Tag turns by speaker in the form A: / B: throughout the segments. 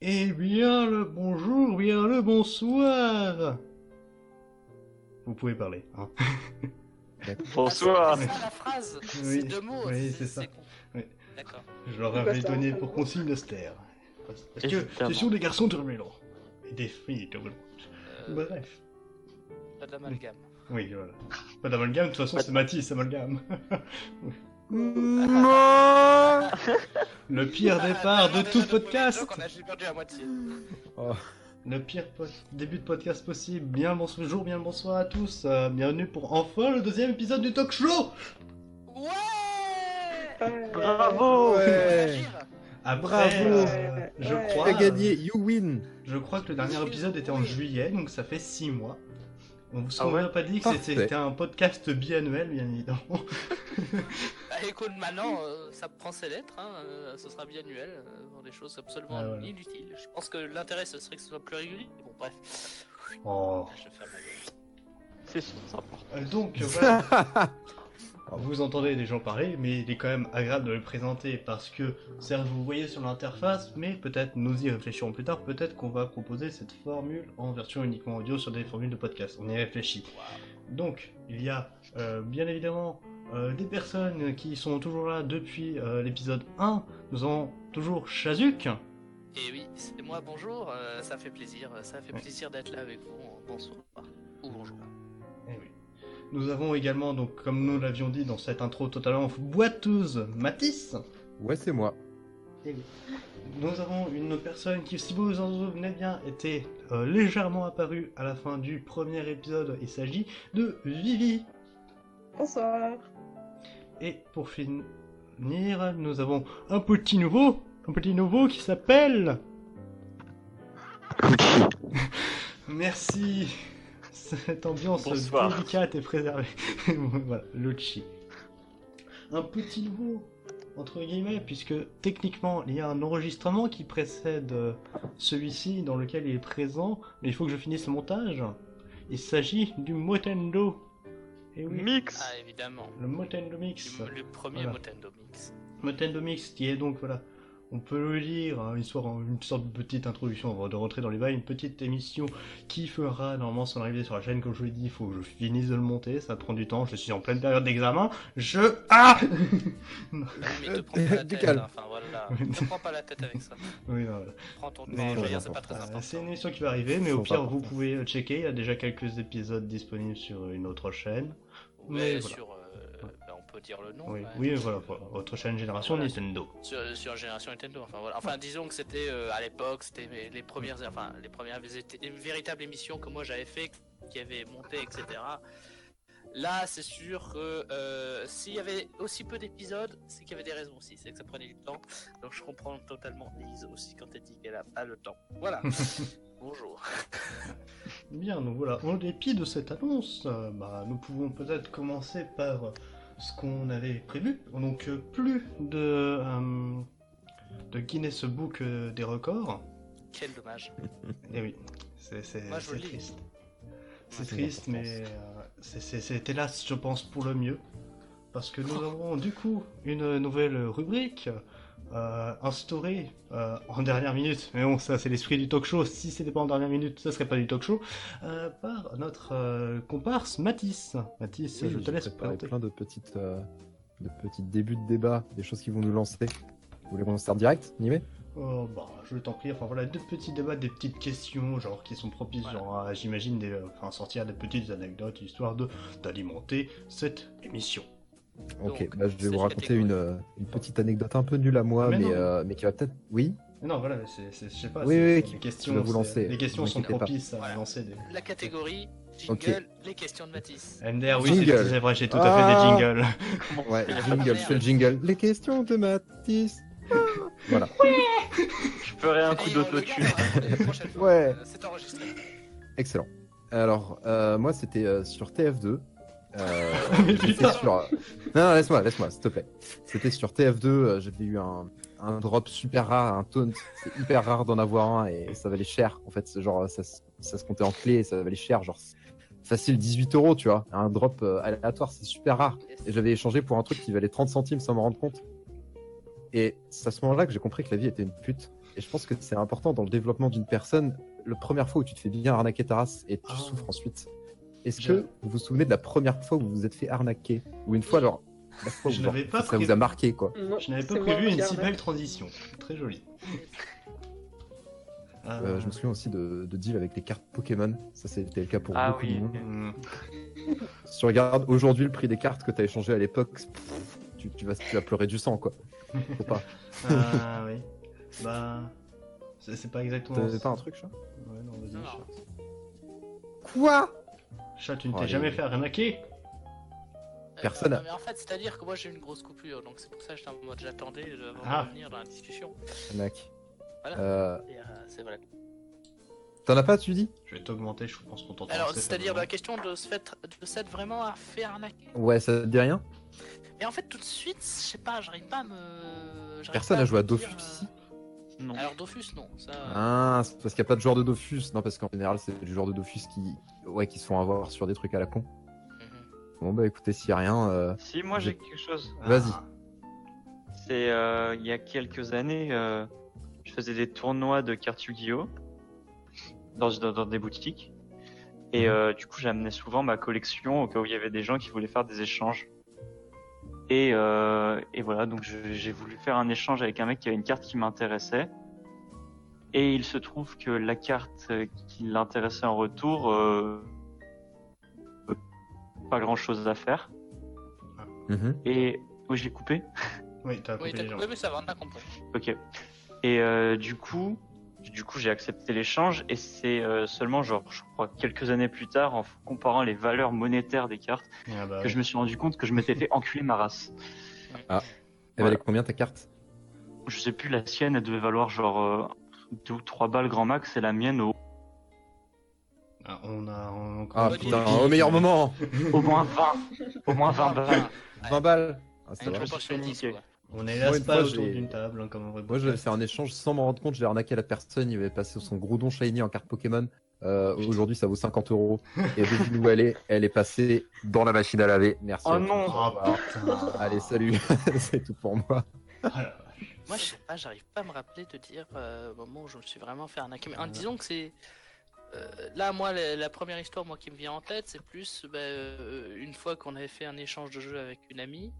A: Eh bien le bonjour, bien le bonsoir Vous pouvez parler, hein.
B: Bonsoir.
C: C'est ça la phrase
A: Oui,
C: C'est deux mots
A: oui, c'est ça.
C: con.
A: Oui.
C: D'accord.
A: Je leur avais donné pour consigne de se taire. Parce que
B: Évidemment.
A: ce sont des garçons turbulents. Et des filles turbulentes.
C: Euh,
A: Bref.
C: Pas de l'amalgame.
A: Oui, voilà. Pas d'amalgame, de toute façon c'est Mathis, amalgame.
B: Non
A: Le
C: Ah,
A: pire départ de tout podcast
C: On a j'ai perdu la moitié.
A: Le pire po- début de podcast possible. Bien le bonjour, bien le bonsoir à tous. Euh, bienvenue pour enfin le deuxième épisode du talk show
C: Ouais
B: Bravo
D: Ouais.
C: Agir
A: Après,
D: Bravo.
A: euh, je,
D: Ouais.
A: crois, euh,
D: T'as gagné, you win.
A: je crois que le dernier épisode était en juillet, donc ça fait 6 mois. On vous
B: Ah
A: on
B: ouais
A: n'a pas dit que
D: Parfait.
A: c'était c'était un podcast biannuel, bien évidemment.
C: Bah écoute, maintenant, euh, ça prend ses lettres, hein, euh, ce sera biannuel, euh, pour des choses absolument
A: Ah, voilà.
C: inutiles. Je pense que l'intérêt, ce serait que ce soit plus régulier. Bon, bref.
A: Oh.
C: Je ferme ma gueule.
B: C'est sympa.
A: Euh, Donc voilà, vous entendez des gens parler, mais il est quand même agréable de le présenter parce que certes vous voyez sur l'interface, mais peut-être nous y réfléchirons plus tard, peut-être qu'on va proposer cette formule en version uniquement audio sur des formules de podcast. On y réfléchit. Donc il y a euh, bien évidemment euh, des personnes qui sont toujours là depuis euh, l'épisode 1. Nous avons toujours Chazuk.
C: Et oui, c'est moi, bonjour, euh, ça fait plaisir, euh, ça fait plaisir d'être là avec vous, en bonsoir. Ou bonjour.
A: Eh oui. Nous avons également, donc comme nous l'avions dit dans cette intro totalement boiteuse, Matisse.
D: Ouais, c'est moi.
A: Nous avons une personne qui, si vous vous en souvenez bien, était euh, légèrement apparue à la fin du premier épisode. Il s'agit de Vivi.
E: Bonsoir.
A: Et pour finir, nous avons un petit nouveau, un petit nouveau qui s'appelle. Merci. Cette ambiance
B: Bonsoir.
A: délicate est préservée. voilà, Luchi. Un petit nouveau, entre guillemets, puisque techniquement il y a un enregistrement qui précède euh, celui-ci dans lequel il est présent, mais il faut que je finisse le montage. Il s'agit du Motendo. Et oui,
B: Mix
C: Ah, évidemment.
A: le Motendo Mix.
C: Le, le premier
A: Voilà.
C: Motendo Mix.
A: Nintendo Mix, qui est donc, voilà, on peut le lire, hein, une, sorte, une sorte de petite introduction avant de rentrer dans les bails, une petite émission qui fera normalement son arrivée sur la chaîne, comme je vous l'ai dit, il faut que je finisse de le monter, ça prend du temps, je suis en pleine période d'examen, je... Ah
C: Oui, mais
A: Euh,
C: te prends pas la
D: Du
C: tête,
D: calme.
C: hein, enfin voilà. te prends pas la tête avec ça.
A: Oui, non, voilà.
C: Prends ton
A: Mais
C: temps, je veux dire, c'est pas
D: important.
C: très
A: Euh, C'est
C: important.
A: une émission qui va arriver, mais au
D: Faut
A: pire,
D: pas
A: vous
D: porter.
A: pouvez euh, checker, il y a déjà quelques épisodes disponibles sur une autre chaîne. mais
C: Ouais,
A: voilà.
C: sur. euh, bah, on peut dire le nom.
A: Oui,
C: ouais.
A: oui voilà, voilà, autre chaîne génération
C: Voilà.
A: Nintendo.
C: Sur, sur Génération Nintendo. Enfin, voilà. enfin disons que c'était euh, à l'époque, c'était les- les premières, enfin, les premières visite- les véritables émissions que moi j'avais fait, qui avaient monté, etc. Là, c'est sûr que euh, s'il y avait aussi peu d'épisodes, c'est qu'il y avait des raisons aussi, c'est que ça prenait du temps. Donc je comprends totalement Lise aussi quand elle dit qu'elle a pas le temps. Voilà. Bonjour.
A: Bien, donc voilà, en dépit de cette annonce, euh, bah, nous pouvons peut-être commencer par euh, ce qu'on avait prévu. Donc euh, plus de, euh, de Guinness Book euh, des records.
C: Quel dommage.
A: Eh oui, c'est c'est-
C: Moi, je
A: c'est
C: le lis.
A: triste. C'est
C: Ouais,
D: Ah, c'est
A: triste,
D: bon, je
A: mais euh, c'est- c'est c'est hélas, je pense, pour le mieux. Parce que nous avons du coup une nouvelle rubrique euh, instaurée euh, en dernière minute. Mais bon, ça, c'est l'esprit du talk show. Si c'était pas en dernière minute, ça serait pas du talk show. euh, par notre euh, comparse Matisse. Matisse,
D: Oui,
A: je te
D: j'ai
A: laisse
D: préparé
A: présenter.
D: plein de petites, euh, de petits débuts de débat, des choses qui vont nous lancer. Vous voulez qu'on se starte direct On y va
A: Oh, bah, je t'en prie. Enfin voilà, deux petits débats, des petites questions, genre qui sont propices,
C: Voilà.
A: genre à, j'imagine, des, euh, enfin, sortir des petites anecdotes histoire de d'alimenter cette émission.
D: Ok,
C: Donc,
D: bah, je vais
C: c'est
D: vous raconter
C: catégorie.
D: une, euh, une petite anecdote un peu nulle à moi,
A: Mais
D: mais,
A: non.
D: euh, mais qui va peut-être. Oui
A: Mais Non, voilà, mais c'est, c'est- je sais pas.
D: Oui,
A: c'est-
D: oui,
A: les
D: qui- qui
A: questions,
D: va vous
A: c'est-
D: lancer,
A: Les questions
D: vous
A: sont
D: inquiétez pas.
A: propices à
C: Voilà.
A: lancer des.
C: La catégorie jingle,
D: Ok.
C: les questions de Matisse.
A: MDR, oui,
D: oui, c'est- Jingle.
A: c'est
D: c'est
A: vrai, j'ai tout
D: tout à fait des
A: à
D: Ah.
A: fait des jingles.
D: Ouais,
C: merde.
D: jingle, je fais le jingle. Les questions de Mathis Voilà.
B: Je ferai un coup
C: Et on le
B: d'autotune.
C: garde, hein, pour les prochaines fois.
D: Ouais.
C: Euh, C'est enregistré.
D: Excellent. Alors, euh, moi, c'était euh, sur TF2. Euh,
A: Ah, Mais
D: j'étais
A: putain.
D: sur... euh, Non, non, laisse-moi, laisse-moi, s'il te plaît. C'était sur TF2, euh, j'avais eu un, un drop super rare, un taunt. C'est hyper rare d'en avoir un et ça valait cher. En fait, c'est genre, ça, se- ça se comptait en clé et ça valait cher. Genre, facile 18 euros, tu vois. Un drop euh, aléatoire, c'est super rare. Et j'avais échangé pour un truc qui valait 30 centimes sans m'en rendre compte. Et c'est à ce moment-là que j'ai compris que la vie était une pute. Et je pense que c'est important dans le développement d'une personne, la première fois où tu te fais bien arnaquer ta race et tu
A: Ah.
D: souffres ensuite. Est-ce
A: Je-
D: que vous vous souvenez de la première fois où vous vous êtes fait arnaquer Ou une fois, alors, la fois où
A: Je
D: genre,
A: n'avais pas
D: ça
A: prévu.
D: vous a marqué, quoi.
E: Non,
A: Je n'avais pas
E: c'est moi,
A: prévu une si
E: regarde.
A: belle transition. Très jolie. Ah,
D: Euh, je me souviens aussi de, de deal avec les cartes Pokémon. Ça, c'était le cas pour
B: Ah
D: beaucoup
B: oui.
D: de monde.
A: hum,
D: Si tu regardes aujourd'hui le prix des cartes que tu as échangé à l'époque, pff, tu, tu vas, tu vas pleurer du sang, quoi. Faut pas.
A: Ah oui. Bah. C'est c'est pas exactement.
D: T'avais pas un truc, chat
A: Ouais, non, vas-y,
C: Non.
A: chat.
D: Quoi
A: Chat, tu ne
D: Oh,
A: t'es
D: allez.
A: jamais fait arnaquer
C: Euh,
D: Personne
C: non,
D: a-
C: mais en fait, c'est-à-dire que moi j'ai eu une grosse coupure, donc c'est pour ça que j'étais en mode j'attendais euh, avant
A: Ah.
C: de revenir dans la discussion.
D: Mec.
C: Voilà.
D: Euh,
C: Et, euh, c'est valable.
D: T'en as pas, tu dis
A: Je vais t'augmenter, je pense qu'on t'entend.
C: Alors,
A: assez
C: c'est-à-dire
A: faiblement.
C: la question de se fait, de s'être vraiment à faire arnaquer.
D: Ouais, ça te dit rien
C: Et en fait, tout de suite, je sais pas, j'arrive pas à me. j'arrive
D: Personne
C: pas
D: a
C: à
D: joué à
C: me dire,
D: Dofus
C: euh,
D: ici
B: Non.
C: Alors, Dofus, non. Ça...
D: Ah, c'est parce qu'il n'y a pas de joueur de Dofus. Non, parce qu'en général, c'est du joueur de Dofus qui, ouais, qui se font avoir sur des trucs à la con.
C: Mhm.
D: Bon, bah écoutez, s'il y a rien. euh,
B: Si, moi j'ai quelque chose.
D: Vas-y.
A: Ah,
B: C'est euh, il y a quelques années, euh, je faisais des tournois de cartes Yu-Gi-Oh! Dans, dans, dans des boutiques. Et euh, du coup, j'amenais souvent ma collection au cas où il y avait des gens qui voulaient faire des échanges. Et, euh, et voilà, donc je- j'ai voulu faire un échange avec un mec qui avait une carte qui m'intéressait. Et il se trouve que la carte euh, qui l'intéressait en retour, euh, euh, pas grand chose à faire.
D: mhm.
B: Et. oh, Oui, j'ai coupé.
A: Oui, t'as
C: bah, Oui,
A: coupé
C: t'as
A: les gens.
C: oui, mais ça va, on a compris.
B: Ok. Et euh, du coup, du coup, j'ai accepté l'échange et c'est euh, seulement genre, je crois, quelques années plus tard, en comparant les valeurs monétaires des cartes,
A: Ah, bah,
B: que je me suis rendu compte que je m'étais fait enculer ma race.
D: Elle valait combien ta carte
B: Je sais plus, la sienne, elle devait valoir genre euh, deux ou trois balles grand max et la mienne au,
A: Ah, on a on a encore
D: Ah
A: un peu
D: putain,
A: de-
D: au meilleur moment
B: au moins 20. Au moins 20 balles.
A: bah,
D: 20 balles Ah, c'est
C: Avec
D: vrai.
B: je me suis
C: proportion
B: fait
C: 10,
B: niquer.
C: quoi.
A: On est
D: Moi,
A: là
D: une
A: pas
D: fois,
A: autour
D: j'ai-
A: d'une table, hein, comme un vrai.
D: Moi, j'avais fait un échange sans m'en rendre compte. J'ai arnaqué la personne. Il avait passé son grodon shiny en carte Pokémon. Euh, Aujourd'hui, ça vaut 50 euros. Et devine où elle est Elle est passée dans la machine à laver. Merci.
B: Oh
D: à tous.
B: non
A: Oh putain
D: Ah, Allez, salut. c'est tout pour moi.
A: Ah, là, là.
C: Moi, je sais pas, j'arrive pas à me rappeler de dire euh, au moment où je me suis vraiment fait arnaquer. Mais en
A: Ouais.
C: disons que c'est. euh, là, moi, la, la première histoire moi, qui me vient en tête, c'est plus bah, euh, une fois qu'on avait fait un échange de jeu avec une amie,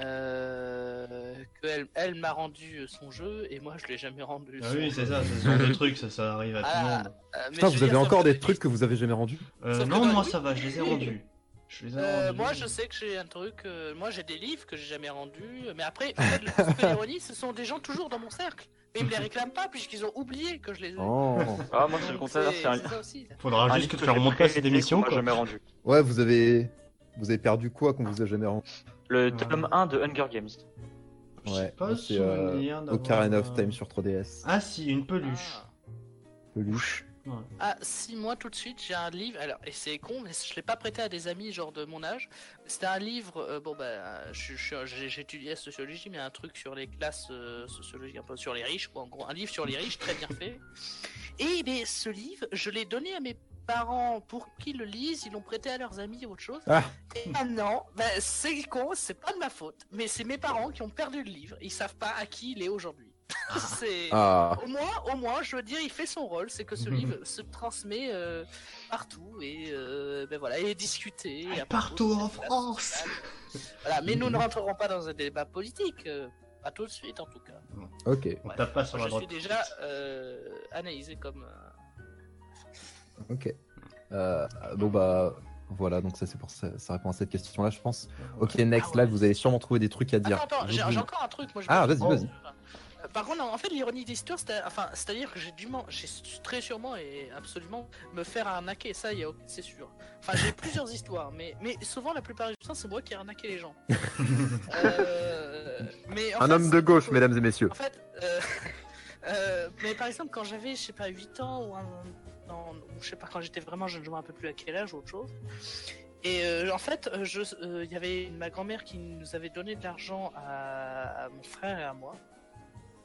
C: euh, qu'elle elle, m'a rendu euh, son jeu et moi je l'ai jamais rendu.
A: Ah
C: son
A: oui,
C: jeu.
A: c'est ça, c'est ce genre de truc, ça, ça arrive à
C: Ah,
A: tout le monde.
C: Euh, mais
D: Putain,
C: je veux
D: vous avez
C: dire, ça
D: encore
C: me
D: des trucs que vous avez jamais rendus
A: Euh,
C: sauf que
A: non,
C: dans-
A: moi ça va, je les ai rendus. Je les ai
C: Euh,
A: rendus.
C: moi, je sais que j'ai un truc. euh, moi, j'ai des livres que j'ai jamais rendus. Mais après, en fait, le plus que l'ironie, ce sont des gens toujours dans mon cercle. Mais ils me les réclament pas puisqu'ils ont oublié que je les ai.
D: Oh.
B: Ah, moi, c'est le
C: Donc,
B: contraire, c'est un,
C: ça aussi.
A: Faudra
B: un
A: juste que
B: livre
A: tu leur
B: j'ai
A: montes pas
B: prêté
A: cette
B: et qu'on
A: émission,
B: m'a
A: quoi.
B: jamais rendu.
D: Ouais, vous avez. Vous avez perdu quoi qu'on vous a jamais rendu
B: Le tome 1 de Hunger Games.
A: Je
D: Ouais,
A: sais pas
D: moi, c'est, euh,
A: souvenir d'avoir,
D: Ocarina of
A: euh,
D: Time sur 3DS.
A: Ah si, une peluche.
C: Ah.
D: Peluche.
C: Ah, si, moi tout de suite j'ai un livre, alors, et c'est con, mais je l'ai pas prêté à des amis, genre de mon âge. C'était un livre, euh, bon bah, je- je- j'ai j'étudiais la sociologie, mais un truc sur les classes euh, sociologiques, un peu sur les riches, quoi, en gros, un livre sur les riches, très bien fait. Et mais, Eh ben, ce livre, je l'ai donné à mes parents pour qu'ils le lisent, ils l'ont prêté à leurs amis ou autre chose.
D: Ah.
C: Et maintenant, bah, c'est con, c'est pas de ma faute, mais c'est mes parents qui ont perdu le livre, ils savent pas à qui il est aujourd'hui. c'est.
D: Ah.
C: Au moins, au moins, je veux dire, il fait son rôle, c'est que
A: Mhm.
C: ce livre se transmet euh, partout et euh, ben voilà, et est discuté.
A: Et
C: à propos de
A: partout en
C: cette classe
A: France. Mhm.
C: sociale. Voilà, mais nous ne rentrerons pas dans un débat politique, euh, pas tout de suite en tout cas.
D: Ok.
A: On
C: Ouais.
A: tape pas sur
C: Moi,
A: la
C: je suis
A: droite.
C: déjà euh, analysé comme. euh,
D: Ok. Euh, bon bah voilà, donc ça c'est pour ça, ça répond à cette question-là, je pense. Ok, next
C: Ah ouais.
D: live, vous allez sûrement trouver des trucs à dire.
C: Attends, attends,
D: Vous-
C: j'ai
D: vous-
C: j'ai encore un truc. Moi, je
D: Ah,
C: me-
D: vas-y, vas-y.
C: Euh, Par contre, en fait, l'ironie des histoires, c'est enfin, c'est-à-dire que j'ai dû, m'en- j'ai su- très sûrement et absolument me faire arnaquer. Ça, y a- c'est sûr. Enfin, j'ai plusieurs histoires, mais mais souvent la plupart du temps, c'est moi qui ai arnaqué les gens. Euh, mais en
D: Un
C: fait,
D: homme de
C: c'est-
D: gauche, mesdames et messieurs.
C: En fait, euh, euh, mais par exemple, quand j'avais, je sais pas, 8 ans ou un, non, ou je sais pas, quand j'étais vraiment jeune, je me rappelle plus à quel âge ou autre chose. Et euh, en fait, euh, je- euh, il y avait une- ma grand-mère qui nous avait donné de l'argent à, à mon frère et à moi.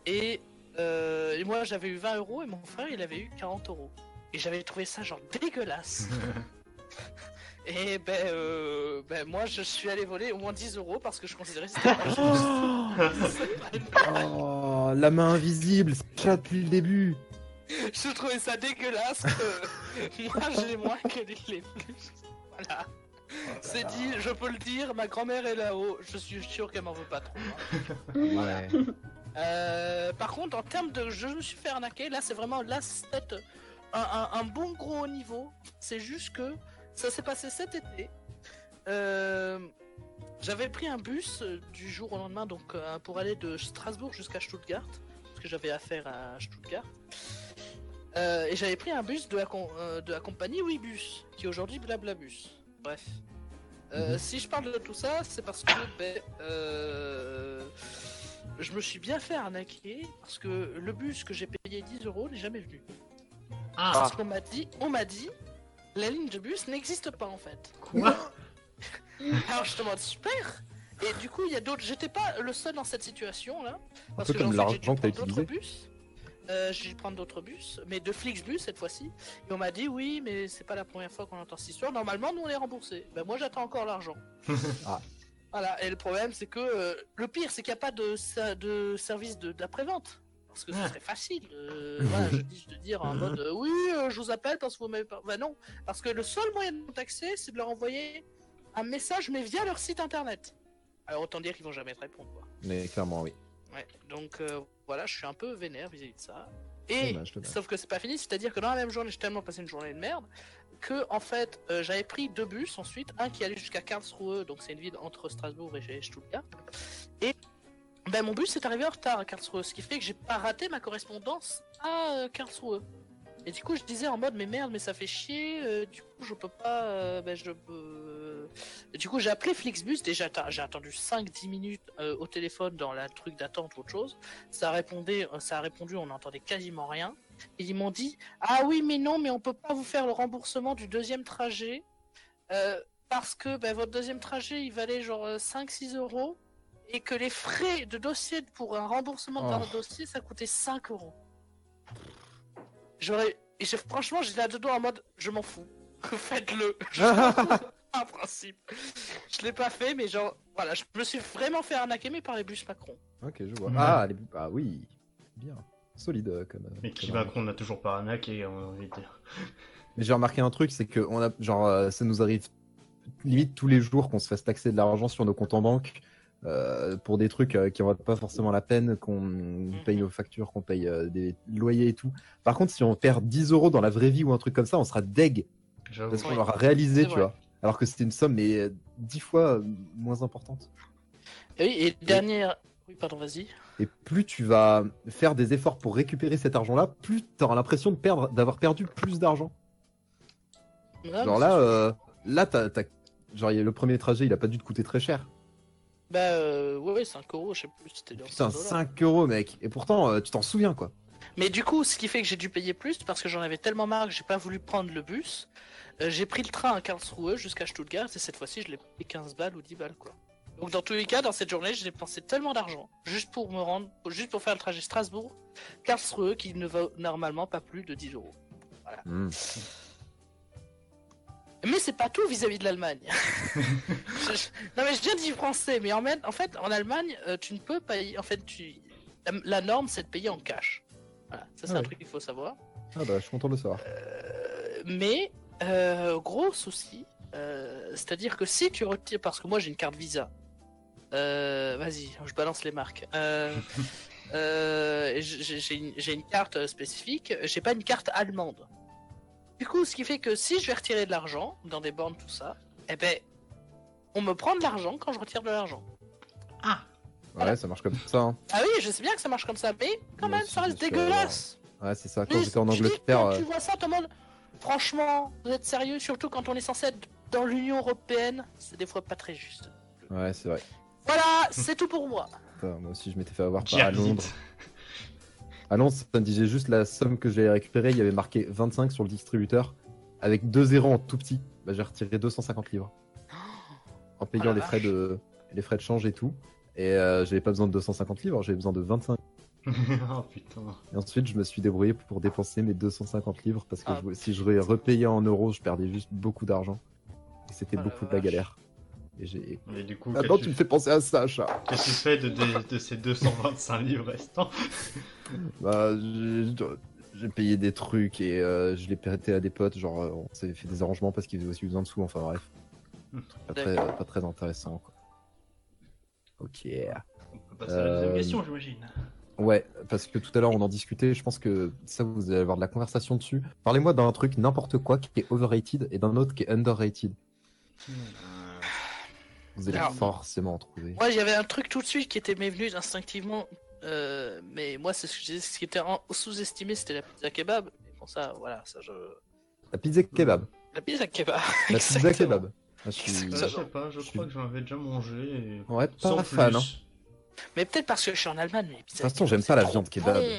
C: Et, euh, et moi, j'avais eu 20 euros et mon frère, il avait eu 40 euros. Et j'avais trouvé ça genre dégueulasse. Et ben, euh, ben moi je suis allé voler au moins 10 euros parce que je considérais que c'était pas juste. C'est pas une blague.
D: Oh, la main invisible, chat depuis le début.
C: Je trouvais ça dégueulasse que moi je l'ai moins que lui les plus. Voilà. C'est dit, je peux le dire, ma grand-mère est là-haut, je suis sûr qu'elle m'en veut pas trop. hein.
D: Ouais.
C: Euh, par contre, en termes de je me suis fait arnaquer, là c'est vraiment là c'est peut-être un, un- un bon gros haut niveau. C'est juste que ça s'est passé cet été. Euh, j'avais pris un bus euh, du jour au lendemain donc euh, pour aller de Strasbourg jusqu'à Stuttgart parce que j'avais affaire à Stuttgart. Euh, et j'avais pris un bus de la, com- euh, de la compagnie Ouibus, qui est aujourd'hui Blablabus. Bref. Euh, Si je parle de tout ça, c'est parce que ben, euh, je me suis bien fait arnaquer, parce que le bus que j'ai payé 10 euros n'est jamais venu.
A: Ah,
C: Parce qu'on m'a dit, on m'a dit, la ligne de bus n'existe pas en fait.
A: quoi
C: Alors je demande super Et du coup, il y a d'autres. J'étais pas le seul dans cette situation là. Parce
D: peu
C: que
D: comme
C: j'en sais, j'ai dû
D: l'argent que t'as
C: prendre d'autres bus. Euh, j'ai dû prendre d'autres bus, mais de Flixbus cette fois-ci. Et on m'a dit oui, mais c'est pas la première fois qu'on entend cette histoire. Normalement, nous on est remboursé. Ben moi j'attends encore l'argent.
D: Ah.
C: Voilà. Et le problème c'est que euh, le pire c'est qu'il n'y a pas de, sa- de service de- d'après-vente. Parce que ce
A: Ah.
C: serait facile. euh, voilà, je dis de dire en mode euh, oui, euh, je vous appelle parce que vous m'avez pas. Ben non, parce que le seul moyen de me taxer, c'est de leur envoyer un message, mais via leur site internet. Alors autant dire qu'ils vont jamais te répondre. Quoi.
D: Mais clairement, oui.
C: Ouais. Donc euh, voilà, je suis un peu vénère vis-à-vis de ça. Et
D: Dommage, dommage.
C: sauf que c'est pas fini, c'est-à-dire que dans la même journée, j'ai tellement passé une journée de merde que en fait, euh, j'avais pris deux bus ensuite, un qui allait jusqu'à Karlsruhe, donc c'est une ville entre Strasbourg et chez Stuttgart. Et ben mon bus est arrivé en retard à Karlsruhe, ce qui fait que j'ai pas raté ma correspondance à euh, Karlsruhe. Et du coup, je disais en mode mais merde, mais ça fait chier, euh, du coup, je peux pas euh, ben je peux et Du coup, j'ai appelé Flixbus, déjà atta- j'ai attendu 5-10 minutes euh, au téléphone dans la truc d'attente ou autre chose. Ça répondait, euh, ça a répondu, on n'entendait quasiment rien. Et ils m'ont dit Ah oui, mais non, mais on peut pas vous faire le remboursement du deuxième trajet euh, parce que ben, votre deuxième trajet il valait genre euh, 5-6 euros et que les frais de dossier pour un remboursement
D: Oh.
C: d'un dossier ça coûtait 5 euros. J'aurais. Et j'ai- franchement, j'étais là dedans en mode Je m'en fous, faites-le. Je m'en fous. Un principe. Je l'ai pas fait, mais genre, voilà, je me suis vraiment fait arnaquer, mais par les bus Macron.
D: Ok, je vois.
C: Mm.
A: Ouais.
D: Ah, les... ah oui. Bien. Solide euh, comme. euh,
A: Mais qui
D: comme
A: va qu'on a toujours pas arnaqué, on a envie de dire.
D: Mais j'ai remarqué un truc, c'est que on a, genre, euh, ça nous arrive limite tous les jours qu'on se fasse taxer de l'argent sur nos comptes en banque euh, pour des trucs euh, qui en valent pas forcément la peine, qu'on
C: Mm-hmm.
D: paye nos factures, qu'on paye euh, des loyers et tout. Par contre, si on perd 10 euros dans la vraie vie ou un truc comme ça, on sera deg
A: J'avoue.
D: parce qu'on
C: Ouais.
D: l'aura réalisé,
C: C'est
D: tu
C: vrai.
D: vois. Alors que c'était une somme mais euh, 10 fois euh, moins importante.
C: Et oui, et dernière. Oui, pardon, vas-y.
D: Et plus tu vas faire des efforts pour récupérer cet argent-là, plus t'auras l'impression de perdre, d'avoir perdu plus d'argent. Genre
C: Non, Ah, mais
D: là,
C: c'est-
D: euh, là, t'as, t'as- genre il y a le premier trajet, il a pas dû te coûter très cher.
C: Bah, euh, ouais, ouais, 5 euros, je sais plus, c'était dans
D: Putain,
C: 100 dollars.
D: 5 euros, mec. Et pourtant, euh, tu t'en souviens, quoi.
C: Mais du coup, ce qui fait que j'ai dû payer plus parce que j'en avais tellement marre que j'ai pas voulu prendre le bus. Euh, j'ai pris le train à Karlsruhe jusqu'à Stuttgart et cette fois-ci, je l'ai payé 15 balles ou 10 balles quoi. Donc dans tous les cas, dans cette journée, j'ai dépensé tellement d'argent juste pour me rendre, juste pour faire le trajet Strasbourg, Karlsruhe qui ne va normalement pas plus de 10 euros. Hmm. Mais c'est pas tout vis-à-vis de l'Allemagne. Je- je- Non mais je viens de dire français, mais en, même- en fait en Allemagne euh, tu ne peux pas, y- en fait tu, la, la norme c'est de payer en cash. Voilà, ça c'est
D: Ah
C: un
D: oui.
C: truc qu'il faut savoir.
D: Ah bah, je suis content de le savoir.
C: Euh, mais euh, gros souci, euh, c'est-à-dire que si tu retires, parce que moi j'ai une carte Visa. Euh, Vas-y, je balance les marques. Euh, euh, j'ai j'ai une, j'ai une carte euh, spécifique, j'ai pas une carte allemande. Du coup, ce qui fait que si je vais retirer de l'argent dans des bornes tout ça, eh ben on me prend de l'argent quand je retire de l'argent.
D: Ouais, ça marche comme ça. hein.
C: Ah oui, je sais bien que ça marche comme ça, mais quand
D: Moi
C: même,
D: aussi,
C: ça reste
D: je euh, suis
C: dégueulasse.
D: Ouais, c'est ça. Quand
C: Mais
D: j'étais en
C: tu dis
D: Angleterre,
C: que
D: euh,
C: Tu vois ça, tout le monde. Franchement, vous êtes sérieux, surtout quand on est censé être dans l'Union Européenne, c'est des fois pas très juste.
D: euh, ouais, c'est vrai.
C: Voilà, c'est tout pour moi.
D: Putain, moi aussi, je m'étais fait avoir par à
A: Jack
D: Londres.
A: Hit.
D: À Londres, Ah ça me disait juste la somme que j'ai récupérée. Il y avait marqué 25 sur le distributeur, avec deux zéros en tout petit. Bah, j'ai retiré 250 livres en payant
C: Oh la
D: les frais de, les frais de change et tout. Et euh, j'avais pas besoin de 250 livres, j'avais besoin de 25.
A: oh putain.
D: Et ensuite, je me suis débrouillé pour dépenser mes 250 livres parce que
C: Ah.
D: je- si je repayais en euros, je perdais juste beaucoup d'argent. Et c'était
C: Oh la
D: beaucoup de la
C: vache.
D: galère. Et j'ai.
A: Mais du coup,
D: Maintenant,
A: qu'est-ce
D: Ah, tu me
A: que tu,
D: fais penser à ça, chat.
A: qu'est-ce que tu fais de, de- de ces 225 livres restants
D: Bah, j'ai- j'ai payé des trucs et euh, je l'ai prêté à des potes. Genre, euh, on s'est fait des arrangements parce qu'ils avaient aussi besoin de sous. Enfin, bref.
A: Hmm.
D: Pas très, euh, pas très intéressant, quoi. Ok.
A: On peut passer à la deuxième
D: Euh,
A: question, j'imagine.
D: Ouais, parce que tout à l'heure on en discutait, je pense que ça vous allez avoir de la conversation dessus. Parlez-moi d'un truc n'importe quoi qui est overrated et d'un autre qui est underrated.
A: Hmm.
D: Vous allez
C: Alors-
D: forcément en trouver.
C: Moi, il y avait un truc tout de suite qui était m'est venu instinctivement, euh, mais moi, c'est ce que je disais, ce qui était en- sous-estimé, c'était la pizza kebab. Mais bon, ça, voilà, ça, je.
D: La pizza kebab.
C: La pizza kebab.
D: La pizza
C: exactement.
D: kebab. Ah, je suis-
A: Euh,
C: ça-
A: je sais pas, je
D: je
A: crois
D: suis-
A: que j'en avais déjà mangé. Et...
D: Ouais,
A: Sans
D: pas fan.
A: plus.
D: Hein.
C: Mais peut-être parce que je suis en Allemagne, mais les pizzas
D: De toute façon,
C: kebab,
D: j'aime
C: c'est
D: pas la
C: trop
D: viande kebab.
C: bon.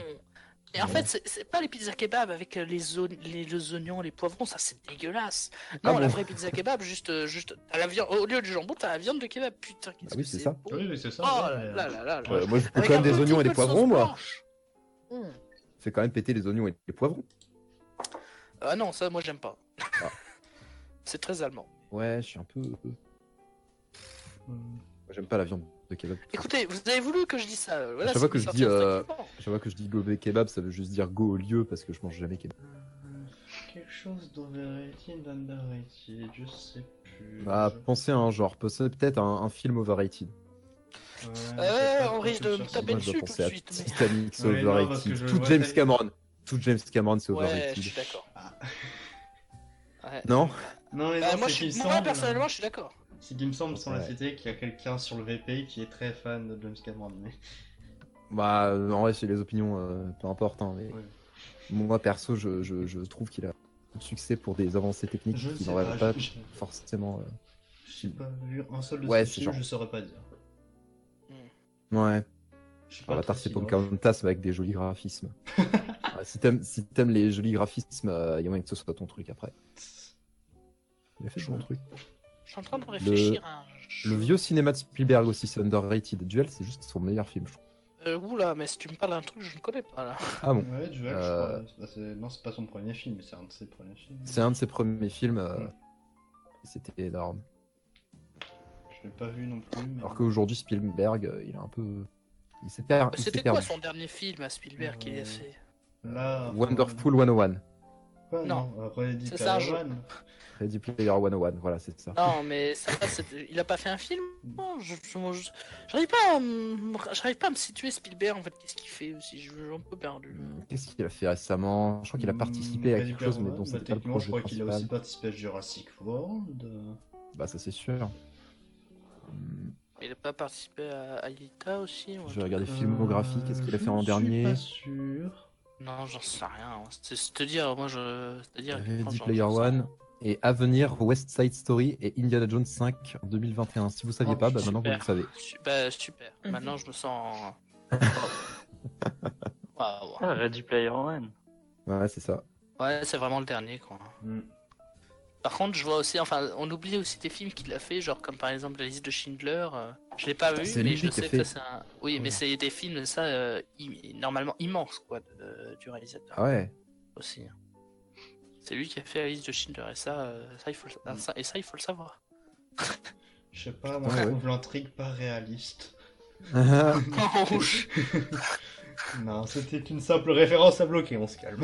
C: Et en
D: Ouais.
C: fait, c'est- c'est pas les pizzas kebab avec euh, les, o- les, les oignons, les poivrons, ça c'est dégueulasse.
D: Ah
C: Non, la
D: bon
C: vraie pizza kebab, juste, euh, juste, t'as la viande, au lieu du jambon, t'as la viande de kebab. Putain, qu'est-ce
D: Ah oui,
C: que
D: c'est
C: c'est
D: ça.
C: bon.
A: Oui, mais c'est ça.
C: Oh
A: ouais,
C: là là là là.
D: Euh, moi je fais
C: Avec
D: quand même
C: un
D: des
C: petit
D: oignons et
C: peu
D: des
C: de sauce
D: poivrons, moi.
C: blanche. Mm.
D: Je fais quand même péter les oignons et les poivrons.
C: Ah non, ça moi j'aime pas.
D: Ah.
C: c'est très allemand.
D: Ouais, je suis un peu. Moi,
A: Hmm.
D: J'aime pas la viande de kebab.
C: Écoutez, vous avez voulu que je dise ça. euh, Voilà,
D: À chaque
C: c'est
D: fois que
C: une
D: je
C: sortie
D: dis, euh,
C: instinctivement.
D: Je vois que je dis go kebab, ça veut juste dire go au lieu parce que je mange jamais kebab.
A: Quelque chose d'overrated, d'underrated, je sais plus.
D: Ah,
C: Hmm.
A: Je-
D: pensez à un genre, pensez peut-être à un- un film overrated.
A: Ouais,
C: Euh,
A: j'ai pas
C: on risque de
A: trop
C: me
A: ça.
C: taper
D: Moi,
A: Moi,
D: je
C: dessus
D: dois
C: tout
D: penser
C: de
D: à
C: suite, mais-
D: Titanic, c'est
A: Ouais, non, parce que
D: overrated.
A: je
D: Tout
A: vois
D: James
A: tellement-
D: Cameron. Tout James Cameron, c'est
C: Ouais, je
D: overrated.
C: suis d'accord. Ouais.
D: Non
A: Ah. Non, mais
C: Bah,
A: non,
C: moi,
A: c'est euh.
C: je
A: qu'il
C: suis...
A: me
C: moi
A: semble-
C: personnellement, je suis d'accord.
A: C'est qu'il me semble, sans la
D: Ouais.
A: cité, qu'il y a quelqu'un sur le VP qui est très fan de James Cameron. Mais...
D: Bah, euh, en vrai, c'est les opinions, euh, peu importe. hein, mais
A: Ouais.
D: moi, perso, je, je- je trouve qu'il a un succès pour des avancées techniques
A: Je ne
D: qui
A: sais
D: n'auraient
A: pas,
D: pas,
A: je- je-
D: forcément. euh,
A: J'ai pas vu un seul de
D: Ouais,
A: ces
D: c'est
A: films,
D: genre-
A: je saurais pas dire.
D: Ouais.
A: Je suis pas
D: Avatar,
A: très
D: c'est
A: cinéma.
D: Pocahontas, mais avec des jolis graphismes. Ouais, si t'aimes si t'aimes les jolis graphismes, il y a moyen que ce soit ton truc après. Il a fait son truc.
C: Je suis en train de réfléchir à un jeu.
D: Le vieux cinéma de Spielberg aussi, c'est underrated. Duel, c'est juste son meilleur film, je trouve.
C: Euh, oula, mais si tu me parles d'un truc, que je ne connais pas là.
D: Ah bon
A: Ouais, Duel,
D: Euh,
A: je crois. C'est- Non, c'est pas son premier film, mais c'est un de ses premiers films.
D: C'est un de ses premiers films. euh,
A: Mm.
D: C'était énorme.
A: Je l'ai pas vu non plus. Mais...
D: Alors qu'aujourd'hui, Spielberg, euh, il est un peu. Il s'est per- il s'est
C: C'était
D: perdu. Euh.
C: quoi son dernier film à Spielberg qu'il a fait
A: Là,
D: Wonderful 101.
A: Ouais,
C: Non.
A: non, après dit
C: C'est ça, je-
A: One.
D: Ready Player 101, voilà, c'est ça.
C: Non, mais ça, c'est- il a pas fait un film Non, je- je- moi, je- j'arrive pas, à me- j'arrive pas à me situer Spielberg en fait. Qu'est-ce qu'il fait aussi Je suis un peu perdu.
D: Hmm, Qu'est-ce qu'il a fait récemment Je crois qu'il a
A: Hmm,
D: participé à
A: Ready
D: quelque
A: Player
D: chose, mais
A: One,
D: dont
A: bah,
D: c'était pas le
A: techniquement, je
D: projet
A: crois qu'il a
D: principal.
A: aussi participé à Jurassic World. euh,
D: Bah, ça, c'est sûr. Hmm,
C: Mais il a pas participé à Alita aussi ou un
D: Je vais
C: truc
D: regarder
C: comme-
D: filmographie, qu'est-ce qu'il a fait en dernier
A: Euh, Je suis pas sûr.
C: Non, j'en sais rien. hein. C'est c'est te dire, moi je. C'est te dire. à quel point
D: Euh, Ready
C: j'en-
D: Player
C: j'en sais
D: One
C: rien.
D: et à venir West Side Story et Indiana Jones 5 en 2021. Si vous saviez
A: Oh,
D: pas, bah, maintenant vous
C: super.
D: le savez.
C: Su- bah, super. Maintenant, je me sens. Waouh.
B: Ah, Ready Player One.
D: Ouais, c'est ça.
C: Ouais, c'est vraiment le dernier quoi.
D: Mm.
A: Hmm.
C: Par contre, je vois aussi, enfin, on oublie aussi des films qu'il a fait, genre comme par exemple la liste de Schindler. euh, je l'ai pas vu,
D: Ah, c'est
C: mais
D: lui
C: je
D: qui a
C: sais
D: fait.
C: que ça, c'est un. Oui, mais c'est des films, ça, euh, im- normalement immenses, quoi, de- du réalisateur
D: Ah ouais.
C: aussi. C'est lui qui a fait la liste de Schindler, et ça, euh, ça, il faut le...
D: Mm.
C: ah, ça- et ça, il faut le savoir.
A: Je sais pas, moi
D: Ouais,
A: je trouve l'intrigue pas réaliste.
D: Euh,
C: En rouge.
A: Non, c'était une simple référence à bloquer, on se calme.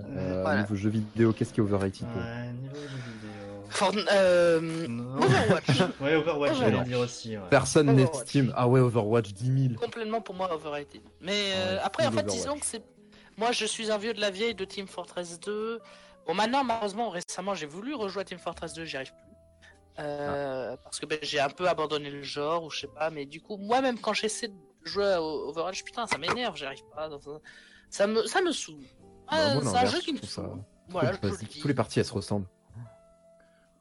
D: Euh,
C: Voilà.
D: Niveau jeu vidéo, qu'est-ce qui est overrated pour vous
A: Ouais, niveau jeu vidéo.
C: Fortn- euh,
A: Non.
C: Overwatch,
A: Ouais, Overwatch, j'allais
D: Overwatch.
A: dire aussi. Ouais.
D: Personne
C: Overwatch.
D: n'estime. Ah ouais, Overwatch 10 000.
C: complètement pour moi overrated. Mais euh,
D: Ah Ouais,
C: après, en
D: full
C: fait, disons
D: Overwatch.
C: que c'est. Moi, je suis un vieux de la vieille de Team Fortress 2. Bon, maintenant, malheureusement, récemment, j'ai voulu rejouer à Team Fortress 2, j'y arrive plus.
D: Ah.
C: Euh, Parce que ben, j'ai un peu abandonné le genre, ou je sais pas, mais du coup, moi-même, quand j'essaie de jouer à O- Overwatch, putain, ça m'énerve, j'y arrive pas. Ça- Ça me, ça me saoule.
D: Bah,
C: Ah,
D: moi,
C: c'est un
D: l'inverse,
C: jeu
D: je
C: qui me
D: trouve ça
C: saoule.
D: trop
C: Voilà, je
D: basique.
C: vous le dis.
D: Tous les parties, elles se ressemblent.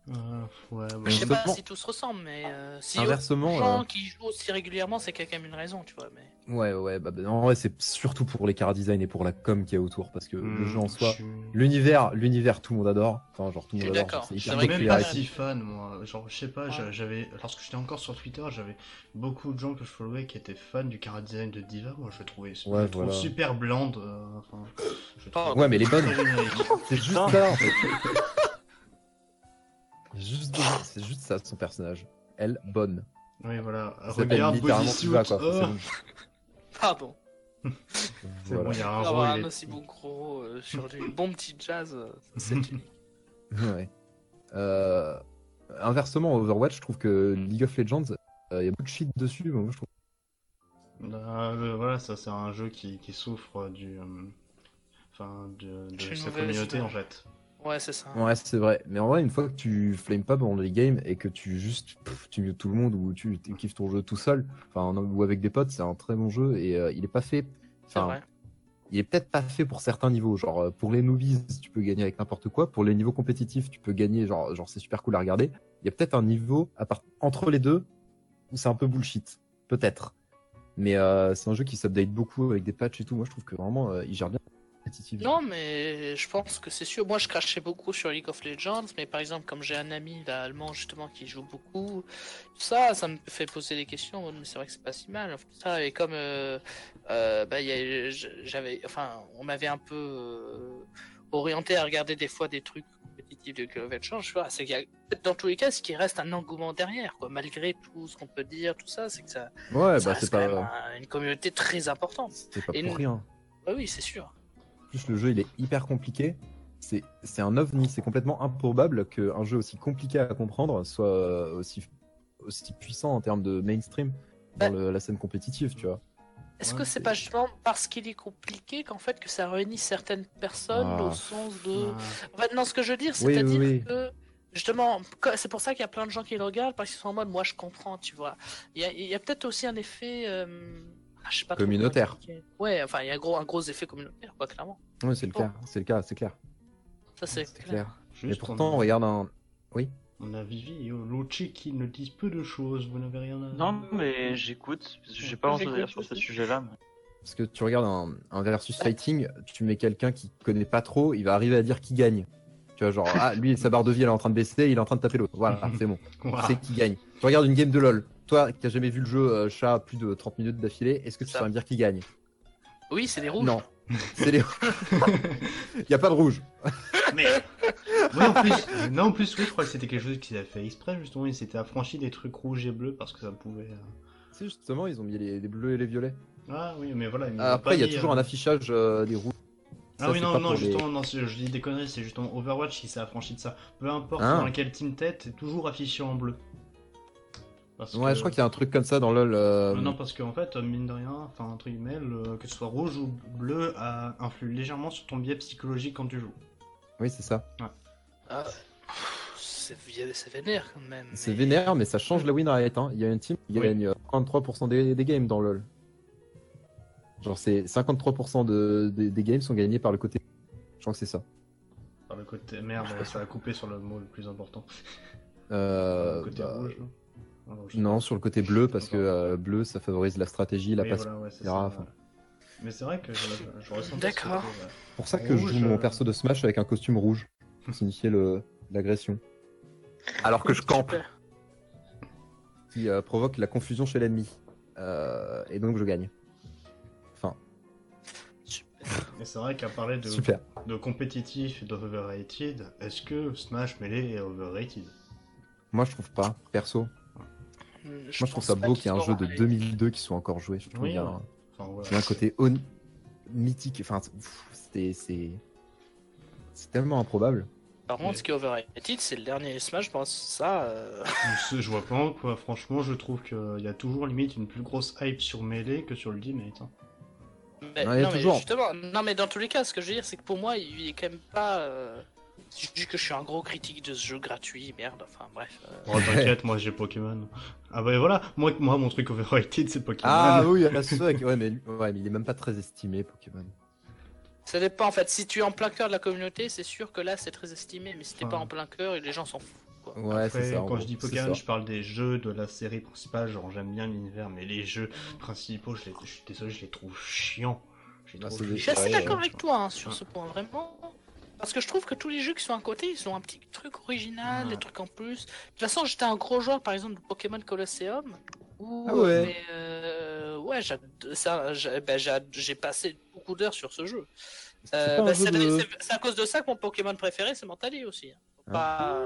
A: Euh, ouais, bon.
C: Je sais pas
D: Inversement-
C: si tout se ressemble, mais euh, si autant
D: Inversement,
C: de
D: euh,
C: gens qui jouent aussi régulièrement, c'est qu'il y a quand même une raison, tu vois. Mais...
D: ouais, ouais, bah, bah, en vrai, c'est surtout pour les car design et pour la com qui est autour, parce que le
A: Hmm,
D: jeu en soi,
A: je suis-
D: l'univers, l'univers, tout le monde adore. Enfin, genre tout le
C: Je suis
D: monde adore.
C: d'accord.
D: genre, C'est
A: Je
D: hyper
A: suis même
D: populaire
A: pas
D: et
C: populaire.
A: si fan, moi. Genre, je sais pas, j'a-
C: Ouais.
A: j'avais. Lorsque j'étais encore sur Twitter, j'avais beaucoup de gens que je followais qui étaient fans du chara design de Diva. Moi, je le trouvais je
D: Ouais,
A: le trouve
D: voilà.
A: super blande. euh, enfin, je le trouve
D: Ouais, mais les
A: très
D: bonnes.
A: générique.
D: C'est juste ça, en fait. Juste de- C'est juste ça, son personnage. Elle, bonne.
A: Oui, voilà.
D: Ça s'appelle
A: Regarde,
D: littéralement
A: bodysuit.
D: Tuva, quoi.
A: oh,
D: C'est bon.
C: Pardon.
A: C'est
D: Voilà.
A: bon, il y a un rôle.
C: Avoir
A: Ah, il
C: un
A: est-
C: aussi bon gros euh, sur du bon petit jazz, euh, c'est unique.
D: Ouais. Euh, inversement, Overwatch, je trouve que League of Legends, il y a beaucoup de shit dessus, mais moi je trouve
A: Euh, le- voilà, ça c'est un jeu qui, qui souffre du, euh, enfin, de, de
C: J'ai une
A: sa
C: mauvaise
A: communauté en
C: image.
A: fait.
C: Ouais, c'est ça.
D: Ouais, c'est vrai. Mais en vrai, une fois que tu flames pas pendant les games et que tu juste pff, tu mutes tout le monde ou tu, tu kiffes ton jeu tout seul, enfin non, ou avec des potes, c'est un très bon jeu et euh, il est pas fait.
C: C'est
D: Enfin,
C: vrai.
D: il est peut-être pas fait pour certains niveaux. Genre euh, pour les newbies, tu peux gagner avec n'importe quoi. Pour les niveaux compétitifs, tu peux gagner. Genre, genre c'est super cool à regarder. Il y a peut-être un niveau à part entre les deux où c'est un peu bullshit, peut-être. Mais euh, c'est un jeu qui s'update beaucoup avec des patchs et tout. Moi, je trouve que vraiment, euh, il gère bien. le compétitif.
C: Non, mais je pense que c'est sûr. Moi, je crachais beaucoup sur League of Legends, mais par exemple, comme j'ai un ami là, allemand justement qui joue beaucoup, ça, ça me fait poser des questions. Mais c'est vrai que c'est pas si mal. Ça, et comme euh, euh, bah, il y a- j'avais, enfin, on m'avait un peu euh, orienté à regarder des fois des trucs compétitifs de League of Legends. Je vois, c'est qu'il y a dans tous les cas, ce qui reste un engouement derrière, quoi. Malgré tout ce qu'on peut dire, tout ça, c'est que ça,
D: Ouais,
C: ça
D: bah
C: reste
D: c'est
C: quand
D: pas,
C: même un- une communauté très importante.
D: c'est pas
C: Et
D: pour
C: nous-
D: rien.
C: Bah oui, c'est sûr.
D: En plus le jeu il est hyper compliqué. C'est c'est un ovni, c'est complètement improbable qu'un jeu aussi compliqué à comprendre soit euh, aussi, aussi puissant en termes de mainstream dans
C: Ouais.
D: le- la scène compétitive, tu vois.
C: Est-ce
A: Ouais,
C: que c'est
A: c'est-
C: pas justement parce qu'il est compliqué qu'en fait que ça réunit certaines personnes
D: Ah.
C: au sens de.
A: Ouais.
C: En fait, non, ce que je veux dire,
D: Oui,
C: c'est-à-dire
D: oui, oui.
C: que justement, co- c'est pour ça qu'il y a plein de gens qui le regardent parce qu'ils sont en mode, moi je comprends, tu vois. Il y a, il y a peut-être aussi un effet. euh, ah, je sais pas trop comment
D: Communautaire.
C: expliquer. Ouais, enfin, il y a gros, un gros effet communautaire, quoi, clairement.
D: Oui, c'est le
C: Oh.
D: cas, c'est le cas, c'est clair.
C: Ça, c'est
D: C'est clair. Et
A: Juste,
D: pourtant,
A: on,
D: on regarde un.
A: on a Vivi et Oloche qui ne disent peu de choses. Vous n'avez rien à.
B: Non, mais j'écoute, parce que j'ai pas entendu dire sur ce sujet-là. mais-
D: Parce que tu regardes un, un versus fighting, tu mets quelqu'un qui connaît pas trop, il va arriver à dire qui gagne. Tu vois, genre, ah, lui, sa barre de vie, elle est en train de baisser, il est en train de taper l'autre. Voilà, c'est bon.
A: Ouah.
D: c'est qui gagne. Tu regardes une game de LoL. Toi qui n'as jamais vu le jeu euh, chat à plus de 30 minutes d'affilée, est-ce que tu
C: Ça.
D: saurais me dire qui gagne
C: Oui, c'est des rouges.
D: Non. C'est les Il n'y a pas de rouge.
A: Mais ouais, en plus, non, en plus, oui, je crois que c'était quelque chose qu'ils avaient fait exprès justement. Ils s'étaient affranchis des trucs rouges et bleus parce que ça pouvait. euh,
D: C'est justement, ils ont mis les, les bleus et les violets.
A: Ah oui, mais voilà. ils
D: Ah,
A: ont pas
D: après, il y a
A: mis,
D: toujours
A: euh,
D: un affichage euh, des rouges.
A: Ah
D: Ça,
A: oui,
D: c'est
A: non,
D: pas
A: non,
D: pour les-
A: justement, non, c'est- je dis des conneries, c'est justement Overwatch qui s'est affranchi de ça. Peu importe
D: Hein
A: dans quel team tête, c'est toujours affiché en bleu. Parce
D: Ouais,
A: que-
D: je crois qu'il y a un truc comme ça dans LoL. euh,
A: Non, parce qu'en fait, mine de rien, enfin, entre guillemets, le- que ce soit rouge ou bleu, a- influe légèrement sur ton biais psychologique quand tu joues.
D: Oui, c'est ça.
C: Ah, pff, C'est vi- c'est vénère quand même.
D: C'est
C: mais-
D: vénère, mais ça change la win rate. hein. Il y a une team qui
A: Oui.
D: gagne euh, 53% des, des games dans LoL. Genre, c'est 53% de, des- des games sont gagnés par le côté. Je crois que c'est ça.
A: Par le côté. Merde, ça a coupé sur le mot le plus important.
D: Euh,
A: le côté
D: bah,
A: rouge, non Ah, non, je-
D: Non, sur le côté bleu, parce que
A: D'accord.
D: euh, bleu, ça favorise la stratégie, la
A: Oui,
D: passe.
A: voilà, ouais, c'est
D: etc.,
A: ça,
D: enfin.
A: voilà. Mais c'est vrai que je, je- je ressens.
C: D'accord.
D: C'est pour ça que je
A: Rouge,
D: joue mon
A: euh.
D: perso de Smash avec un costume rouge, pour signifier le- l'agression. Alors que je campe,
C: Super.
D: qui euh, provoque la confusion chez l'ennemi. Euh, et donc je gagne. Enfin,
A: Et c'est vrai qu'à parler de,
D: super.
A: de compétitif et d'overrated, est-ce que Smash Melee est overrated
D: Moi je trouve pas, perso.
C: Moi,
D: Moi je trouve ça beau qu'il y ait un jeu de 2002 qui soit encore joué. Je trouve
A: Oui,
D: qu'il y a
A: ouais.
D: un-
A: Enfin, voilà.
D: il y a un côté on- mythique. Enfin, c'est- pff, c'était- c'est. C'est tellement improbable.
C: Par contre, ce qui est overrated, c'est le dernier Smash, je pense. Ça. euh,
A: Je, je vois pas quoi, franchement je trouve qu'il y a toujours limite une plus grosse hype sur Melee que sur le Ultimate. hein.
C: Mais,
D: Non, il y a
C: non, mais
D: toujours.
C: justement, non, mais dans tous les cas, ce que je veux dire, c'est que pour moi, il est quand même pas. euh, Je dis que je suis un gros critique de ce jeu gratuit, merde, enfin bref. euh,
A: Oh t'inquiète, moi j'ai Pokémon. Ah bah voilà, moi, moi mon truc overrated c'est Pokémon.
D: Ah oui, la avec... ouais, mais, lui- ouais, mais il est même pas très estimé, Pokémon.
C: Ça dépend en fait, si tu es en plein cœur de la communauté, c'est sûr que là c'est très estimé, mais si t'es
A: Ouais.
C: pas en plein cœur, les gens s'en foutent. quoi.
D: Ouais,
A: Après,
D: c'est ça. en
A: quand
D: gros,
A: je dis
D: c'est
A: Pokémon,
D: ça.
A: je parle des jeux de la série principale, genre j'aime bien l'univers, mais les jeux principaux, je, les, je suis désolé, je les trouve chiants. Je, les
D: Ah,
A: trouve
D: c'est des-
C: Je suis assez
D: Ouais,
C: d'accord
A: chiants.
C: avec toi hein, sur
A: Ouais.
C: ce point, vraiment. Parce que je trouve que tous les jeux qui sont à côté, ils ont un petit truc original,
A: Ouais.
C: des trucs en plus. De toute façon, j'étais un gros joueur, par exemple, de Pokémon Colosseum. où-
D: Ah ouais.
C: mais, euh, ouais, j'ad- ça, j'ai bah, j'ad- j'ai passé beaucoup d'heures sur ce jeu.
D: C'est
C: Euh,
D: pas un
C: bah,
D: jeu
C: c'est
D: de-
C: c'est- c'est à cause de ça que mon Pokémon préféré, c'est Mentali aussi. hein. Faut
D: Ah.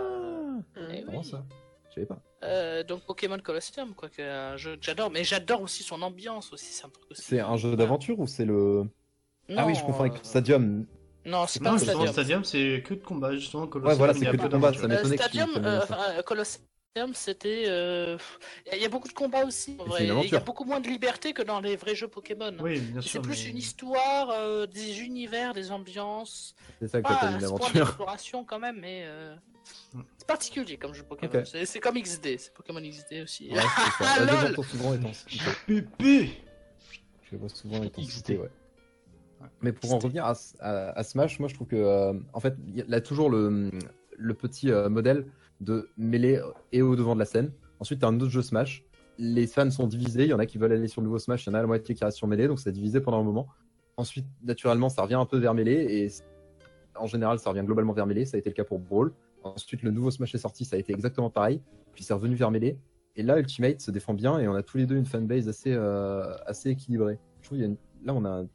C: Pas...
D: Ah.
C: Eh
D: Comment
C: oui.
D: ça Je savais pas.
C: Euh, donc Pokémon Colosseum, quoi, que un jeu que j'adore, mais j'adore aussi son ambiance aussi, c'est un truc aussi.
D: C'est un jeu d'aventure ou c'est le. ah
C: Non,
D: oui, je confonds
C: euh,
D: avec Stadium.
C: Non, c'est pas
A: Non,
C: un
A: justement, Stadium,
C: stadium.
A: c'est que de combat, justement. Colosseum,
D: Ouais, voilà,
A: il
D: c'est
A: y a
D: que
A: pas
D: de combat,
A: d'aventure.
D: ça m'étonne.
C: Euh,
D: m'étonnait que tu
C: stadium,
D: prennes
C: euh,
D: ça.
C: enfin, euh, Colosseum, c'était. euh, Il y a beaucoup de combats aussi. en
D: c'est
C: vrai.
D: une
C: Et Il y a
D: aventure.
C: beaucoup moins de liberté que dans les vrais jeux Pokémon.
A: Oui, bien
C: C'est
A: sûr.
C: plus
A: mais-
C: une histoire, euh, des univers, des ambiances.
D: C'est ça que
C: Pas
D: t'appelles
C: à
D: une
C: ce point
D: aventure.
C: d'exploration quand même, mais euh,
A: Hmm.
C: c'est particulier comme jeu Pokémon.
D: Ok.
C: C'est- C'est comme XD, c'est Pokémon XD aussi.
D: Ouais, c'est ça.
C: Ah,
D: La
C: lol.
D: devant ton souvent étanche. Ok.
A: Pipi
D: Je le vois souvent étant
B: XD.
D: cité, ouais. Mais pour en revenir à, à- à Smash, moi je trouve que euh, en fait il y a là, toujours le, le petit euh, modèle de mêler euh, et au devant de la scène. Ensuite t'as un autre jeu Smash. Les fans sont divisés. Il y en a qui veulent aller sur le nouveau Smash. Il y en a la moitié qui reste sur mêlée, donc c'est divisé pendant un moment. Ensuite naturellement ça revient un peu vers mêlée et c- en général ça revient globalement vers mêlée. Ça a été le cas pour Brawl. Ensuite le nouveau Smash est sorti, ça a été exactement pareil. Puis c'est revenu vers mêlée. Et là, Ultimate se défend bien et on a tous les deux une fanbase assez, euh, assez équilibrée. Je trouve qu'il y a une- là, on a. un-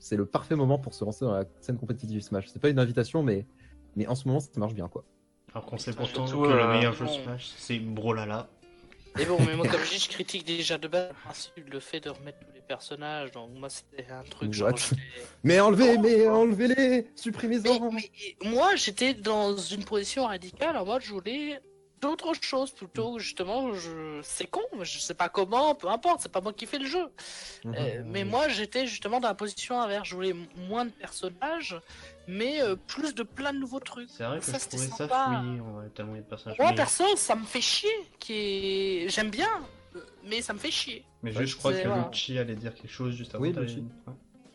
D: C'est le parfait moment pour se lancer dans la scène compétitive Smash. C'est pas une invitation, mais, mais en ce moment, ça marche bien, quoi.
A: Alors qu'on sait
C: Putain,
A: pourtant
B: surtout,
A: que le
B: euh,
A: meilleur jeu
C: Ah, bon.
A: Smash, c'est Brolala.
C: Et bon, mais moi, comme je dis, je critique déjà de base le principe, le fait de remettre tous les personnages. Donc, moi, c'était un truc genre.
D: What
C: j'étais-
D: Mais enlevez, mais enlevez-les Supprimez-en
C: Mais, mais- et moi, j'étais dans une position radicale. En mode, je voulais d'autres choses plutôt que, justement. Je... C'est con, mais je sais pas comment, peu importe, c'est pas moi qui fais le jeu.
D: Mhm.
C: Euh, mais moi, j'étais justement dans la position inverse. Je voulais m- moins de personnages, mais euh, plus de plein de nouveaux trucs.
A: C'est vrai que
C: Ça,
A: je
C: c'était
A: trouvais ça
C: sympa.
A: fouillé, en vrai, tellement il y a de personnages.
C: Moi,
A: Mais-
C: perso, ça me fait chier. Qui est... J'aime bien, euh, mais ça me fait chier.
A: Mais juste, je crois
C: c'est-
A: que
C: voilà.
A: Luchi allait dire quelque chose juste avant.
D: Oui,
A: t'avais-
D: Luchi.
A: Ouais.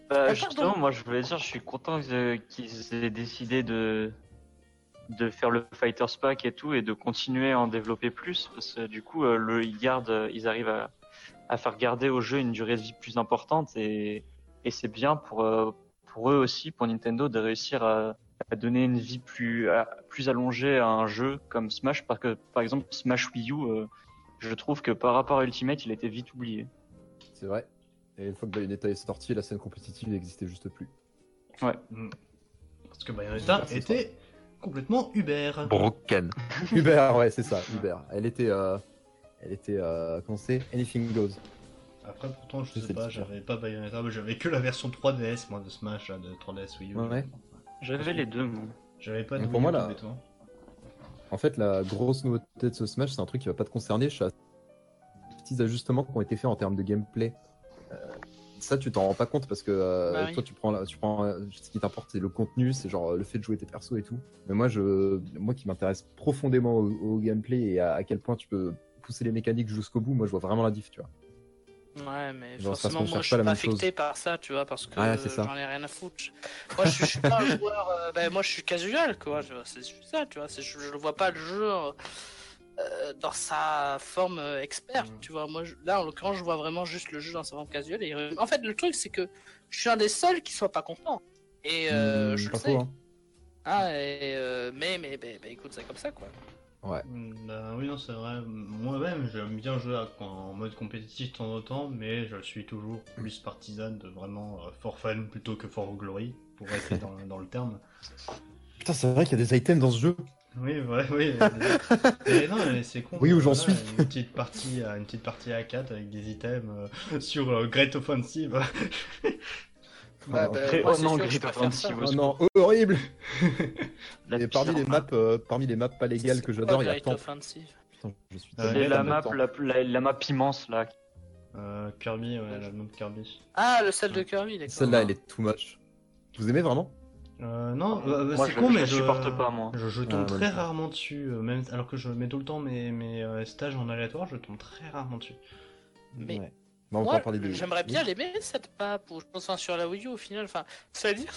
B: Bah,
C: Ah,
B: justement,
C: pardon.
B: moi je voulais dire, je suis content que- euh, qu'ils aient décidé de de faire le Fighters Pack et tout et de continuer à en développer plus parce que du coup euh, le ils gardent euh, ils arrivent à, à faire garder au jeu une durée de vie plus importante et et c'est bien pour euh, pour eux aussi pour Nintendo de réussir à, à donner une vie plus à- plus allongée à un jeu comme Smash parce que par exemple Smash Wii U euh, je trouve que par rapport à Ultimate il était vite oublié
D: C'est vrai. Et une fois que Bayonetta est sortie, la scène compétitive n'existait juste plus.
A: Parce que Bayonetta
D: Merci,
A: était complètement Uber.
D: Broken. Hubert, ouais, c'est ça, Hubert. Elle était. euh, Elle était. euh, Comment c'est Anything Goes.
A: Après, pourtant, je
D: C'est
A: sais pas,
D: super.
A: j'avais pas Bayonetta, mais j'avais que la version 3DS, moi, de Smash, là, de 3DS Wii U.
D: Ouais, ouais.
B: j'avais les deux moi.
A: J'avais pas
D: Mais
A: de
D: pour
A: Wii
D: moi,
A: U,
D: là-
A: honnêtement.
D: En fait, la grosse nouveauté de ce Smash, c'est un truc qui va pas te concerner. Je suis à- petits ajustements qui ont été faits en termes de gameplay. Euh, ça, tu t'en rends pas compte parce que euh,
C: Bah oui.
D: toi, tu prends, la- tu prends euh, ce qui t'importe, c'est le contenu, c'est genre euh, le fait de jouer tes persos et tout. Mais moi, je, moi qui m'intéresse profondément au, au gameplay et à, à quel point tu peux pousser les mécaniques jusqu'au bout, moi, je vois vraiment la diff, tu vois.
C: Ouais, mais
D: Genre, ça se
C: forcément, moi,
D: conserve
C: je
D: pas
C: suis
D: la
C: pas
D: même chose.
C: affecté par ça, tu vois, parce que
D: Ouais, c'est
C: euh,
D: ça.
C: j'en ai rien à foutre. Moi, je, je suis pas un joueur. euh, ben, moi, je suis casual, quoi. je- C'est ça, tu vois. c'est- Je, je le vois pas le jeu euh, dans sa forme euh, experte,
A: Mm.
C: tu vois. Moi, je- là, en l'occurrence, je vois vraiment juste le jeu dans sa forme casual. Et, euh, en fait, le truc, c'est que je suis un des seuls qui soit pas content. Et euh,
D: Hmm,
C: je le
D: pas
C: sais.
D: trop, hein.
C: Ah, et, euh, mais, mais, ben- ben, écoute, c'est comme ça, quoi.
A: Mm, Bah oui, non, c'est vrai. Moi-même, j'aime bien jouer à- en mode compétitif de temps en temps, mais je suis toujours plus partisan de vraiment euh, for fun plutôt que for glory, pour rester dans, dans le terme.
D: Putain, c'est vrai qu'il y a des items dans ce jeu.
A: Oui, ouais, oui. mais non, mais c'est con. hein,
D: Oui, où j'en
A: Voilà,
D: suis.
A: Une petite partie, à- une petite partie à 4 avec des items euh, sur euh, Great Offensive.
C: Bah, bah,
B: Après,
C: moi,
B: oh
C: c'est
B: non,
C: sûr que je
B: Great
C: préfère ça.
B: Offensive
D: Oh
B: aussi.
D: non, horrible!
B: La
D: Et parmi les
B: pire
D: maps, euh, parmi les maps pas légales
C: C'est
D: que
C: quoi,
D: j'adore, il y a
C: Great
D: tant.
C: Offensive
D: Putain, je suis
A: Euh,
D: tellement
B: C'est
D: en
B: la
D: même
B: map,
D: temps.
B: la, la- la map immense là.
A: Euh, Kirby, ouais, la même Kirby.
C: Ah, le sel de Kirby, d'accord.
D: Celle-là, elle est too much. Vous aimez vraiment
A: Euh, non,
B: Moi,
A: euh,
B: je-
A: c'est con,
B: je
A: mais
B: la supporte pas, moi.
A: Je, je tombe
D: Ah, moi
A: très
D: non plus.
A: rarement dessus, euh, même alors que je mets tout le temps mes, mes euh, stages en aléatoire, je tombe très rarement dessus.
C: Mais-
D: Ouais. Bon, Bah, on
C: Moi,
D: va parler de.
C: j'aimerais bien l'aimer cette map, ou je pense enfin, sur la Wii U au final. Enfin, ça veut dire,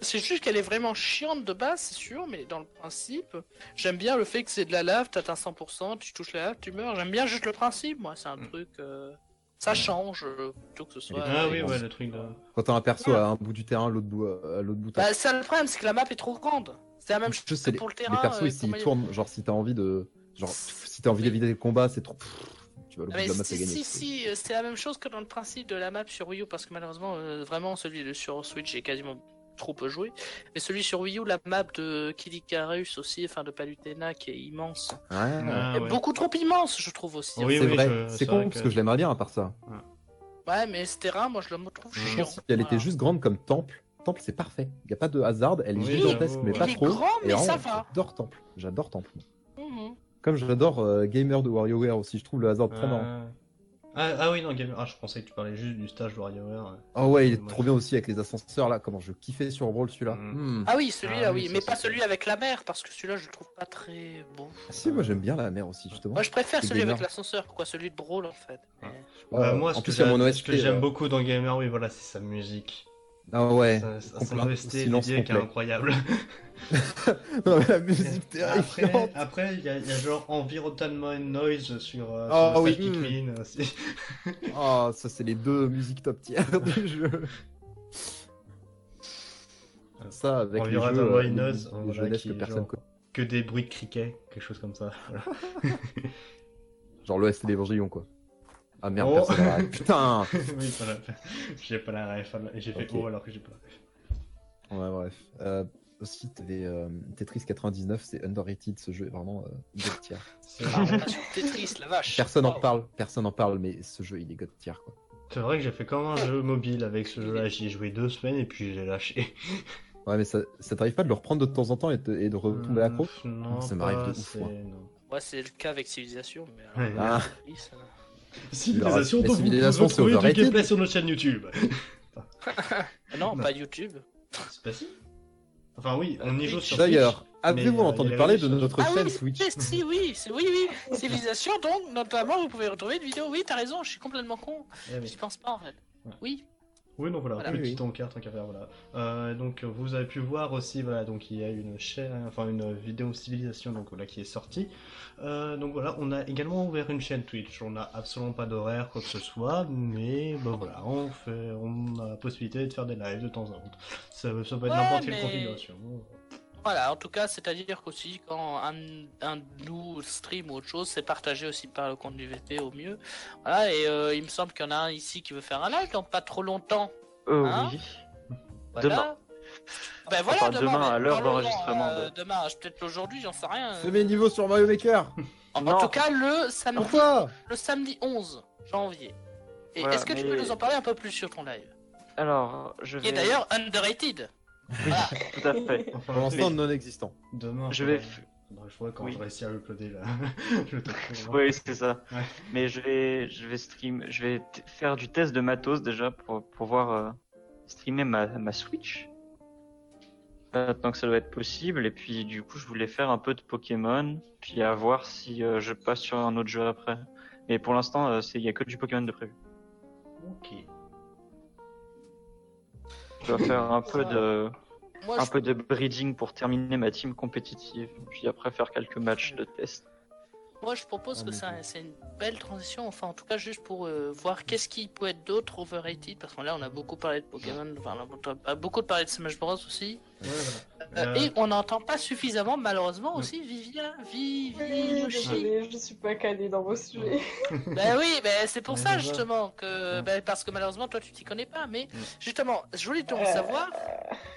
C: c'est juste qu'elle est vraiment chiante de base, c'est sûr, mais dans le principe, j'aime bien le fait que c'est de la lave, t'atteins 100%, tu touches la lave, tu meurs. J'aime bien juste le principe, moi, c'est un
A: Mm.
C: truc. euh, Ça change euh, plutôt que ce soit. euh,
A: ah
D: ouais,
A: oui,
D: bon,
A: ouais,
D: c'est-
A: le truc de.
D: Quand t'as un perso à un bout du terrain, à l'autre bout, euh, à l'autre bout. t'as-
C: Bah, ça, le problème, c'est que la map est trop grande. C'est la même
D: Je
C: chose
D: sais,
C: que pour le terrain.
D: les persos,
C: euh,
D: ils s'y
C: pour Mario.
D: tournent. Genre, si t'as envie de. Genre, pff, si t'as envie d'éviter le combat, c'est trop. pff, Tu vas le
C: Ah,
D: bout
C: Mais
D: de la map, t'as
C: si,
D: gagné.
C: si, si, euh, c'est la même chose que dans le principe de la map sur Wii U, parce que malheureusement, euh, vraiment, celui de sur Switch est quasiment trop peu joué. Mais celui sur Wii U, la map de Kid Icarus aussi, enfin de Palutena qui est immense.
D: Ouais.
A: Ah,
C: Et
A: ouais.
C: beaucoup trop immense, je trouve aussi.
A: Oui,
D: c'est
A: oui,
D: vrai,
A: je-
D: c'est
A: c'est
D: con
A: vrai que-
D: parce que je l'aimerais bien à part ça.
C: Ouais, mais ce terrain, moi je le trouve
A: Je
D: Je
C: chiant.
D: pense si elle était
C: Voilà.
D: juste grande comme temple. Temple, c'est parfait. Il n'y a pas de hasard. Elle est
A: Oui,
D: gigantesque,
A: j'avoue,
D: mais
A: ouais.
D: pas
C: Il est
D: trop.
C: grand,
D: Et
C: mais
D: vraiment,
C: ça va.
D: J'adore temple. J'adore temple.
C: Mhm.
D: Comme j'adore euh, Gamer de WarioWare aussi. Je trouve le hasard très marrant.
A: Ah. Ah, ah oui, non, Game... ah, je pensais que tu parlais juste du stage Warrior.
D: Oh ouais, il est
A: Moi,
D: trop
A: je-
D: bien aussi avec les ascenseurs là. Comment je kiffais sur Brawl celui-là.
A: Mm.
D: Hmm.
C: Ah oui, celui-là,
A: Ah oui,
C: oui,
A: ça,
C: mais
A: c'est
C: pas
A: cool.
C: celui avec la mer, parce que celui-là je le trouve pas très beau.
D: Ah Si, moi j'aime bien la mer aussi justement.
C: Moi je préfère
D: C'est
C: celui avec
D: gamer.
C: l'ascenseur, quoi, celui de Brawl en fait.
A: Ah.
C: Mais-
A: Bah,
D: Euh,
A: moi, ce
D: en
A: que
D: plus, il y a
A: j'aime
D: mon
A: ce
D: OST,
A: que j'aime
D: euh,
A: beaucoup dans Gamer, oui, voilà, c'est sa musique.
D: Ah ouais.
A: Sa- sa- Son
D: complètement,
A: OST
D: silence
A: dédié qui est
D: complet.
A: incroyable.
D: Non, mais la musique
A: Après,
D: terrifiante.
A: après, il y, a il y a genre Environmental Noise sur, euh,
D: Ah,
A: sur euh, le
D: oui,
A: Psychic
D: mm.
A: Queen, aussi.
D: Oh, ça c'est les deux musiques top tier du jeu. Ça avec les jeux,
A: Environmental
D: euh, les,
A: Noise,
D: les
A: hein, voilà,
D: jeunesses
A: qui
D: que
A: est
D: personne
A: genre
D: connaît.
A: Que des bruits de criquets, quelque chose comme ça.
D: Genre l'OST d'Évangélion quoi. Ah merde,
A: Oh.
D: personne n'a la ref. Putain
A: oui, voilà. J'ai pas la ref, j'ai fait
D: Ok.
A: oh alors que j'ai pas la ref.
D: Ouais bref. Euh, aussi t'avais euh, Tetris 99, c'est underrated ce jeu est vraiment euh, god tier.
A: C'est
C: Ah,
A: vrai.
C: on passe sur Tetris, la vache.
D: Personne en
C: Wow.
D: parle, personne en parle, mais ce jeu il est god tier quoi.
A: C'est vrai que j'ai fait comme un jeu mobile avec ce jeu-là. J'y ai joué deux semaines et puis j'ai lâché.
D: Ouais mais ça, ça t'arrive pas de le reprendre de temps en temps et, de- et de retomber accro
A: Pff, Non,
D: Ça m'arrive de
A: Euh, pas,
D: ouf, hein.
A: c'est-
D: moi.
A: non.
C: Moi, c'est le cas avec Civilization, mais alors,
A: Ouais.
D: Ah.
C: Tetris, euh,
A: Civilisation,
D: Mais
A: donc vous
D: Civilisation,
A: pouvez
D: c'est
A: trouver du
D: overrated.
A: gameplay sur notre chaîne YouTube.
C: Ah Non,
A: Non.
C: pas YouTube.
A: C'est pas si. Enfin oui, on y joue sur
D: D'ailleurs,
A: Twitch, mais,
D: avez-vous
A: euh, il y
D: entendu
A: a
D: parler
A: la
D: de
A: même
D: notre
C: Ah
D: chaîne
C: oui,
D: Twitch
C: c'est- si, oui, c'est oui, oui. Civilisation, donc, notamment, vous pouvez retrouver une vidéo. Oui, t'as raison, je suis complètement con.
B: Ah
A: Eh oui.
C: J'y pense pas, en fait.
A: Ouais.
C: Oui.
A: Oui, donc voilà,
C: Voilà.
D: Oui,
A: petite encart, tant qu'à faire, voilà. Euh, donc vous avez pu voir aussi, voilà, donc il y a une chaîne, enfin une vidéo civilisation, donc voilà, qui est sortie. Euh, donc voilà, on a également ouvert une chaîne Twitch. On n'a absolument pas d'horaire, quoi que ce soit, mais bah voilà, on fait, on a la possibilité de faire des lives de temps en temps. Ça, ça peut être
C: Ouais,
A: n'importe quelle
C: mais-
A: configuration.
C: Voilà, en tout cas, c'est-à-dire qu'aussi, quand un, un de nous stream ou autre chose, c'est partagé aussi par le compte du VP au mieux. Voilà, et euh, il me semble qu'il y en a un ici qui veut faire un live dans pas trop longtemps.
B: Oh
C: Hein
B: oui.
C: Voilà.
B: Demain.
C: Ben voilà,
B: Enfin,
C: demain,
B: demain,
C: mais
B: à l'heure
C: parlons-en,
B: d'enregistrement
C: euh,
B: de-
C: Demain, peut-être aujourd'hui, j'en sais rien.
D: Fais mes niveaux sur Mario Maker
C: En, en
B: Non.
C: tout cas, le samedi,
D: Pourquoi
C: le samedi 11 janvier. Et
B: Voilà,
C: est-ce que tu
B: mais-
C: peux nous en parler un peu plus sur ton live
B: Alors, je
C: Qui
B: vais.
C: est d'ailleurs underrated. Voilà.
B: Tout à fait.
A: Enfin,
D: Pour l'instant
A: mais
D: non existant.
A: demain,
B: Je vais.
A: faudra- faudra- je vois quand
B: Oui.
A: je vais réussir à uploader là. le temps que je vois.
B: Oui, c'est ça.
A: Ouais.
B: Mais je vais, je vais stream, je vais t- faire du test de matos déjà pour pouvoir euh, streamer ma, ma Switch. Euh, tant que ça doit être possible. Et puis du coup, je voulais faire un peu de Pokémon, puis à voir si euh, je passe sur un autre jeu après. Mais pour l'instant, euh, c'est- il y a que du Pokémon de prévu.
A: Ok.
B: Je dois faire un peu de,
C: Moi,
B: un
C: Oh, je-
B: peu de breeding pour terminer ma team compétitive, puis après faire quelques matchs de test.
C: Moi, je propose que ça, c'est une belle transition. Enfin, en tout cas, juste pour euh, voir qu'est-ce qui peut être d'autre overrated. Parce que là, on a beaucoup parlé de Pokémon. Enfin, on a beaucoup parlé de Smash Bros aussi.
A: Ouais, voilà.
C: Euh,
A: Euh,
C: Et on n'entend pas suffisamment, malheureusement,
A: Ouais.
C: aussi Vivien, Vivi,
E: Oui,
C: Yoshi.
E: désolé, je suis pas calée dans vos sujets.
C: Ben oui, ben c'est pour
A: Ouais,
C: ça
A: je vois.
C: justement que,
A: Ouais.
C: ben, parce que malheureusement, toi, tu t'y connais pas. Mais
A: Ouais.
C: justement, je voulais donc
E: Euh.
C: savoir,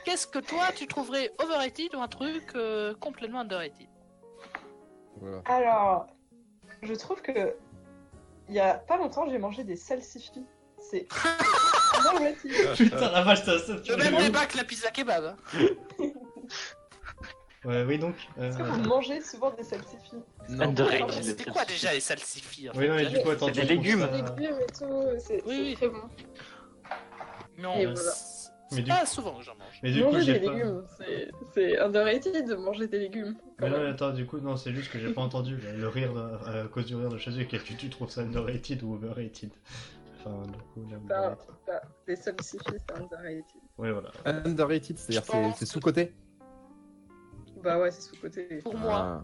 C: qu'est-ce que toi, tu trouverais overrated ou un truc euh, complètement underrated
D: Voilà.
E: Alors, je trouve que il y a pas longtemps, j'ai mangé des salsifis. C'est normatif.
A: Putain, la vache, ça ça-
C: Le même débat que la pizza kebab. hein.
A: Ouais, oui, donc. euh,
E: Est-ce que vous mangez souvent des salsifis
D: Euh, Non.
B: Underrated.
C: C'était quoi déjà les salsifis en
A: Oui, non,
C: fait,
A: mais du coup, attends,
B: des
A: je trouve
B: légumes.
E: Des
A: ça-
E: légumes et tout, c'est
C: Oui,
E: c'est
C: oui.
E: très bon.
C: Non,
E: Et
C: euh,
E: voilà.
C: c'est
A: Mais
C: c'est
A: du
C: pas souvent que j'en mange.
A: Mais du coup,
E: manger
A: j'ai
E: des
A: pas.
E: légumes, c'est- c'est underrated de manger des légumes. quand
A: Mais non, mais
E: même.
A: attends, du coup, non, c'est juste que j'ai pas entendu là, le rire de- euh, à cause du rire de chez eux. Quel tu, tu trouves ça underrated ou overrated Enfin, du coup, là,
E: Ça-
A: overrated.
E: Des salsifis, c'est underrated.
A: Ouais, voilà.
D: Underrated, c'est-à-dire c'est-
C: Je pense
D: c'est
C: que-
D: sous-côté
E: Bah ouais, c'est sous-côté.
C: Pour moi,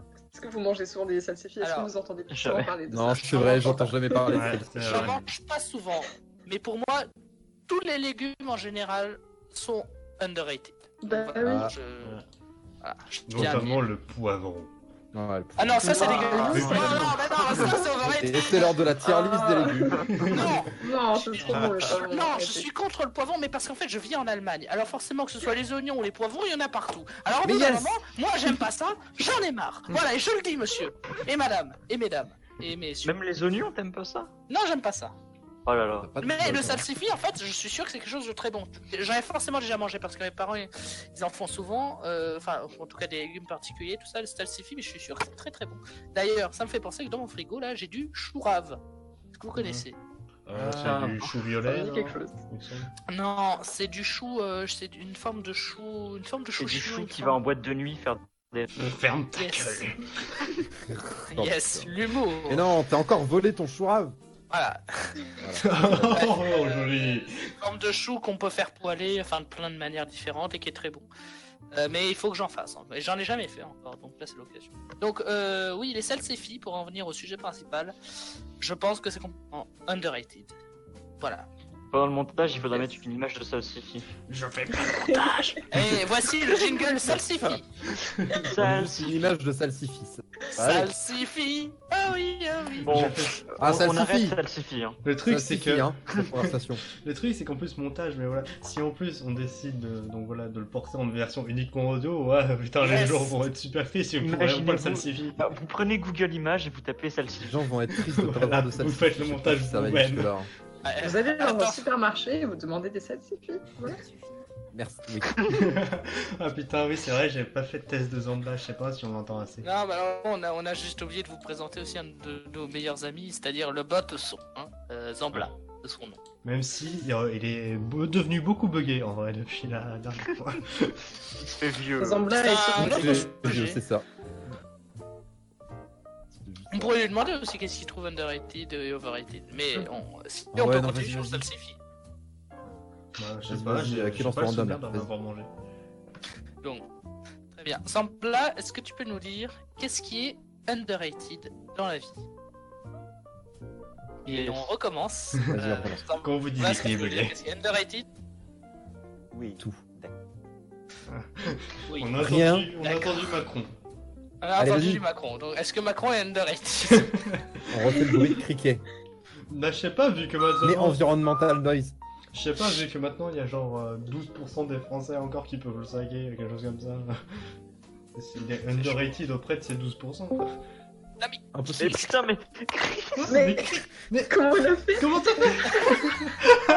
D: Ah.
E: Est-ce que vous mangez souvent des salsifis Est-ce que
C: Alors,
E: vous entendez plus
B: jamais.
E: souvent parler de
D: Non,
E: ça
D: c'est vrai, j'entends jamais parler de
A: Ah, Ouais,
D: ça.
A: c'est
C: j'en
A: vrai.
C: mange pas souvent. Mais pour moi, tous les légumes en général sont underrated.
E: Bah oui.
C: je...
A: Ouais.
C: voilà, je tiens à le
A: Notamment
C: dire.
A: le poivron.
D: Ouais, le-
C: Ah non, ça c'est
E: Ah,
C: dégueulasse.
A: oui,
C: Non,
A: oui.
C: non, mais non, ça c'est overrated.
D: Et c'est l'heure de la tier list des légumes.
E: Ah.
C: Non,
E: Non, c'est trop
D: Ah.
E: drôle. pardon.
C: non, je suis contre le poivron, mais parce qu'en fait, je vis en Allemagne. Alors forcément, que ce soit les oignons ou les poivrons, il y en a partout. Alors au
D: Mais
C: bout d'un
D: yes. Mm.
C: moment, moi j'aime pas ça, j'en ai marre. Voilà, et je le dis, monsieur, et madame, et mesdames, et messieurs.
B: Même les oignons, t'aimes pas ça
C: Non, j'aime pas ça.
B: Oh là
A: Ah.
B: là.
D: Pas de
C: Mais
D: problème.
C: le salsifis, en fait, je suis sûr que c'est quelque chose de très bon. J'en ai forcément déjà mangé parce que mes parents, ils en font souvent, euh, enfin, en tout cas des légumes particuliers, tout ça, le salsifis, mais je suis sûr que c'est très très bon. D'ailleurs, ça me fait penser que dans mon frigo, là, j'ai du chourave. Est-ce que
D: Mm.
C: vous connaissez
A: Euh,
B: Ah.
A: c'est du chou
E: Ça
A: violet.
E: me dit quelque
A: non
E: chose.
A: Il me semble.
C: Non, c'est du chou, euh, c'est une forme de chou, une forme de
B: C'est
C: chou
B: du
C: chinois,
B: chou
C: il me
B: qui
C: semble.
B: va en boîte de nuit faire.
A: Ferme ta
C: Yes.
A: gueule.
C: Yes, l'humour.
D: Mais non, t'as encore volé ton chourave.
C: Voilà,
A: oh, joli.
C: une forme de chou qu'on peut faire poêler, enfin de plein de manières différentes et qui est très bon. Euh, mais il faut que j'en fasse. hein. Mais J'en ai jamais fait encore, donc là c'est l'occasion. Donc euh, oui, les salsifis, pour en venir au sujet principal, je pense que c'est complètement underrated. Voilà.
B: Pendant le montage, il faudra mettre une image de salsifis.
A: Je fais
C: Et voici le jingle salsifi.
D: C'est une image de salsifis. Bah, Allez.
C: Salsifi. Ah oui, ah oui.
B: Bon,
D: Ah,
B: on, on arrête
D: salsifis.
B: salsifis. Hein.
A: Le truc, c'est
D: Salsifis,
A: que.
D: hein, cette conversation.
A: Le truc, c'est qu'en plus, montage, mais voilà. Si en plus, on décide de, donc voilà, de le porter en version uniquement audio, ouais, putain, les
C: Yes.
A: gens vont être super tristes, ils pourront même pas le
B: Imaginez-vous.
A: salsifie.
B: Bah, Vous prenez Google Images et vous tapez
D: Les
B: salsifis.
D: gens vont être tristes de pas
A: Voilà,
D: avoir de
A: vous
D: salsifis.
A: faites le
D: Je sais pas
A: montage
D: si ça va
A: vous-même.
D: jusque-là.
C: Euh,
E: Vous allez dans un
C: attends.
E: supermarché et vous demandez des salsifis. Voilà.
D: Merci. Oui.
A: ah putain, oui, c'est vrai, j'avais pas fait de test de zamblage, je sais pas si on l'entend assez.
C: Non, mais alors, on a, on a juste oublié de vous présenter aussi un de nos meilleurs amis, c'est-à-dire le bot son, hein, euh, Zambla, de son nom.
A: Même si euh, il est be- devenu beaucoup buggé en vrai depuis la dernière fois.
B: Il se fait
D: Euh,
B: vieux.
E: Zambla
C: Ça-
E: est sur
C: Non,
D: C'est-
C: mais-
D: C'est c'est ça.
C: On pourrait lui demander aussi qu'est-ce qu'il trouve underrated et overrated, mais on, euh, si
D: Ah
C: on
D: ouais,
C: peut
D: non,
C: continuer
D: vas-y,
C: sur
D: vas-y.
C: Salsifi.
A: Bah, je
D: Vas-y,
A: sais pas,
D: vas-y,
A: j'ai
D: euh,
A: j'ai
D: quel
A: pas
D: enfant
A: le
D: random,
A: souvenir
D: là,
A: d'en
D: vas-y.
A: avoir mangé.
C: Donc, très bien. Zambla, est-ce que tu peux nous dire qu'est-ce qui est underrated dans la vie Et
B: Yes.
C: on recommence.
D: Vas-y,
C: Euh,
D: recommence.
C: Zambla,
A: Quand vous dites
C: est-ce que
A: qu'il est
C: tu peux dire
A: buggé.
C: qu'est-ce qui est underrated
B: Oui.
D: Tout.
C: Oui.
A: On a
D: Rien.
A: entendu, on a
C: D'accord.
A: entendu Macron.
C: On a
D: Allez,
C: entendu
D: vas-y.
C: du Macron, donc est-ce que Macron est underrated
D: On refait le bruit de criquet.
A: Bah, je sais pas, vu que
D: Mais
A: maintenant.
D: environnemental noise.
A: Je sais pas, vu que maintenant il y a genre euh, 12% des Français encore qui peuvent le saguer, quelque chose comme ça. C'est- Il est underrated auprès de ces 12%. quoi.
B: Mais
D: Impossible.
B: putain, mais
E: Mais,
A: mais-
E: comment on a fait
A: Comment t'as fait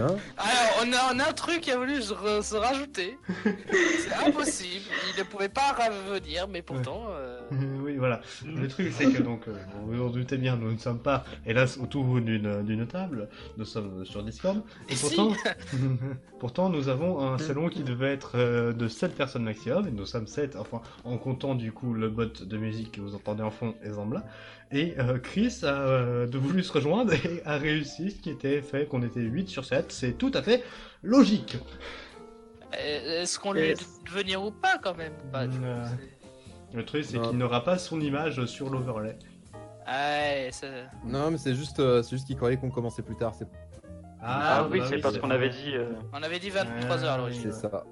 D: Hein
C: Alors, on a, on a un truc qui a voulu se, re- se rajouter. C'est impossible. Il ne pouvait pas revenir, mais pourtant. euh,
A: Euh, Oui, voilà.
C: Mm.
A: Le truc, c'est que donc, euh, vous vous en doutez bien, nous ne sommes pas, hélas, autour d'une d'une table. Nous sommes sur Discord.
C: Et si Mm.
A: pourtant, pourtant, nous avons un salon qui devait être euh, de 7 personnes maximum, et nous sommes 7, enfin, en comptant du coup le bot de musique que vous entendez en fond et Zambla. Et euh, Chris a euh, de voulu se rejoindre et a réussi, ce qui était fait qu'on était 8 sur 7. C'est tout à fait logique.
C: euh, Est-ce qu'on lui
E: Yes.
C: dit de venir ou pas, quand même ou pas, tu vois,
A: Euh.
C: c'est-
A: Le truc, c'est
D: Non.
A: qu'il n'aura pas son image sur l'overlay.
C: Ouais, ça-
D: Non, mais c'est juste, euh, c'est juste qu'ils croyaient qu'on commençait plus tard. C'est
B: ah, oui,
A: bah
B: c'est parce qu'on avait dit. euh,
C: On avait dit 23h à l'origine.
D: c'est ça.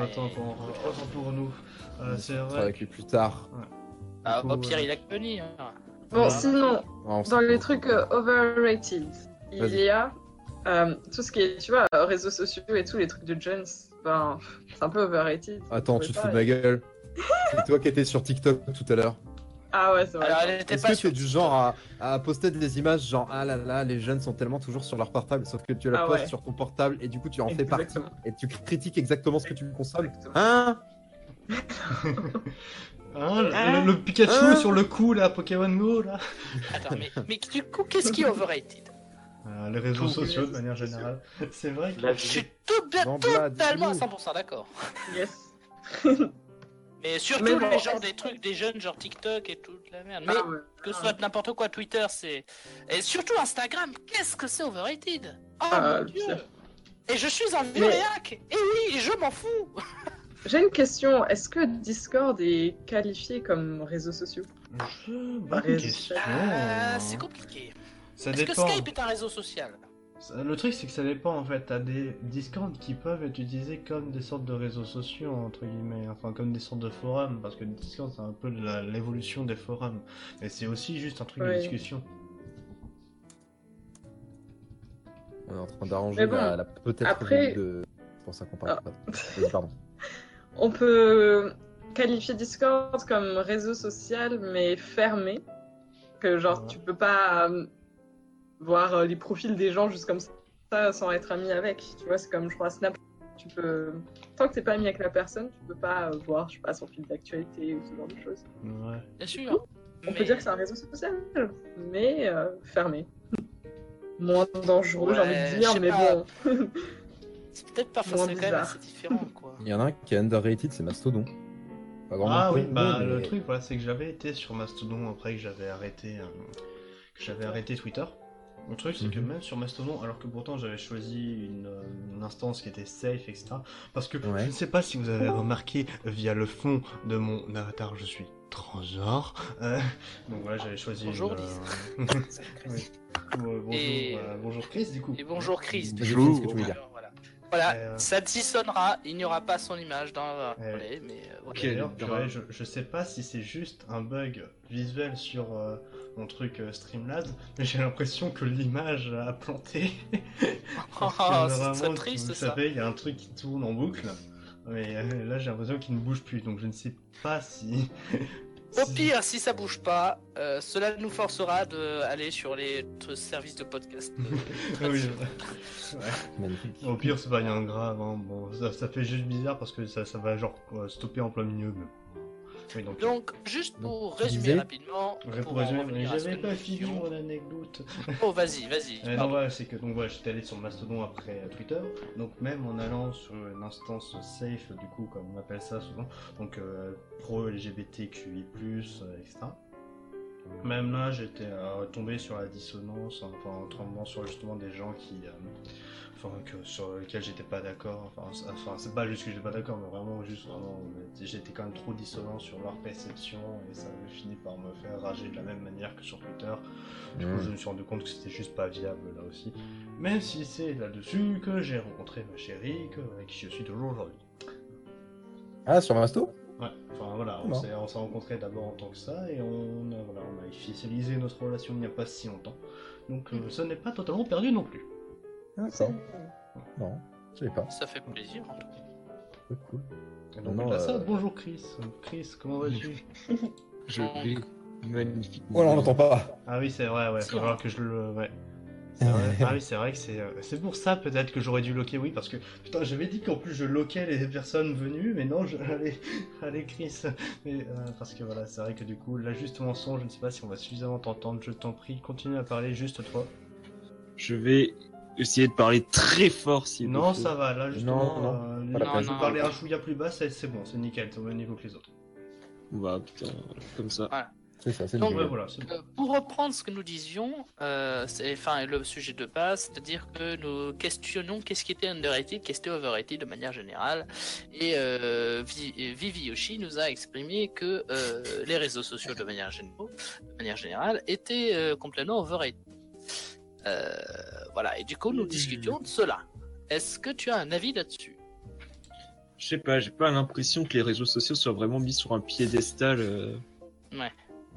A: Attends, pour, autant pour nous. Euh, c'est
D: On
A: vrai.
D: sera avec lui plus tard.
C: Ah,
A: Du
C: bah,
A: coup,
C: Pierre,
A: euh,
C: il a que venir. hein.
E: Bon, sinon,
D: Ah, on
E: Dans
D: s'en
E: les
D: fout.
E: trucs euh, overrated, il
D: Vas-y.
E: y a euh, tout ce qui est, tu vois, euh, réseaux sociaux et tout, les trucs de Jones. Ben, c'est un peu overrated.
D: Attends,
E: On peut
D: tu te
E: pas,
D: fous de
E: et-
D: ma gueule. C'est toi qui étais sur TikTok tout à l'heure.
E: Ah ouais, c'est vrai.
C: Alors, elle était
D: Est-ce
C: pas
D: que
C: sûre.
D: t'es du genre à, à poster des images genre ah là là les jeunes sont tellement toujours sur leur portable sauf que tu la
E: Ah
D: postes
E: ouais.
D: sur ton portable et du coup tu en fais partie
E: Exactement.
D: et tu critiques exactement ce que tu consommes.
E: Exactement.
D: Hein
A: Hein, le- le, le Pikachu
D: Hein
A: sur le cou, là, Pokémon Go, là.
C: Attends, mais, mais du coup, qu'est-ce qui est overrated
A: Euh, les réseaux
E: Tout.
A: sociaux, de manière générale. C'est vrai que...
B: La
C: Je
B: vie.
C: suis tout,
D: Bon, bah,
C: totalement à
D: dis-nous.
C: 100% d'accord.
E: Hein Yes.
C: Mais surtout,
E: Mais bon,
C: les gens
E: est-ce-
C: des trucs des jeunes, genre TikTok et toute la merde.
E: Ah
C: Mais
E: ouais.
C: Que ce soit n'importe quoi, Twitter, c'est. Et surtout Instagram, qu'est-ce que c'est overrated Oh
E: Ah,
C: mon
E: le
C: dieu
E: pire.
C: Et je suis un vieux
E: Mais-
C: réac Et oui, je m'en fous
A: Oh.
E: J'ai une question. Est-ce que Discord est qualifié comme réseaux sociaux
A: Je- Bonne
E: Réseau.
A: question.
C: Ah, C'est compliqué.
A: Ça
C: Est-ce que
A: dépend.
C: Skype est un réseau social
A: Ça- Le truc, c'est que ça dépend en fait. T'as des discords qui peuvent être utilisés comme des sortes de réseaux sociaux, entre guillemets, enfin comme des sortes de forums, parce que Discord c'est un peu la- l'évolution des forums. Mais c'est aussi juste un truc de
F: Ouais.
A: discussion.
D: On est en train d'arranger
F: Mais bon,
D: la, la peut-être
F: après- Ah.
D: revue de. C'est pour ça qu'on parle. Vas-y, pardon.
F: On peut qualifier Discord comme réseau social, mais fermé. Que genre,
A: Ouais.
F: tu peux pas euh, voir euh, les profils des gens juste comme ça sans être ami avec. Tu vois, c'est comme, je crois, Snap. Tu peux... Tant que t'es pas ami avec la personne, tu peux pas euh, voir, je sais pas, son fil d'actualité ou ce genre de choses.
A: Ouais.
C: Bien sûr.
F: On
C: mais-
F: peut dire que c'est un réseau social, mais euh, fermé. Moins dangereux, j'ai
C: Ouais,
F: envie de
C: je sais
F: dire, mais
C: pas.
F: bon.
C: C'est peut-être pas
F: Moins
C: facile, quand même
F: bizarre.
C: assez différent, quoi.
D: Il y en a un qui est underrated, c'est Mastodon. Pas grand
A: Ah
D: monde
A: oui,
D: connu,
A: bah
D: mais-
A: le truc, voilà, c'est que j'avais été sur Mastodon après que j'avais arrêté, euh, que j'avais arrêté Twitter. Le truc, c'est que
D: Mhm.
A: même sur Mastodon, alors que pourtant j'avais choisi une, euh, une instance qui était safe, etc. Parce que
D: Ouais.
A: je ne sais pas si vous avez remarqué via le fond de mon avatar, je suis transgenre. euh, donc voilà, j'avais choisi.
C: Bonjour,
A: une,
C: Lise.
A: euh, oui. Ouais, bonjour,
C: Et-
A: euh, bonjour Chris, du coup.
C: Et bonjour Chris.
D: Vas-y,
C: du
D: Chris,
C: coup.
D: qu'est-ce que tu veux dire
C: Alors, Voilà, Voilà,
A: Euh,
C: ça dissonnera, il n'y aura pas son image dans la
A: Euh,
C: relais, mais euh, voilà.
B: Quel
A: D'ailleurs,
B: drame.
A: purée, je, je sais pas si c'est juste un bug visuel sur euh, mon truc euh, Streamlabs, mais j'ai l'impression que l'image a planté.
C: Oh,
A: Parce que
C: c'est
A: normalement,
C: très triste,
A: Vous
C: ça.
A: savez, il y a un truc qui tourne en boucle, mais euh, là j'ai l'impression qu'il ne bouge plus, donc je ne sais pas si.
C: Au
A: si-
C: pire, si ça bouge pas, euh, cela nous forcera de aller sur les t- services de podcast. euh,
A: Ah Oui,
C: traditionnels.
D: Magnifique.
A: Au pire, c'est pas rien de grave, hein. bon, ça, ça fait juste bizarre parce que ça, ça va genre euh, stopper en plein milieu. mais- Oui, donc,
C: Donc, juste pour résumer
D: disais-
C: rapidement,
A: pour
C: pour en
A: résumer,
C: revenir à ce
A: j'avais
C: que
A: pas
C: nous
A: fini
C: disions-
A: mon anecdote.
C: Oh, vas-y, vas-y.
A: Euh, non,
C: pardon.
A: voilà, c'est que donc voilà, j'étais allé sur Mastodon après euh, Twitter. Donc même en allant sur une instance safe, du coup, comme on appelle ça souvent, donc euh, pro LGBTQI+, euh, etc. Même là, j'étais euh, tombé sur la dissonance, hein, enfin, en tombant sur justement des gens qui, euh, enfin, que- sur lesquels j'étais pas d'accord. Enfin, c'est- enfin, c'est pas juste que j'étais pas d'accord, mais vraiment juste vraiment, euh, j'étais quand même trop dissonant sur leur perception et ça avait fini par me faire rager de la même manière que sur Twitter. Du coup,
D: Mmh.
A: je me suis rendu compte que c'était juste pas viable là aussi. Même si c'est là-dessus que j'ai rencontré ma chérie, que, avec qui je suis toujours aujourd'hui.
D: Ah, sur Masto
A: Ouais, enfin voilà, on
D: Bon.
A: s'est on s'est rencontrés d'abord en tant que ça et on a, voilà, on a officialisé notre relation il n'y a pas si longtemps. Donc euh, ça n'est pas totalement perdu non plus.
D: D'accord. Non, je sais pas.
C: Ça fait plaisir. en tout cas.
D: C'est cool.
A: Et donc
D: Non,
A: on a ça,
D: euh,
A: bonjour Chris. Chris, comment vas-tu
G: Je vais magnifique.
D: Oh là, on l'entend pas.
A: Ah oui, c'est vrai, ouais, faut
C: hein.
A: falloir que je le. Ouais.
D: Euh,
A: C'est vrai. Ah oui, c'est vrai que c'est. euh, C'est pour ça peut-être que j'aurais dû loquer, oui, parce que putain, j'avais dit qu'en plus je loquais les personnes venues, mais non, je. Allez, allez Chris. Mais, euh, parce que voilà, c'est vrai que du coup, là, juste mon son, je ne sais pas si on va suffisamment t'entendre, je t'en prie, continue à parler juste toi.
G: Je vais essayer de parler très fort si
A: Non, ça va, là, justement.
D: Non, non,
A: euh,
D: pas la
A: non,
D: peine.
A: tu
C: Non,
A: parlais
C: non.
A: un chouïa plus bas, c'est c'est bon, c'est nickel, t'es au même niveau que les autres.
G: Bah putain, comme ça.
D: C'est ça, c'est
C: Donc,
D: le
A: Ouais,
D: jeu.
A: voilà, c'est bon.
C: Euh, Pour reprendre ce que nous disions, euh, c'est- enfin le sujet de base, c'est-à-dire que nous questionnons qu'est-ce qui était underrated, qu'est-ce qui était overrated de manière générale. Et euh, Vi- et Vivi Yoshi nous a exprimé que euh, les réseaux sociaux de manière, gén- de manière générale étaient euh, complètement overrated. Euh, voilà, et du coup nous discutions de cela. Est-ce que tu as un avis là-dessus
G: Je sais pas, j'ai pas l'impression que les réseaux sociaux soient vraiment mis sur un piédestal. euh,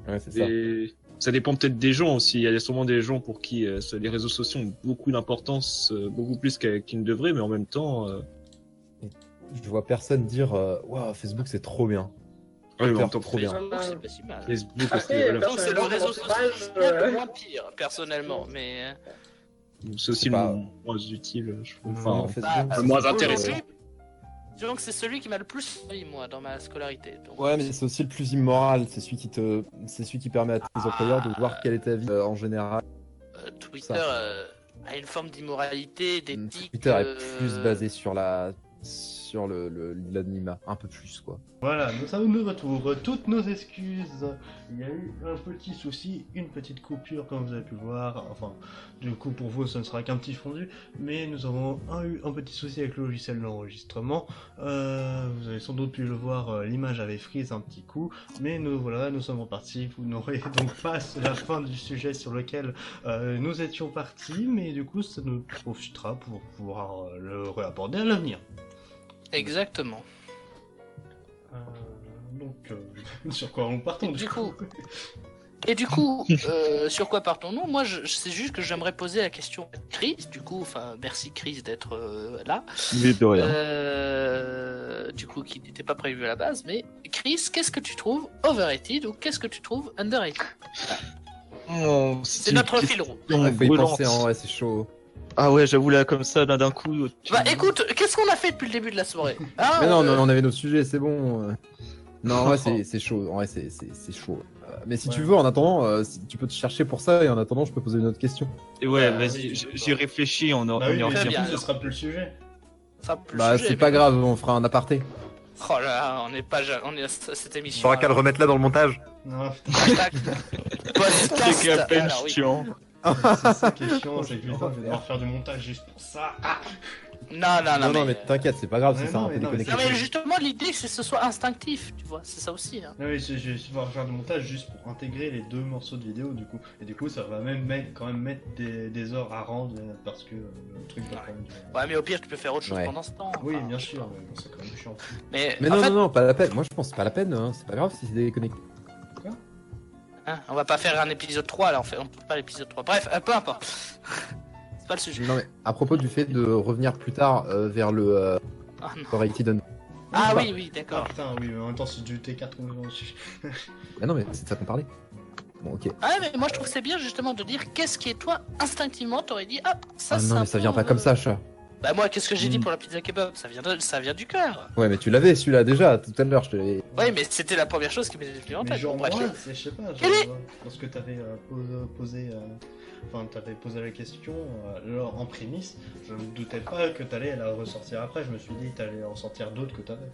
D: Ouais, c'est ça.
G: des- Ça dépend peut-être des gens aussi. Il y a sûrement des gens pour qui euh, ça- les réseaux sociaux ont beaucoup d'importance, euh, beaucoup plus qu'à- qu'ils ne devraient, mais en même temps, euh,
D: Je vois personne dire euh, Waouh, Facebook c'est trop bien.
G: ouais, mais en
D: Twitter,
G: même temps,
D: trop bien.
C: Donc, c'est pas si mal.
G: Facebook,
F: Après,
G: c'est voilà,
F: personne-
C: Donc c'est le
F: personnellement,
C: réseau
F: dans
C: social
F: l'entourage,
C: le
F: euh,
C: moins pire, personnellement, mais... euh,
G: c'est aussi
D: c'est pas-
G: le moins utile. Je trouve.
D: Non,
G: Enfin,
D: Facebook,
C: bah,
D: Ah,
F: Ah,
D: c'est-
G: le moins
D: c'est-
G: intéressant.
D: euh,
C: Disons que c'est celui qui m'a le plus servi, moi, dans ma scolarité. Donc,
D: Ouais, mais c'est aussi le plus immoral. C'est celui qui te, c'est celui qui permet à tes employeurs de voir quelle est ta vie euh, en général.
C: euh, Twitter
D: ça. Hmm,
C: euh, a une forme d'immoralité, d'éthique.
D: Twitter est
C: euh,
D: plus basé sur la, sur le- le- l'anima, un peu plus quoi.
A: Voilà, nous sommes de retour. Toutes nos excuses. Il y a eu un petit souci, une petite coupure, comme vous avez pu voir. Enfin, du coup, pour vous, ce ne sera qu'un petit fondu. Mais nous avons un- eu un petit souci avec le logiciel d'enregistrement. Euh, vous avez sans doute pu le voir, euh, l'image avait frise un petit coup. Mais nous voilà, nous sommes repartis. Vous n'aurez donc pas la fin du sujet sur lequel euh, nous étions partis. Mais du coup, ça nous profitera pour pouvoir euh, le réaborder à l'avenir.
C: Exactement.
A: Euh, donc, euh, sur quoi on partons
C: Du coup. Et du coup, euh, sur quoi partons-nous Moi, je, je- c'est juste que j'aimerais poser la question à Chris. Du coup, enfin, merci Chris d'être euh, là.
G: Mais de rien.
C: Euh, du coup, qui n'était pas prévu à la base. Mais Chris, qu'est-ce que tu trouves overrated ou qu'est-ce que tu trouves underrated
G: Oh,
C: C'est
G: une
C: notre
G: question
C: fil rouge.
D: Ah, faut y
G: brûlante.
D: penser, hein, ouais, c'est chaud.
G: Ah ouais, j'avoue là comme ça d'un d'un coup. tu-
C: Bah écoute, qu'est-ce qu'on a fait depuis le début de la soirée
H: Ah,
C: hein,
D: Mais non, non,
C: euh,
D: on avait nos sujets, c'est bon. euh. Non, ouais, c'est c'est chaud. Ouais, c'est c'est- c'est chaud. Euh, Mais si tu veux, en attendant, euh, si- tu peux te chercher pour ça et en attendant, je peux poser une autre question.
G: Et ouais,
A: Euh,
G: vas-y,
A: oui,
G: j-
A: d'accord.
G: j'y réfléchis, on en
A: Bah
G: on
A: oui,
G: y
A: mais
C: Très
A: du
G: revient.
C: bien.
A: coup, ce sera plus le sujet.
C: ça pue le
D: Bah,
C: sujet,
D: c'est
C: mais
D: pas
C: bon.
D: grave, on fera un aparté.
C: Oh là là, on n'est pas, ja- on est à c- cette
H: Il
C: émission.
H: faudra qu'à le remettre là dans le montage.
A: Non,
C: Hashtag podcast.
G: C'est qu'à peine
C: Alors, oui.
G: chiant.
A: c'est ça qui est chiant, c'est que
D: Oh,
A: putain, je vais
D: merde.
A: devoir faire du montage juste pour ça. Ah
C: Non, Ah, non, non,
D: Non, non, mais
C: mais-
D: t'inquiète, c'est pas grave,
A: mais
D: c'est ça,
A: non,
D: un
A: mais
D: peu
A: non, mais
D: déconnecté.
C: Non, mais justement, l'idée, c'est que ce soit instinctif, tu vois, c'est ça aussi. hein.
A: non, mais je je vais devoir faire du montage juste pour intégrer les deux morceaux de vidéo, du coup. Et du coup, ça va même mettre, quand même mettre des, des heures à rendre euh, parce que euh, le truc va quand même.
C: Ouais, mais au pire, tu peux faire autre chose
D: Ouais.
C: pendant ce temps.
A: Oui,
C: enfin.
A: bien sûr, mais bon, c'est quand même chiant.
C: Mais,
D: Mais
C: en
D: non,
C: fait,
D: non, non, pas la peine. Moi, je pense pas la peine. hein. C'est pas grave si c'est déconnecté.
C: hein, on va pas faire un épisode 3, là, on fait, on peut pas l'épisode 3. Bref, euh, peu importe. c'est pas le sujet.
D: Non, mais à propos du fait de revenir plus tard euh, vers le euh,
C: Ah, non.
D: Overrated Under-
C: Ah
D: bah.
C: oui, oui,
A: Ah
C: d'accord.
A: putain, oui, mais en même temps, c'est du T4 qu'on est dessus.
D: Ah non, mais c'est de ça qu'on parlait. Bon, ok.
C: Ah mais moi je trouve que c'est bien justement de dire qu'est-ce qui est toi instinctivement t'aurais dit ah ça
D: ah
C: c'est
D: non,
C: un
D: mais ça
C: peu,
D: vient pas
C: euh,
D: comme ça, chat.
C: Bah moi qu'est-ce que j'ai dit
D: Mm.
C: pour la pizza kebab ça vient de- ça vient du cœur.
D: Ouais, mais tu l'avais celui-là déjà tout à l'heure. Je te l'avais.
C: Ouais mais c'était la première chose qui m'est venue en
A: Mais
C: tête.
A: genre,
C: Bon, bref.
A: moi, c'est- je sais pas, genre,
C: Quel est-
A: euh, lorsque t'avais euh, pos- posé, euh, enfin, t'avais posé la question euh, lors- en prémisse, je me doutais pas que t'allais la ressortir après. Je me suis dit, t'allais en sortir d'autres que t'avais.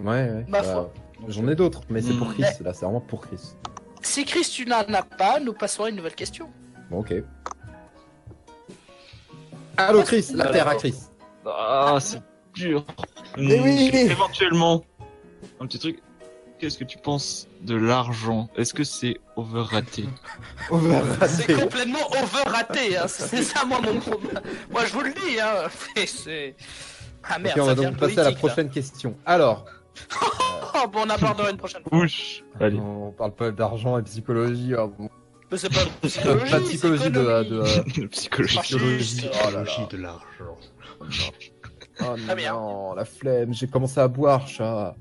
D: Ouais, ouais.
C: Ma
D: bah,
C: foi.
A: Donc,
D: J'en ai d'autres, mais c'est
G: Hmm.
D: pour Chris. Là, c'est vraiment pour Chris.
C: Si Chris tu n'en as pas nous passons à une nouvelle question.
D: Bon, ok. Allô, Chris, la terre à Chris.
G: Ah, c'est dur.
D: Mais
G: Hmm,
D: oui.
G: j'ai- Éventuellement, un petit truc. Qu'est-ce que tu penses de l'argent Est-ce que c'est overraté
D: Ah,
C: C'est complètement overraté hein. c'est ça moi mon problème. Moi je vous le dis hein. c'est ah merde
D: Ok, on
C: ça
D: va
C: devient
D: donc passer à la
C: politique, là.
D: prochaine question. Alors,
C: Oh bon on abordera une prochaine. fois.
G: Ouch. Allez.
D: on parle pas d'argent et psychologie. hein, bon.
C: Mais c'est pas psychologie.
D: Pas de psychologie
C: c'est
D: de.
C: économie.
D: de, euh,
G: Psychologie.
C: Fasciste.
D: Oh là là.
A: de l'argent.
D: Oh
C: Très bien.
D: non, la flemme, j'ai commencé à boire, chat.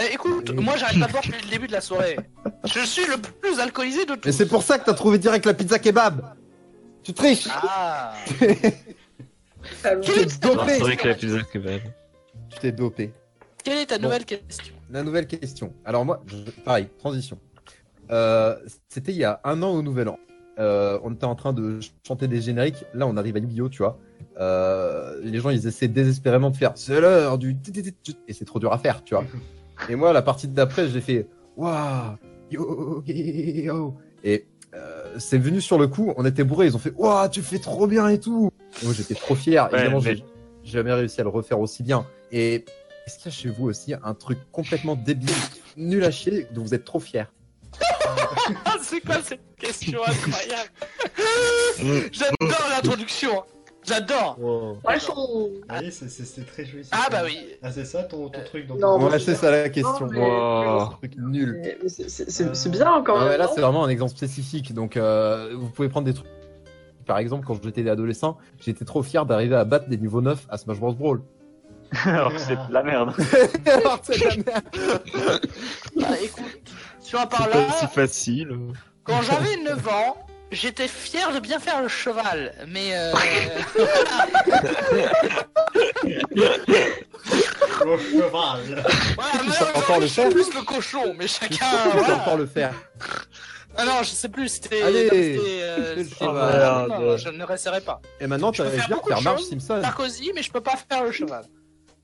C: Eh, écoute moi j'arrête pas de boire depuis le début de la soirée. Je suis le plus alcoolisé de tous.
D: Mais c'est pour ça que t'as trouvé direct la pizza kebab Tu triches
C: Ah.
F: Salon.
D: Tu t'es
G: C'est
D: dopé
G: vrai que la pizza kebab.
D: Tu t'es dopé.
C: Quelle est ta
D: Bon.
C: nouvelle question
D: La nouvelle question. Alors moi, je- pareil, transition. Euh, C'était il y a un an au Nouvel An. Euh, on était en train de ch- chanter des génériques. Là, on arrive à Yu-Gi-Oh, tu vois. Euh, les gens, ils essaient désespérément de faire « C'est l'heure du... tit- tit- tit- tit Et c'est trop dur à faire, tu vois. Et moi, la partie d'après, j'ai fait « Waouh Yo yo. Et euh, c'est venu sur le coup. On était bourrés. Ils ont fait « Waouh, tu fais trop bien et tout !» Et Moi, j'étais trop fier.
G: Ouais,
D: Évidemment,
G: mais-
D: j'ai j'ai jamais réussi à le refaire aussi bien. Et est-ce qu'il y a chez vous aussi un truc complètement débile, nul à chier, dont vous êtes trop fier
C: Ah, c'est quoi cette question incroyable J'adore l'introduction. hein. J'adore.
A: Allez, c'est- c'est c'est très jouissif.
C: Ah bah oui. Euh,
A: Ah, c'est ça ton, ton truc dont
F: Non,
A: on-
D: Ouais, c'est ça la question.
F: Non, mais-
D: Wow. Un truc nul.
F: Mais- mais C'est c'est- c'est-
A: Euh,
F: c'est bien encore.
C: Ah
D: Ouais, là, c'est vraiment un exemple spécifique. Donc, euh, vous pouvez prendre des trucs. Par exemple, quand j'étais adolescent, j'étais trop fier d'arriver à battre des niveaux 9 à Smash Bros. Brawl.
B: Alors que c'est de la merde.
D: Alors, c'est la merde.
C: Bah écoute, tu en
G: C'est
C: parles
G: pas si
C: là.
G: facile.
C: Quand j'avais 9 ans, j'étais fier de bien faire le cheval. Mais euh...
A: Au cheval.
C: voilà,
D: Tu sais
C: mais
D: encore le
C: je
D: faire
C: suis plus le cochon, mais
D: Tu
C: chacun.
D: peux
C: voilà.
D: encore le faire.
C: Ah non, je sais plus. C'était.
D: Allez, Ah,
C: c'était, euh,
D: fais le
C: c'était-
D: cheval.
C: Non, je ne réessayerai pas.
D: Et maintenant, tu
C: peux
D: arrives
C: faire
D: bien à
C: beaucoup de
D: faire Marge
C: choses.
D: Simpson.
C: Sarkozy, mais je peux pas faire le cheval. Tu
D: Moi,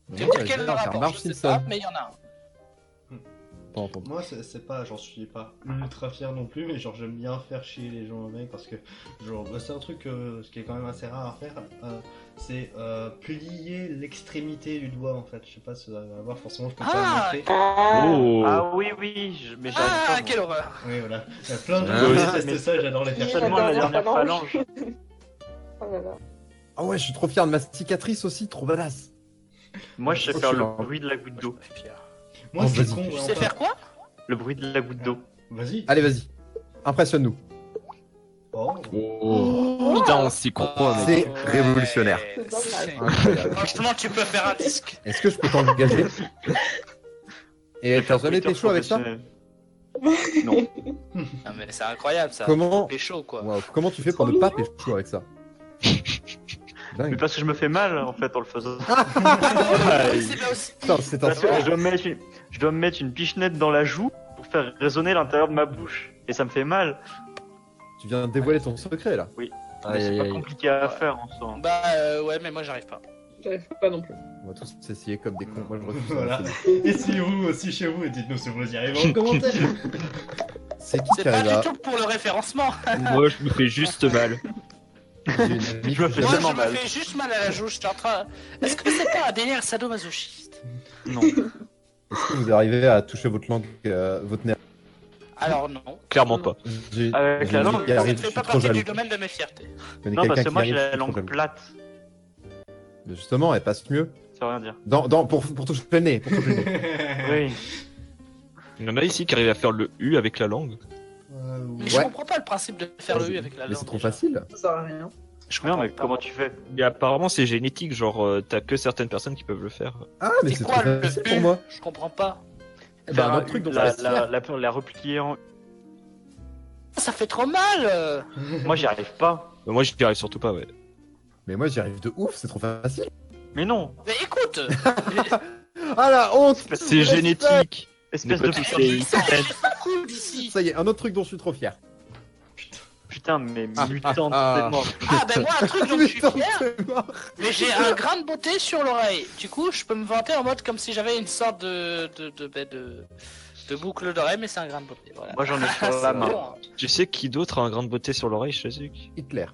C: me dis
D: j'arrive
C: quel est le
D: pas à faire
C: rapport
D: Marge
C: Je sais
D: Simpson.
C: pas, mais il y en a un.
D: Attends, attends.
A: Moi, c'est c'est pas, j'en suis pas ultra fier non plus, mais genre j'aime bien faire chier les gens avec parce que, genre, bah, c'est un truc euh, ce qui est quand même assez rare à faire, euh, c'est euh, plier l'extrémité du doigt en fait. Je sais pas si vous allez voir, forcément, je peux
C: Ah,
A: pas le montrer.
E: Ah,
G: Oh
B: Ah oui, oui, je- mais j'arrive
C: Ah,
B: pas, moi.
C: quelle horreur
A: Oui, voilà. Il y a plein de
D: Ah,
A: gens qui
D: oui.
A: détestent ça, j'adore les faire chier.
B: Seulement la dernière phalange.
E: Oh là là.
D: Ah ouais, je suis trop fier de ma cicatrice aussi, trop badass.
B: Moi, je sais
D: Oh,
B: faire
D: je
B: le
D: suis là.
B: bruit de la goutte d'eau.
A: Moi,
D: Oh,
A: c'est
D: vas-y.
A: con,
C: Tu
A: ouais,
C: sais
A: enfin,
C: faire quoi
B: Le bruit de la goutte d'eau.
A: Vas-y.
D: Allez, vas-y. Impressionne-nous.
A: Oh.
H: Putain, on s'y croit,
D: Ah,
H: mec.
D: c'est-
H: Révolutionnaire.
E: C'est dommage.
D: Incroyable.
C: Franchement, tu peux faire un disque.
D: Est-ce que je peux t'engager Et t'as jamais été
B: Twitter
D: chaud avec ça
B: professionnel.
C: Non, mais c'est incroyable ça.
D: Comment
C: Pécho quoi.
D: Waouh, Comment tu fais pour ne pas pécho avec ça
B: Mais
D: Dingue.
B: parce que je me fais mal en fait en le faisant.
D: Ah,
C: Ah, C'est bien aussi.
D: Putain, c'est un
B: Parce que je dois me mettre une, je dois me mettre une pichenette dans la joue pour faire résonner l'intérieur de ma bouche. Et ça me fait mal.
D: Tu viens de dévoiler ton secret là.
B: Oui. Mais
D: Aïe,
B: c'est
D: aïe,
B: pas
D: aïe.
B: compliqué à faire en soi.
C: Bah euh, ouais, mais moi j'arrive pas.
F: J'arrive pas non plus.
D: On va tous essayer comme des cons. Moi je refuse.
A: Voilà.
D: C'est-
A: Essayez-vous aussi chez vous et dites-nous si vous y arrivez en commentaire.
D: C'est qui qui
C: C'est pas
D: arrive
C: du
D: là
C: tout pour le référencement.
G: Moi, je me fais juste mal.
D: J'ai une amie
B: Je me
D: qui s'appelle-
B: fais
C: Moi
B: tellement
C: je me
B: mal.
C: fais juste mal à la joue. Je suis en train. Est-ce que c'est pas un délire sadomasochiste
B: Non.
D: Est-ce que vous arrivez à toucher votre langue, euh, votre nerf
C: Alors non.
H: Clairement pas.
D: J'ai-
B: Avec
D: j'ai
B: la
D: une amie
B: langue,
D: qui
C: Ça
D: arrive,
C: ne
D: je
C: fait
D: suis
C: pas
D: trop
C: partie
D: jaloux.
C: du domaine de mes fiertés.
D: Je connais
B: Non, parce
D: quelqu'un
B: que
D: qui
B: moi j'ai
D: arrive, je
B: la
D: suis trop
B: langue
D: jaloux.
B: plate.
D: Mais Justement, elle passe mieux.
B: Ça veut rien dire.
D: Dans, dans, pour, pour toucher le nez. Pour toucher le nez.
B: Oui.
H: Il y en a ici qui arrivent à faire le U avec la langue.
A: Euh,
C: Mais
A: ouais.
C: je
D: Ouais.
C: comprends pas le principe de faire le U avec la langue.
D: Mais c'est trop
C: déjà.
D: facile.
F: Ça sert à rien.
C: Je
B: Non,
C: comprends
B: mais
C: pas.
B: comment tu fais
H: Mais apparemment, c'est génétique, genre, euh, t'as que certaines personnes qui peuvent le faire.
D: Ah, mais
C: C'est
D: c'est
C: quoi
D: trop
C: le
D: facile
C: U
D: pour moi.
C: Je comprends pas.
D: Eh
B: Faire
D: ben, un
B: un-
D: autre truc dont
B: la,
D: ça va se
B: la, la, la replier en.
C: Ça fait trop mal. euh.
B: Moi j'y arrive pas.
H: Mais moi, j'y arrive surtout pas, ouais.
D: Mais moi j'y arrive de ouf, c'est trop facile.
B: Mais non.
C: Mais écoute.
D: Ah la honte
H: C'est génétique.
B: Espèce
H: Mais
B: de
H: peut-être
B: putain.
C: cool d'ici.
D: Ça y est, un autre truc dont je suis trop fier.
B: Putain, mais
D: Ah,
B: mutant,
D: ah,
B: c'est mort.
C: Ah ben moi un truc dont je suis
D: Putain,
C: fier.
D: c'est mort.
C: Mais j'ai un grain de beauté sur l'oreille. Du coup, je peux me vanter en mode comme si j'avais une sorte de de de ben, de, de boucle d'oreille, mais c'est un grain de beauté. Voilà.
B: Moi j'en ai sur
C: C'est
B: la main.
C: bon, hein.
H: Tu sais qui d'autre a un grain de beauté sur l'oreille, Shazuk
D: Hitler.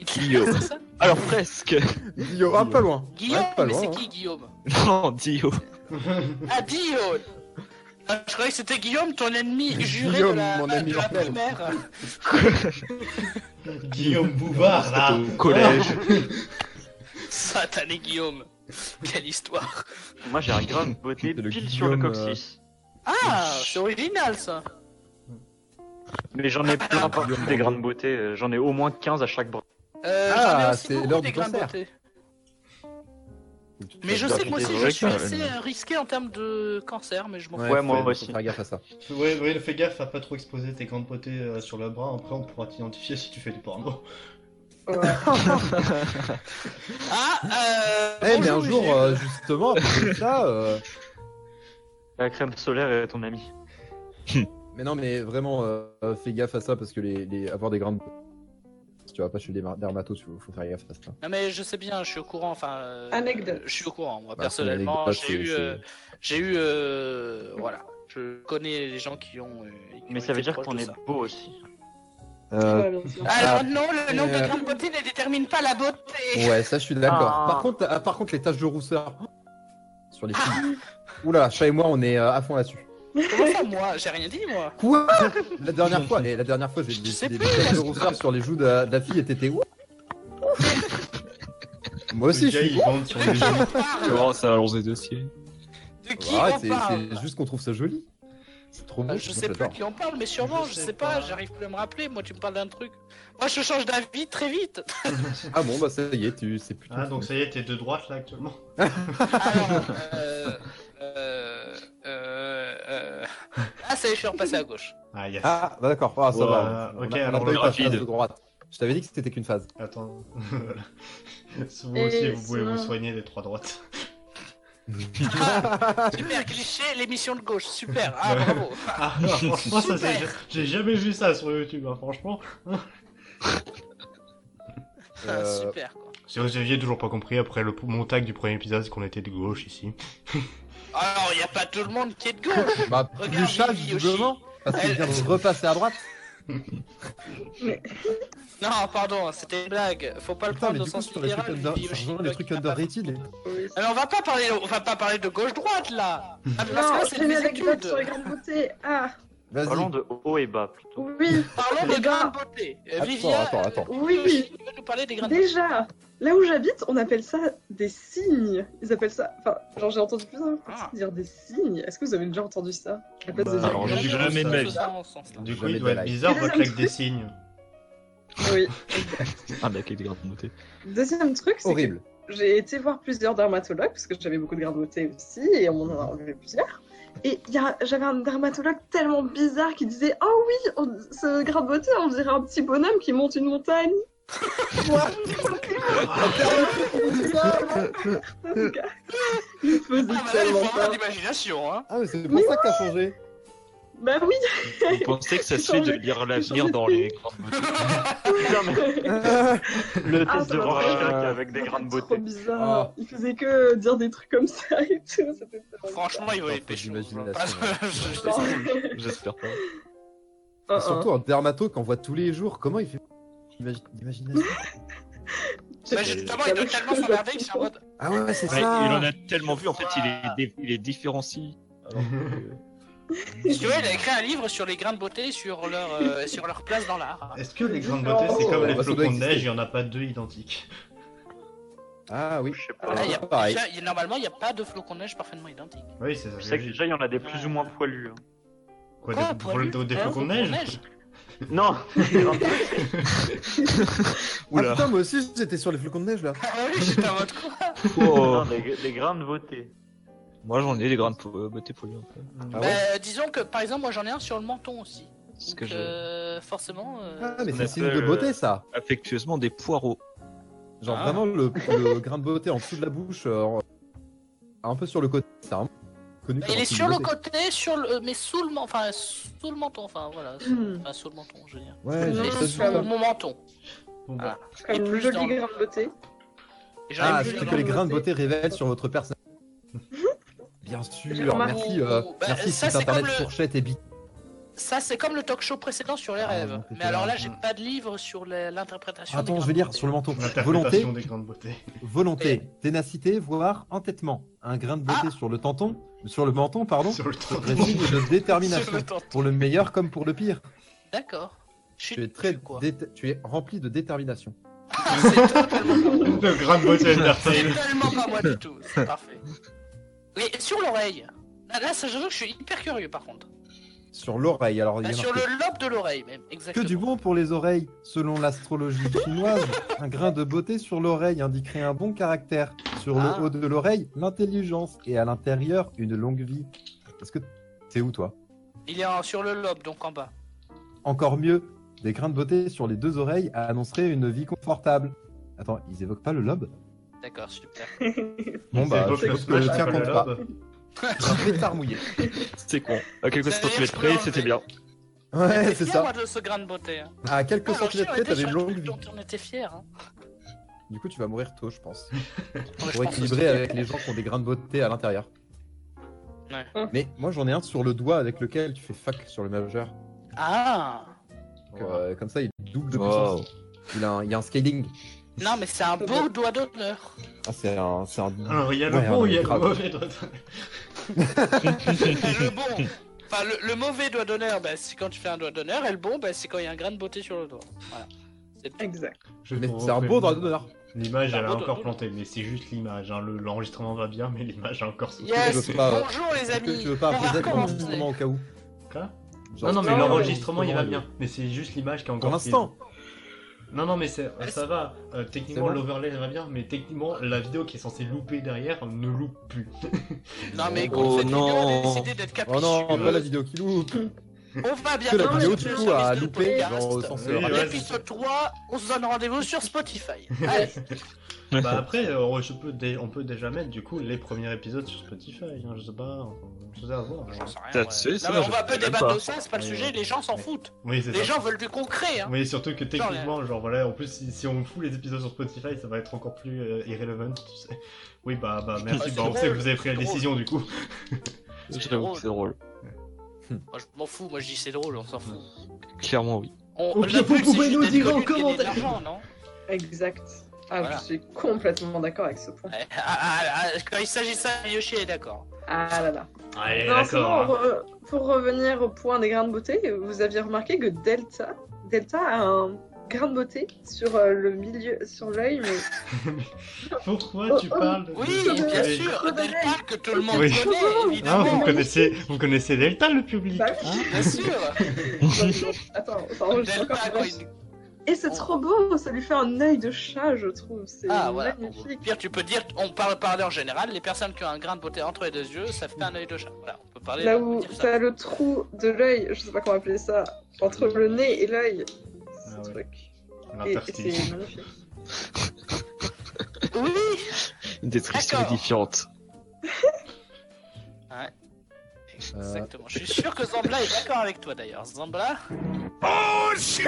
H: Dio.
C: C'est ça
H: Alors presque
D: Guillaume, ah, pas loin.
C: Guillaume,
D: Ouais, pas
C: mais
D: loin.
C: c'est
D: hein.
C: qui Guillaume
H: Non, Dio.
C: Ah Guillaume. Ah, Je croyais que c'était Guillaume, ton ennemi juré
D: Guillaume,
C: de la,
D: mon ami
C: de la
D: mortel.
C: primaire.
A: Guillaume Bouvard, là.
H: Au collège.
C: Satané Guillaume. Quelle histoire.
B: Moi j'ai un grain de beauté
D: C'est le
B: pile sur le
D: Guillaume, euh,
B: coccyx.
C: Ah, c'est original ça.
B: Mais j'en ai plein partout des grains de beauté. euh, J'en ai au moins 15 à chaque bras.
C: Euh,
D: Ah,
C: j'en ai aussi
D: c'est
C: beaucoup
D: l'heure
C: des
D: du
C: grains de
D: cancer.
C: beauté. Mais je sais que moi aussi je suis assez euh, risqué en termes de cancer, mais je m'en fous.
B: Ouais, moi
D: faut- faut
B: aussi.
D: Faire gaffe à ça.
A: Ouais, ouais, fais gaffe à pas trop exposer tes grandes beautés euh, sur le bras, après on pourra t'identifier si tu fais du porno.
C: Ah, euh.
D: Eh, mais un jour,
C: bonjour, Gilles.
D: euh, justement, après ça. euh,
B: La crème solaire est ton ami.
D: Mais non, mais vraiment, euh, euh, fais gaffe à ça parce que les, les- avoir des grandes. Si tu vas pas chez le derma- dermato, tu faut faire gaffe à ça.
C: Non, mais je sais bien, je suis au courant, enfin. euh,
F: Anecdote.
C: Je suis au courant, moi,
D: Bah,
C: personnellement,
D: c'est
C: j'ai
D: une
C: eu.
D: anecdote,
C: euh, J'ai eu. euh, Voilà. Je connais les gens qui ont. euh, qui
B: Mais
C: ont
B: ça veut
C: été
B: dire
C: proches
B: qu'on
C: de
B: est Ah,
C: ça.
B: beau aussi.
F: Ah,
D: Euh,
C: Alors, non, le nombre
D: euh,
C: de grammes de beauté ne détermine pas la beauté.
D: ouais, ça, je suis d'accord.
B: Ah.
D: Par contre, ah, par contre, les taches de rousseur sur
C: Ah.
D: les filles. Oula, chat et moi, on est euh, à fond là-dessus.
C: Comment ça, moi J'ai rien dit, moi.
D: Quoi La dernière fois, et la dernière fois, j'ai
C: Je
D: des,
C: sais
D: des
C: plus.
D: taches de rousseur sur les joues de, la- de la fille et t'étais où Moi aussi,
A: Le
D: je
A: gars,
D: suis.
A: il bande sur
C: De
A: les
C: qui
A: gens.
C: on parle
H: Oh, ça allonge les dossiers.
C: De qui
D: Ah,
C: on
D: c'est
C: parle
D: c'est juste qu'on trouve ça joli. C'est trop beau.
C: Euh, je
D: moi,
C: sais plus
D: j'adore.
C: qui en parle, mais sûrement, je, sais pas, j'arrive plus à me rappeler. Moi, tu me parles d'un truc. Moi, je change d'avis très vite.
D: Ah bon, bah ça y est, tu sais plus.
A: Ah, donc ça y est, t'es de droite là actuellement.
C: Alors, Ah, euh, euh, euh, euh, Ah, ça y est, je suis repassé à gauche.
A: Ah, yes.
D: Ah, bah d'accord, ah, ça
A: Ouais,
D: va.
A: euh, ok,
D: on a,
A: alors
D: on a pas eu
A: le
D: ta phase
H: rapide.
D: de droite. Je t'avais dit que c'était qu'une phase.
A: Attends. Voilà. vous
F: Et
A: aussi, vous pouvez
F: sinon-
A: vous soigner des trois droites.
C: Ah, super cliché, l'émission de gauche, super, ah
A: Ouais.
C: bravo.
A: Ah, non, franchement, ça, c'est-
C: Super.
A: j'ai jamais vu ça sur YouTube, hein, franchement.
D: Euh,
C: Ah, super quoi.
A: Si vous aviez toujours pas compris, après le, mon tag du premier épisode, c'est qu'on était de gauche ici.
C: Alors, il n'y a pas tout le monde qui est de gauche.
D: Bah,
C: Regarde,
D: plus chat,
C: Yoshi.
D: visiblement, parce qu'il vient de repasser à droite.
C: Non, pardon, c'était une blague. Faut pas le
D: Putain, mais
C: prendre au
D: du coup,
C: sens
D: sur les trucs,
C: littéral.
D: under...
C: dit
D: c'est
C: Yoshi,
D: vraiment les
C: toi,
D: trucs
C: qui n'as pas
D: underrated. et-
F: Ah, Oui, c'est-
C: Alors on va pas parler, on va pas parler de gauche droite là. Ah, parce que
F: Non,
C: là,
F: j'ai
C: c'est
F: une
C: des
F: anecdote
C: études.
F: sur les grandes beautés. Ah,
D: Vas-y.
B: Parlons de haut et bas plutôt.
F: oui,
C: Parlons
F: Eh
C: des
F: ben,
C: grains de beauté. Euh,
D: attends,
C: Vivia,
D: attends, attends.
C: euh,
F: Oui.
C: Yoshi, tu veux nous parler des grains de beauté
F: déjà, là où j'habite, on appelle ça des signes. Ils appellent ça. Enfin, genre, j'ai entendu plusieurs
C: Ah.
F: personnes dire des signes. Est-ce que vous avez déjà entendu ça À la place
A: Bah,
F: des
A: alors,
F: étoiles.
A: j'ai
G: jamais de ma vie.
C: Ça, en ce
F: Ah,
C: sens-là.
A: Du coup,
D: Jamais
A: il doit
D: de
A: être
D: live.
A: bizarre
F: Et
A: votre
F: deuxième
A: claque des
F: truc-
A: signes.
F: Oui.
H: Ah, mais avec les grandes beautés.
F: Deuxième truc, c'est que
D: Horrible.
F: j'ai été voir plusieurs dermatologues parce que j'avais beaucoup de grains de beauté aussi et on m'en a enlevé plusieurs. Et il y a- j'avais un dermatologue tellement bizarre qui disait Oh oui, on- ce grain de beauté, on dirait un petit bonhomme qui monte une montagne. Moi, ce gars, il me faisait
C: Ah, bah là, il faut
F: tellement
C: avoir
F: peur.
C: l'imagination, hein.
D: Ah, mais c'est pour
F: Mais
D: ça que t'as changé.
F: Bah oui,
H: Vous pensez que ça se fait de lire l'avenir dans les grandes beautés
B: Le
F: Ah,
B: test
F: ça
B: de
F: va. Ah,
B: Rorschach avec des grandes
F: trop
B: beautés.
F: bizarre. Il faisait que dire des trucs comme ça et tout. C'était tellement
C: Franchement, il voulait
D: Attends,
C: pécho.
D: d'imagination, hein.
F: bizarre.
H: J'espère pas.
F: Un, un.
D: Surtout un dermato qu'on voit tous les jours. Comment il fait Imagine- Imagination.
C: Bah, justement, il doit tellement s'emmerder que c'est en mode.
D: Ah ouais, c'est
H: Ouais,
D: ça.
H: il en a tellement vu, en fait, il est, dé- il est différencié. Alors que-
C: Tu vois, il a écrit un livre sur les grains de beauté, sur leur, euh, sur leur place dans l'art.
A: Est-ce que les grandes beautés, c'est
D: Oh,
A: comme
D: bah,
A: les
D: ça doit
A: flocons de
D: exister.
A: neige, il n'y en a pas deux identiques
D: Ah oui.
B: Je sais pas.
C: Ah, il y a-
D: Pareil.
C: déjà, il y a- normalement, il n'y a pas de flocons de neige parfaitement identiques.
A: Oui, c'est
D: Ah,
B: Je
A: ça.
B: sais que déjà, il y en a des plus ou moins poilus. hein.
A: Quoi,
C: Quoi,
A: des,
C: poilu
A: des- des
C: Hein,
A: flocons de
C: flocons de
A: neige
B: Non
D: Ah putain, moi aussi j'étais sur les flocons de neige là.
C: Ah oui, j'étais en mode quoi
H: Oh,
B: Non, des, des grandes beautés.
H: Moi, j'en ai des grandes po- euh, beautés pollues. en fait.
D: Ah ouais.
C: Bah, disons que par exemple, moi j'en ai un sur le menton aussi.
H: C'est ce
C: Donc,
H: que je...
C: euh, forcément. euh,
D: Ah mais
H: On
D: c'est un signe de
H: appelle,
D: beauté
H: euh,
D: ça.
H: Affectueusement, des poireaux.
D: Genre
C: Ah.
D: vraiment le, le grain de beauté en dessous de la bouche, euh, en- un peu sur le côté. C'est un connu. comme
C: Il
D: un
C: est
D: signe
C: sur
D: de
C: le
D: beauté.
C: côté, sur le, euh, mais sous le, men- enfin, sous le menton, enfin voilà,
F: Hmm.
C: enfin, sous le menton, je veux dire.
D: Ouais,
F: Non,
D: j'ai
C: Et
D: pas vu
C: sous
F: ça va.
D: ça.
C: mon menton.
A: Bon,
C: Ah.
A: bah,
F: Comme
C: Et
F: une
C: plus dans
F: jolie
C: le-
F: grande beauté.
C: Et j'en ai
D: Ah,
C: plus
D: c'est
C: dans
D: que les
C: le-
D: grains de beauté révèlent sur votre personne. Bien
F: J'ai
D: sûr,
F: remarqué.
D: merci, euh,
C: Bah,
D: merci
C: ça,
D: site
C: c'est
D: internet
C: comme le-
D: fourchette et bi.
C: Ça, c'est comme le talk show précédent sur les
D: Ah,
C: rêves.
D: donc,
C: Mais
D: c'est
C: alors là,
D: un-
C: j'ai pas de livre sur la- l'interprétation.
D: Attends,
C: des
D: je vais lire
C: grains de
D: sur le menton. Volonté,
A: l'interprétation des grandes beautés.
D: volonté, ténacité, voire entêtement. Un grain de
C: Ah.
D: beauté sur le tenton, sur le menton, pardon.
A: Sur le temps.
D: Un signe de
C: beauté.
D: détermination.
C: Sur le menton.
D: Pour le meilleur comme pour le pire.
C: D'accord. Je
D: Tu es
C: suis
D: très,
C: quoi Ah,
D: déte- tu es rempli de détermination.
C: C'est totalement pas moi.
A: De grandes beautés
D: bah,
C: C'est
A: entertained.
C: totalement pas moi du tout. C'est parfait. Mais sur l'oreille. Là, là, ça, je que je suis hyper curieux par contre.
D: Sur l'oreille, alors il y
C: Bah,
D: a
C: sur
D: marqué,
C: le lobe de l'oreille même,
D: Que
C: exactement.
D: du bon pour les oreilles, selon l'astrologie chinoise, un grain de beauté sur l'oreille indiquerait un bon caractère. Sur
C: Ah.
D: le haut de l'oreille, l'intelligence et à l'intérieur, une longue vie. Est-ce que t'es où toi
C: Il est en- sur le lobe, donc en bas.
D: Encore mieux, des grains de beauté sur les deux oreilles annonceraient une vie confortable. Attends, ils évoquent pas le lobe
C: D'accord, super.
D: Bon
A: Ils
D: bah,
A: évoquent
D: je
A: le
D: pense que le
A: smash
D: tien
A: après
D: compte
A: le
D: pas.
A: lobe.
D: Un pétard mouillé.
H: C'est con. À quelques
C: Ça veut dire
H: centimètres
C: que je peux
H: près, c'était bien.
D: Ouais, c'est
C: Fier,
D: ça.
C: moi, de ce grain de beauté. Hein.
D: À quelques
C: Ah, alors, si
D: centimètres
C: on
D: près,
C: était
D: t'avais
C: sur
D: une
C: un
D: longue
C: truc
D: vie.
C: dont on était fiers. Hein.
D: Du coup, tu vas mourir tôt, je pense.
C: Ouais, je
D: pour
C: pense
D: équilibrer
C: aussi.
D: avec les gens qui ont des grains de beauté à l'intérieur.
C: Ouais.
D: Mais moi j'en ai un sur le doigt avec lequel tu fais fuck sur le majeur.
C: Ah
D: Donc, euh, comme ça il double de
H: Wow.
D: puissance. Il a, un, il a un scaling.
C: Non, mais c'est un beau doigt d'honneur.
D: Ah, c'est un. C'est un...
A: Alors, il y a le
D: Ouais,
A: bon,
D: ouais,
A: il y a le
D: grave.
A: mauvais doigt.
C: le bon Enfin, le, le mauvais doigt d'honneur, bah, c'est quand tu fais un doigt d'honneur, et le bon, bah, c'est quand il y a un grain de beauté sur le doigt. Voilà. C'est tout.
F: Exact.
A: Je vais
D: Mais
A: vous
D: c'est un
A: refaire
D: beau
A: une-
D: droit d'honneur.
A: L'image, elle
C: Un
A: a
C: beau droit
A: encore
C: d'honneur.
A: planté, mais c'est juste l'image. hein. Le- L'enregistrement va bien, mais l'image a encore sauté.
D: Je
C: Yes
D: veux pas-
C: Bonjour les
D: Est-ce que
C: amis
D: tu veux pas
C: On va
D: un préset
C: recommencer.
D: d'enregistrement au cas où
A: Quoi Non,
D: Genre,
A: non, mais
F: Non, non,
A: l'enregistrement, il va
D: il-
A: bien. Mais c'est juste l'image qui a encore
D: Pour
A: pris.
D: l'instant
A: Non, non, mais c'est- ça va. Euh, techniquement,
D: C'est bon.
A: l'overlay va bien, mais techniquement, la vidéo qui est censée louper derrière ne loupe plus.
C: Non, mais écoute,
H: Oh
C: cette vidéo, on a
H: non.
C: décidé d'être
D: Oh
C: capricieux.
D: non, pas la vidéo qui loupe
C: On va bien
D: que la
C: voir
D: vidéo,
C: si
D: du
C: le
D: coup,
C: service
D: a
C: de
D: loupé,
C: podcast.
D: genre, sans se
A: Oui,
D: rappeler.
A: ouais.
C: Épisode 3, on se donne rendez-vous sur Spotify. Allez,
F: Allez.
A: Bah après, euh, on, je peux dé- on peut déjà mettre du coup les premiers épisodes sur Spotify, hein, je sais pas, enfin, je sais à voir.
C: j'en sais rien.
G: T'as
C: ouais.
G: de cesse,
C: Non,
G: là,
C: mais on
G: je
C: va un peu
G: sais même
C: débattre
G: pas.
C: de ça, c'est pas le
A: Ouais,
C: sujet,
A: ouais.
C: les gens s'en
A: Ouais.
C: foutent.
A: Oui, c'est
C: Les
A: ça.
C: gens veulent du concret, hein.
A: Oui, surtout que
C: Genre,
A: techniquement, genre voilà, en plus si, si on fout les épisodes sur Spotify, ça va être encore plus euh, irrelevant, tu sais. Oui, bah, bah merci,
C: c'est
A: bah, on
C: drôle,
A: sait que vous avez pris la
C: c'est drôle.
A: décision du coup.
C: C'est
H: J'avoue
C: drôle.
H: que c'est drôle.
C: Moi, je m'en fous, moi je dis c'est drôle, on s'en fout.
H: Clairement, oui.
C: On,
A: Au pire,
C: la
A: vous
C: pub, c'est
A: pouvez
C: juste
A: nous
C: d'être
A: dire en
C: connu de gagner de
A: commentaire.
C: l'argent, non
F: Exact. Ah,
C: Voilà.
F: je suis complètement d'accord avec ce point.
C: Ah, ah, ah, Quand il s'agit de ça, Yoshi est d'accord.
F: Ah là là.
A: Allez,
F: Non, sinon,
A: d'accord. hein.
F: re- pour revenir au point des grains de beauté, vous aviez remarqué que Delta, Delta a un grain de beauté sur euh, le milieu, sur l'œil, mais
A: Pourquoi tu
F: Oh, oh,
A: parles de-
C: Oui,
F: Oui,
C: bien
A: Oui.
C: sûr, Delta que tout le monde
A: Oui.
C: connaît,
A: Ah,
C: évidemment.
A: vous connaissez, vous connaissez Delta le public.
F: Bah
A: hein
C: Bien sûr,
F: attends, pardon, Oh, je suis encore
C: Delta,
F: sur
C: quoi,
F: l'œil.
C: une-
F: Et c'est trop beau, ça lui fait un œil de chat, je trouve. C'est
C: Ah, voilà.
F: magnifique.
C: Pire, tu peux dire, on parle par en général, les personnes qui ont un grain de beauté entre les deux yeux, ça fait un œil de chat. Voilà, on peut parler
F: Là
C: on peut
F: où
C: dire ça.
F: t'as le trou de l'œil, je sais pas comment appeler ça, entre le nez et l'œil. Ce
A: Ah ouais.
F: truc. Et- Et,
A: L'interstice.
F: c'est magnifique.
C: Oui
H: Une description
C: D'accord.
H: édifiante.
D: Euh,
C: Exactement, je suis sûr que Zambla est d'accord avec toi d'ailleurs. Zambla Merci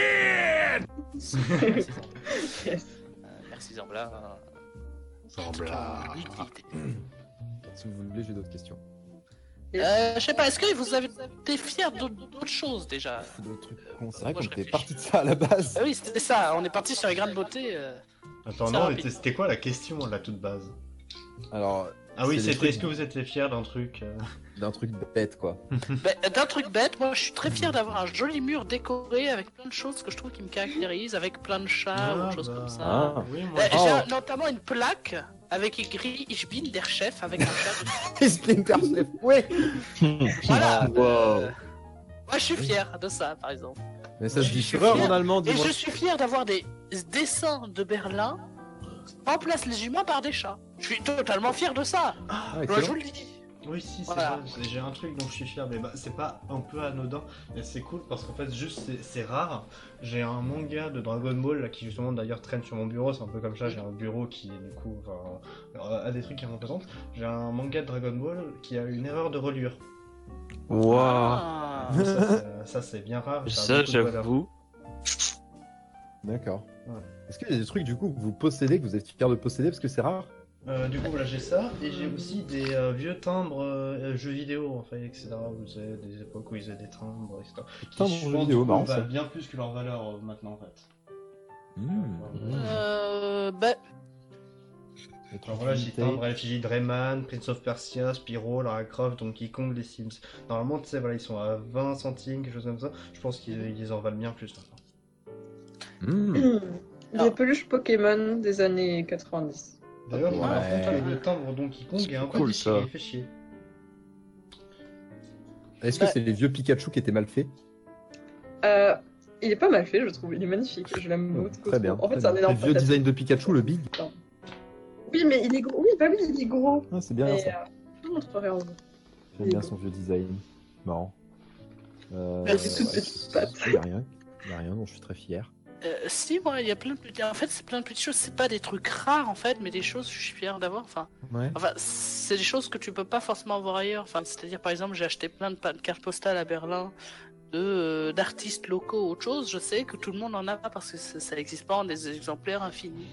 C: Zambla.
F: Yes.
C: Euh, Merci Zambla.
A: Zambla.
C: Liquidité.
D: Si vous voulez, j'ai d'autres questions.
C: Euh, je sais pas, est-ce que vous avez été fiers d'autres d'autres choses déjà
D: C'est d'autres trucs
C: cons.
D: C'est vrai
C: Moi,
D: qu'on
C: je
D: était
C: réfléchis.
D: parti de ça à la base.
C: Ah oui, c'était ça, on est parti sur les grains de beauté. euh.
A: Attends,
C: Ça
A: non,
C: va
A: mais c'était quoi la question, la toute base
D: Alors,
A: Ah oui,
D: C'est des
A: c'était
D: trucs-
A: est-ce que vous étiez fier d'un truc euh,
D: d'un truc bête, quoi.
C: Ben, D'un truc bête, moi je suis très fier d'avoir un joli mur décoré avec plein de choses que je trouve qui me caractérisent, avec plein de chats ou
A: Ah,
C: des choses
A: bah.
C: comme ça.
D: Ah.
A: Oui, moi.
C: Euh,
D: Oh.
C: J'ai un- notamment une plaque avec écrit Ich bin der Chef avec un chat dessus.
D: Splinter Chef, ouais
C: Voilà.
H: Ah, Wow.
C: euh, moi je suis fier de ça par exemple.
D: Mais ça se
C: Je
D: dit
C: suis
A: Ah,
D: Führer
C: fier.
D: en allemand,
C: Et
D: dis-moi.
C: je suis fier d'avoir des dessins de Berlin qui remplacent les humains par des chats. Je suis totalement fier de ça.
D: Ah,
C: Moi, je
D: excellent.
C: vous le dis.
A: Oui, si, c'est vrai,
C: Voilà.
A: c'est- j'ai un truc dont je suis fier, mais bah, c'est pas un peu anodin, mais c'est cool parce qu'en fait, juste, c'est- c'est rare. J'ai un manga de Dragon Ball là, qui, justement, d'ailleurs, traîne sur mon bureau, c'est un peu comme ça, j'ai un bureau qui, du coup, enfin, alors, a des trucs qui me représentent. J'ai un manga de Dragon Ball qui a une erreur de reliure.
H: Wow.
C: Ah.
A: Donc ça, c'est- euh, Ça, c'est bien rare. a
H: Ça,
A: beaucoup de valeur.
H: j'avoue.
D: D'accord.
A: Ouais.
D: Est-ce qu'il y a des trucs, du coup, que vous possédez, que vous êtes fier de posséder, parce que c'est rare
A: Euh, du coup, là, j'ai ça, et j'ai aussi des euh, vieux timbres euh, jeux vidéo, en fait, etc. Vous savez, des époques où ils faisaient des timbres, etc. Qui,
D: Timbres
A: je
D: jeux
A: pense,
D: vidéo,
A: du coup,
D: marrant,
A: valent
D: ça.
A: bien plus que leur valeur euh, maintenant, en fait.
D: Mmh.
C: Euh, ben,
D: Des trucs
A: Alors voilà, j'ai
D: limités.
A: timbre à l'effigie de Rayman, Prince of Persia, Spyro, Lara Croft, Donkey Kong, les Sims. Normalement, tu sais, voilà, ils sont à 20 centimes, quelque chose comme ça. Je pense qu'ils ils en valent bien plus maintenant.
D: Mmh.
F: Les
C: Alors.
F: peluches Pokémon des années 90.
A: D'ailleurs,
D: Ouais.
A: par contre, le timbre Donkey Kong est un peu
H: Cool,
A: difficile,
H: ça.
A: il fait chier.
D: Est-ce que
C: Bah-
D: c'est les vieux Pikachu qui étaient mal faits
F: Euh, il est pas mal fait, je trouve. Il est magnifique. Je l'aime beaucoup.
D: Oh, Très bien.
F: Mmh. En fait,
D: Mmh. Très
F: c'est un
D: bien.
F: énorme
D: Le vieux
F: patate.
D: design de Pikachu, le big
F: Oui, mais il est gros. Oui, bah oui, il est gros.
D: ah, C'est bien
F: mais
D: ça.
F: euh, tout le monde ferait en
C: Ah,
F: gros.
D: J'aime bien son vieux design. Marrant. Euh,
F: Avec Ah, toutes
D: ouais,
F: petites
D: c'est-
F: pattes.
D: c'est- Il n'y a rien. Il y a rien dont je suis très fier.
C: Euh, si, moi, il y a plein de petites... En fait, c'est plein de petites choses. C'est pas des trucs rares, en fait, mais des choses que je suis fier d'avoir. Enfin,
D: Ouais.
C: enfin c'est des choses que tu peux pas forcément voir ailleurs. Enfin, c'est-à-dire, par exemple, j'ai acheté plein de pa- de cartes postales à Berlin de euh, d'artistes locaux, autre chose. Je sais que tout le monde en a pas parce que ça ça existe pas en des exemplaires infinis.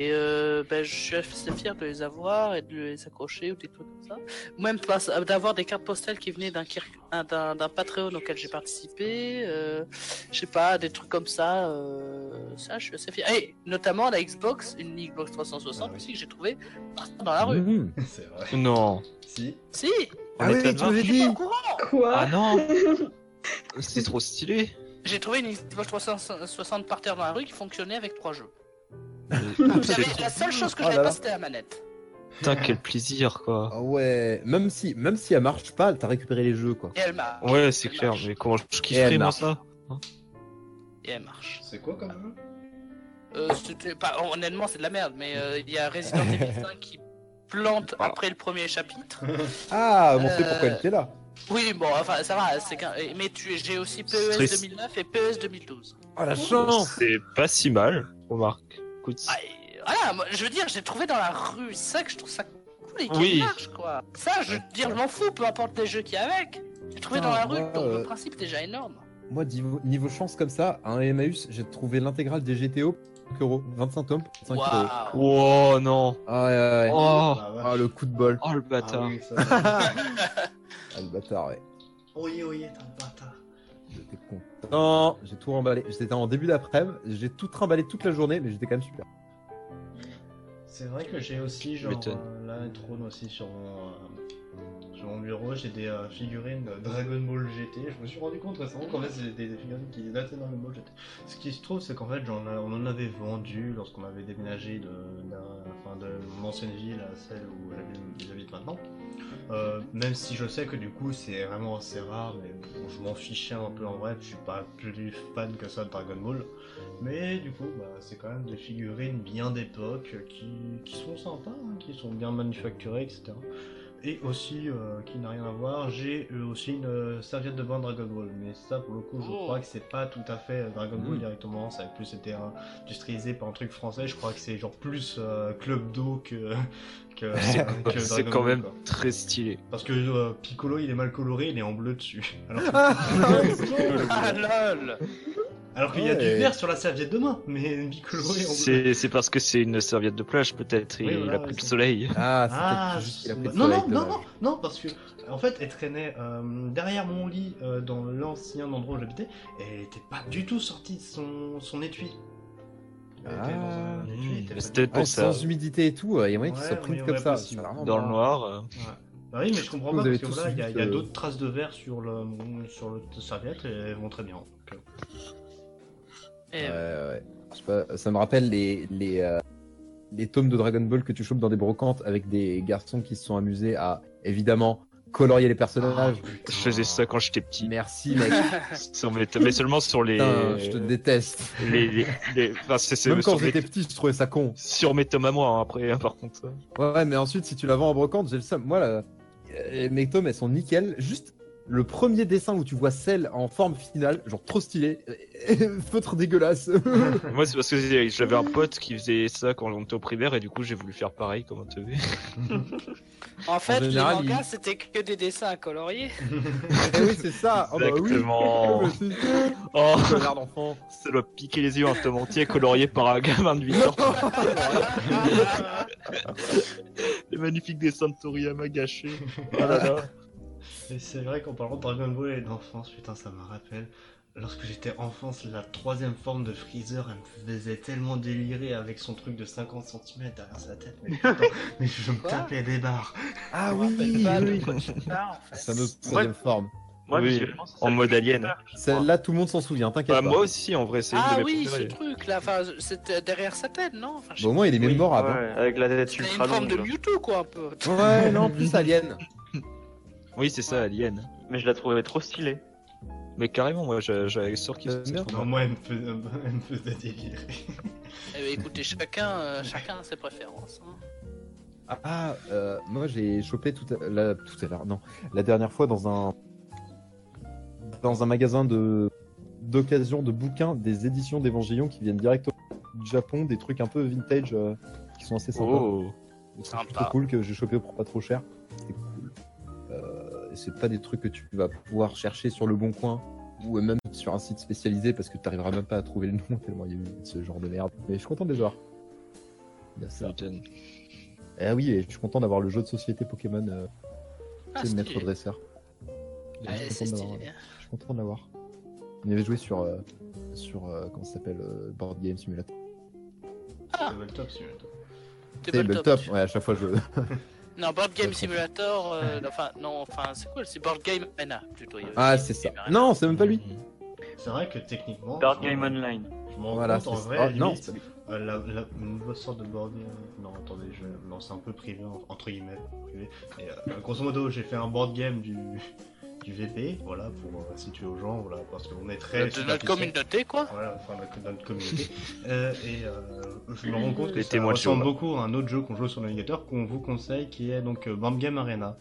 C: Et euh, ben, je suis assez fier de les avoir et de les accrocher ou des trucs comme ça. Ou Même pas- euh, d'avoir des cartes postales qui venaient d'un kir- d'un d'un Patreon auquel j'ai participé. euh, je sais pas, des trucs comme ça. euh, ça, je suis assez fier. Et notamment la Xbox, une Xbox
A: Ah
C: 360
A: oui.
C: aussi que j'ai trouvée partout dans la rue.
D: Mmh.
A: C'est vrai.
H: Non.
A: Si.
C: Si,
D: Ah
H: On
D: oui,
H: était à
D: tu
H: 20.
D: m'avais
C: je suis
D: dit
C: pas au courant.
H: Ah
F: Quoi
H: non C'est trop stylé
C: J'ai trouvé une Xbox 360 par terre dans la rue qui fonctionnait avec trois jeux.
D: Ah,
H: C'est
C: J'avais-
H: trop-
C: La seule chose que
D: Oh
C: j'avais
D: là
C: pas,
D: là.
C: c'était la manette.
H: Putain, quel plaisir, quoi.
D: Ah ouais, même si, même si elle marche pas, t'as récupéré les jeux quoi.
C: Et elle marche.
H: Ouais, c'est
C: Elle
H: clair,
C: marche.
H: mais comment je
D: Et
H: kifferais,
D: elle
H: moi,
D: marche.
H: ça
C: Et elle marche.
A: C'est quoi comme jeu
C: Euh, c'était pas- honnêtement, c'est de la merde, mais euh, il y a Resident Evil 5 qui plante après le premier chapitre.
D: Ah,
C: montrer
D: montrer
C: Euh,
D: Ah, pourquoi elle était là.
C: Oui, bon, enfin, ça va, c'est qu'un- eh, Mais tu... j'ai aussi E PES
H: Stress.
C: 2009 et PES 2012.
D: Oh la
H: C'est pas si mal, remarque. Écoute,
C: Ah, et voilà, moi, je veux dire, j'ai trouvé dans la rue ça que je trouve ça cool et qui
H: Oui.
C: marche, quoi. Ça, je veux dire, je m'en fous, peu importe les jeux qu'il y a avec. J'ai trouvé dans la rue,
D: Putain,
C: donc
D: ouais,
C: le
D: euh,
C: principe est déjà énorme.
D: Moi, niveau, niveau chance comme ça, à un Emmaüs, j'ai trouvé l'intégrale des GTO pour 5 euros. 25 tomes, 5 euros.
C: Waouh.
H: Wow, Oh, non.
D: Ah, ouais, ouais, ouais.
H: Oh,
A: Ah,
D: Ah, le coup de bol.
H: oh le
A: Ah
H: bâtard.
A: oui, ça, ça.
D: Ah, le bâtard, ouais.
A: Oyez, oyez, t'es un bâtard.
D: J'étais content. J'ai tout remballé. J'étais en début d'après-midi. J'ai tout trimballé toute la journée, mais j'étais quand même super.
A: C'est vrai que j'ai aussi, genre,
H: m'étonnes.
A: euh, là, elle trône aussi sur mon, euh, sur mon bureau, j'ai des euh, figurines de Dragon Ball GT. Je me suis rendu compte récemment qu'en fait, c'est des, des figurines qui dataient de Dragon Ball GT. Ce qui se trouve, c'est qu'en fait, j'en a- on en avait vendu lorsqu'on avait déménagé de, d'un- enfin, de mon ancienne ville à celle où j'habite- j'habite maintenant. Euh, même si je sais que du coup, c'est vraiment assez rare, mais bon, je m'en fichais un peu en vrai, je suis pas plus fan que ça de Dragon Ball. Mais du coup, bah, c'est quand même des figurines bien d'époque euh, qui, qui sont sympas, hein, qui sont bien manufacturées, etc. Et aussi, euh, qui n'a rien à voir, j'ai euh, aussi une euh, serviette de bain Dragon Ball. Mais ça, pour le coup, je
C: Oh.
A: crois que c'est pas tout à fait euh, Dragon Ball
D: Mm.
A: directement. Ça a plus été euh, industrialisé par un truc français. Je crois que c'est genre plus euh, Club d'eau que, que, que
H: Bah, C'est
A: Dragon
H: quand
A: Ball,
H: même
A: quoi.
H: très stylé.
A: Parce que euh, Piccolo, il est mal coloré, il est en bleu dessus. Alors,
C: Ah lol
A: alors qu'il y a du
D: Ouais.
A: vert sur la serviette de main, mais Piccolo est en bleu.
H: C'est c'est parce que c'est une serviette de plage peut-être. et
A: Oui,
H: il
A: voilà,
H: a pris
A: ouais,
H: le
A: c'est-
H: soleil.
D: Ah,
A: Ah,
D: c'est juste
A: c'est-
D: qu'il a pris le
A: non,
D: soleil,
A: non, non,
D: dommage.
A: non, non, parce que en fait, elle traînait euh, derrière mon lit euh, dans l'ancien endroit où j'habitais et elle était pas du tout sortie de son, son étui. Elle était dans un
D: Ah.
A: étui, elle était
H: Mais
A: pas
H: c'est
A: du-
H: peut-être
D: Ah,
H: pour ça.
D: sans humidité et tout, euh, il y a moyen qu'il
A: Ouais,
D: se prenne
A: ouais,
D: comme
A: ouais,
D: ça.
A: possible.
D: C'est vraiment-
H: Dans le noir. euh.
A: Bah oui, mais je comprends
D: Vous
A: pas
D: avez
A: parce que
D: tous
A: voilà, il y a,
D: vu
A: il y a
D: que-
A: d'autres traces de verre sur le sur le serviette et elles vont très bien. Donc,
C: Et
D: Ouais,
C: Eh,
D: ouais. Je sais pas, ça me rappelle les, les, euh, les tomes de Dragon Ball que tu chopes dans des brocantes avec des garçons qui se sont amusés à, évidemment, colorier les personnages.
A: Ah,
H: Je faisais ça quand j'étais petit.
D: Merci, mec.
H: Sur mes- Mais seulement sur les.
D: Putain, je te déteste.
H: les, les- les- enfin, c'est- c'est-
D: Même quand
H: sur,
D: j'étais
H: mes,
D: petit, je trouvais ça con.
H: sur mes tomes à moi, hein, après, hein, par contre.
D: Ouais, ouais, mais ensuite, si tu la vends en brocante, j'ai le seum. Moi, là, euh, mes tomes, elles sont nickel. Juste le premier dessin où tu vois celle en forme finale, genre trop stylé, feutre dégueulasse.
H: moi, c'est parce que j'ai- j'avais un pote qui faisait ça quand on était au primaire, et du coup, j'ai voulu faire pareil comme un teubé.
C: En fait,
D: général,
C: les mangas,
D: il-
C: c'était que des dessins à colorier.
D: Eh oui, c'est ça. Oh, bah oui.
H: Exactement.
D: Oh, bah, c'est-
H: Oh,
D: Connard d'enfant.
H: ça doit piquer les yeux un tome entier colorié par un gamin de 8 ans.
D: Ah,
H: Les magnifiques dessins de Toriyama gâchés. Oh là là.
A: Et c'est vrai qu'en parlant de Dragon Ball et d'enfance, putain, ça me rappelle. Lorsque j'étais enfant, c'est la troisième forme de Freezer, elle me faisait tellement délirer avec son truc de 50 cm derrière sa tête. Mais, putain, mais je me
C: Quoi
A: tapais des barres.
D: Ah
C: Je me
D: oui, Ah,
C: rappelle pas de
D: oui.
C: quoi tu parles, en fait.
D: Ça me troisième forme.
B: Moi,
H: Oui,
B: visuellement, c'est ça
H: en
B: que
H: mode
B: je
H: alien.
B: préfère, je crois.
D: Celle-là, tout le monde s'en souvient, t'inquiète
H: Bah,
D: pas.
H: moi aussi, en vrai, c'est une
C: Ah
H: de mes
C: oui, ce
H: préférées.
C: truc là, enfin, c'était derrière sa tête, non Enfin, je-
D: Bah, au moins, il est
B: Oui,
D: mémorable.
B: ouais, Avec la tête
C: C'était
B: ultra
C: une forme
B: longue.
C: de Mewtwo, quoi, un peu.
D: hein. Ouais, non, plus Alien.
H: Oui, c'est ça, Alien.
B: Mais je la trouvais trop stylée.
H: Mais carrément, moi, j'a- j'avais surkiffé
D: Euh,
H: ce
D: merde.
H: truc.
A: Non, moi, elle me faisait, elle me faisait délirer.
C: Eh ben, écoutez, chacun, euh, chacun a ses préférences. hein.
D: Ah, euh, moi j'ai chopé tout à, la, tout à l'heure, non, la dernière fois dans un dans un magasin de d'occasion de bouquins des éditions d'Évangélion qui viennent direct au Japon, des trucs un peu vintage euh, qui sont assez sympas.
H: Oh.
D: Donc, c'est
C: Sympa.
D: plutôt cool que j'ai chopé pour pas trop cher. C'est cool. Euh, c'est pas des trucs que tu vas pouvoir chercher sur le bon coin ou même sur un site spécialisé parce que tu t'arriveras même pas à trouver le nom tellement il y a eu de ce genre de merde. Mais je suis content de les avoir. Il y a ça.
H: Putain.
D: Ah oui, et je suis content d'avoir le jeu de société Pokémon, euh,
C: Ah,
D: tu sais, le maître
C: stylé.
D: dresseur.
C: Ah,
D: je,
C: c'est
D: suis content de
C: stylé.
D: l'avoir, je suis content de l'avoir. On y avait joué sur, euh, sur euh, comment ça s'appelle, euh, Board Game Simulator.
C: Ah.
A: Level top, celui-là.
C: Tabletop.
D: ouais, à chaque fois je...
C: Non, Board Game
D: Tabletop.
C: Simulator, euh, enfin, non, enfin, c'est cool, c'est Board Game Arena, plutôt. il y a
D: ah,
C: aussi
D: c'est ça.
C: Game Arena.
D: Non, c'est même pas lui.
A: C'est vrai que techniquement.
B: Dark
A: je-
B: Game Online.
A: Je m'en
D: Voilà,
A: compte en
D: c'est-
A: vrai.
D: ah,
A: limite,
D: non, c'est-
A: Euh, la, la nouvelle sorte de board game. Non, attendez, je... non, c'est un peu privé, en- entre guillemets. Privé. Mais, euh, grosso modo, j'ai fait un board game du, du VP, voilà, pour euh, situer aux gens, voilà, parce qu'on est très.
C: De notre
A: superficiels.
C: communauté, quoi.
A: Voilà, enfin, notre, notre communauté. Euh, et euh, je me rends compte que
H: Les
A: ça
H: témoins de
A: ressemble
H: Jéhovah.
A: beaucoup à un autre jeu qu'on joue sur navigateur qu'on vous conseille qui est donc euh, Board Game Arena.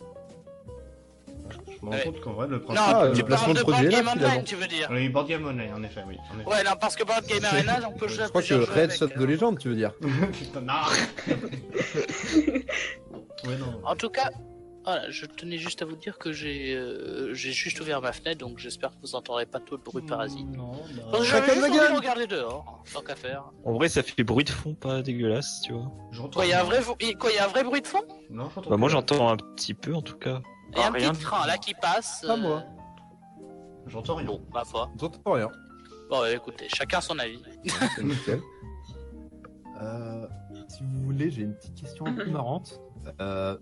A: Je- je- Je me rends
C: Ouais.
A: compte qu'en vrai, le
C: Non,
A: principe.
D: Ah,
A: euh,
D: le
C: tu
D: placement
C: parles
D: de
C: de
D: produit est
C: Board
D: là,
C: Game Online,
D: finalement.
C: tu veux dire
A: Oui, Board Game Online, en effet, oui. En effet.
C: Ouais, non, parce que Board Game Arena, on peut jouer
D: Je
C: à
D: crois que
C: plusieurs jeux avec,
D: Headshot
C: euh.
D: de légende, tu veux dire.
A: Putain, non Ouais, non.
C: euh. En tout cas, voilà, je tenais juste à vous dire que j'ai euh, j'ai juste ouvert ma fenêtre, donc j'espère que vous n'entendrez pas tout le bruit parasite.
A: Non, bah,
C: Parce que j'avais
D: Chacun
C: juste
D: ma
C: envie
D: gueule
C: de regarder dehors, hein, tant qu'à faire.
H: En vrai, ça fait bruit de fond, pas dégueulasse, tu vois.
A: j'entends.
C: Quoi, il y a un vrai, vo- et quoi, il y a un vrai bruit de fond
A: Non, j'entends.
H: Bah, moi,
A: pas.
H: j'entends un petit peu, en tout cas.
C: Il y a
B: Ah,
C: un
B: rien.
C: petit train là qui passe. euh,
D: Pas moi.
A: J'entends rien.
C: Bon, ma foi.
D: J'entends rien.
C: Bon, bah, écoutez, chacun son avis.
D: C'est nickel. Euh, si vous voulez, j'ai une petite question un peu marrante. Euh,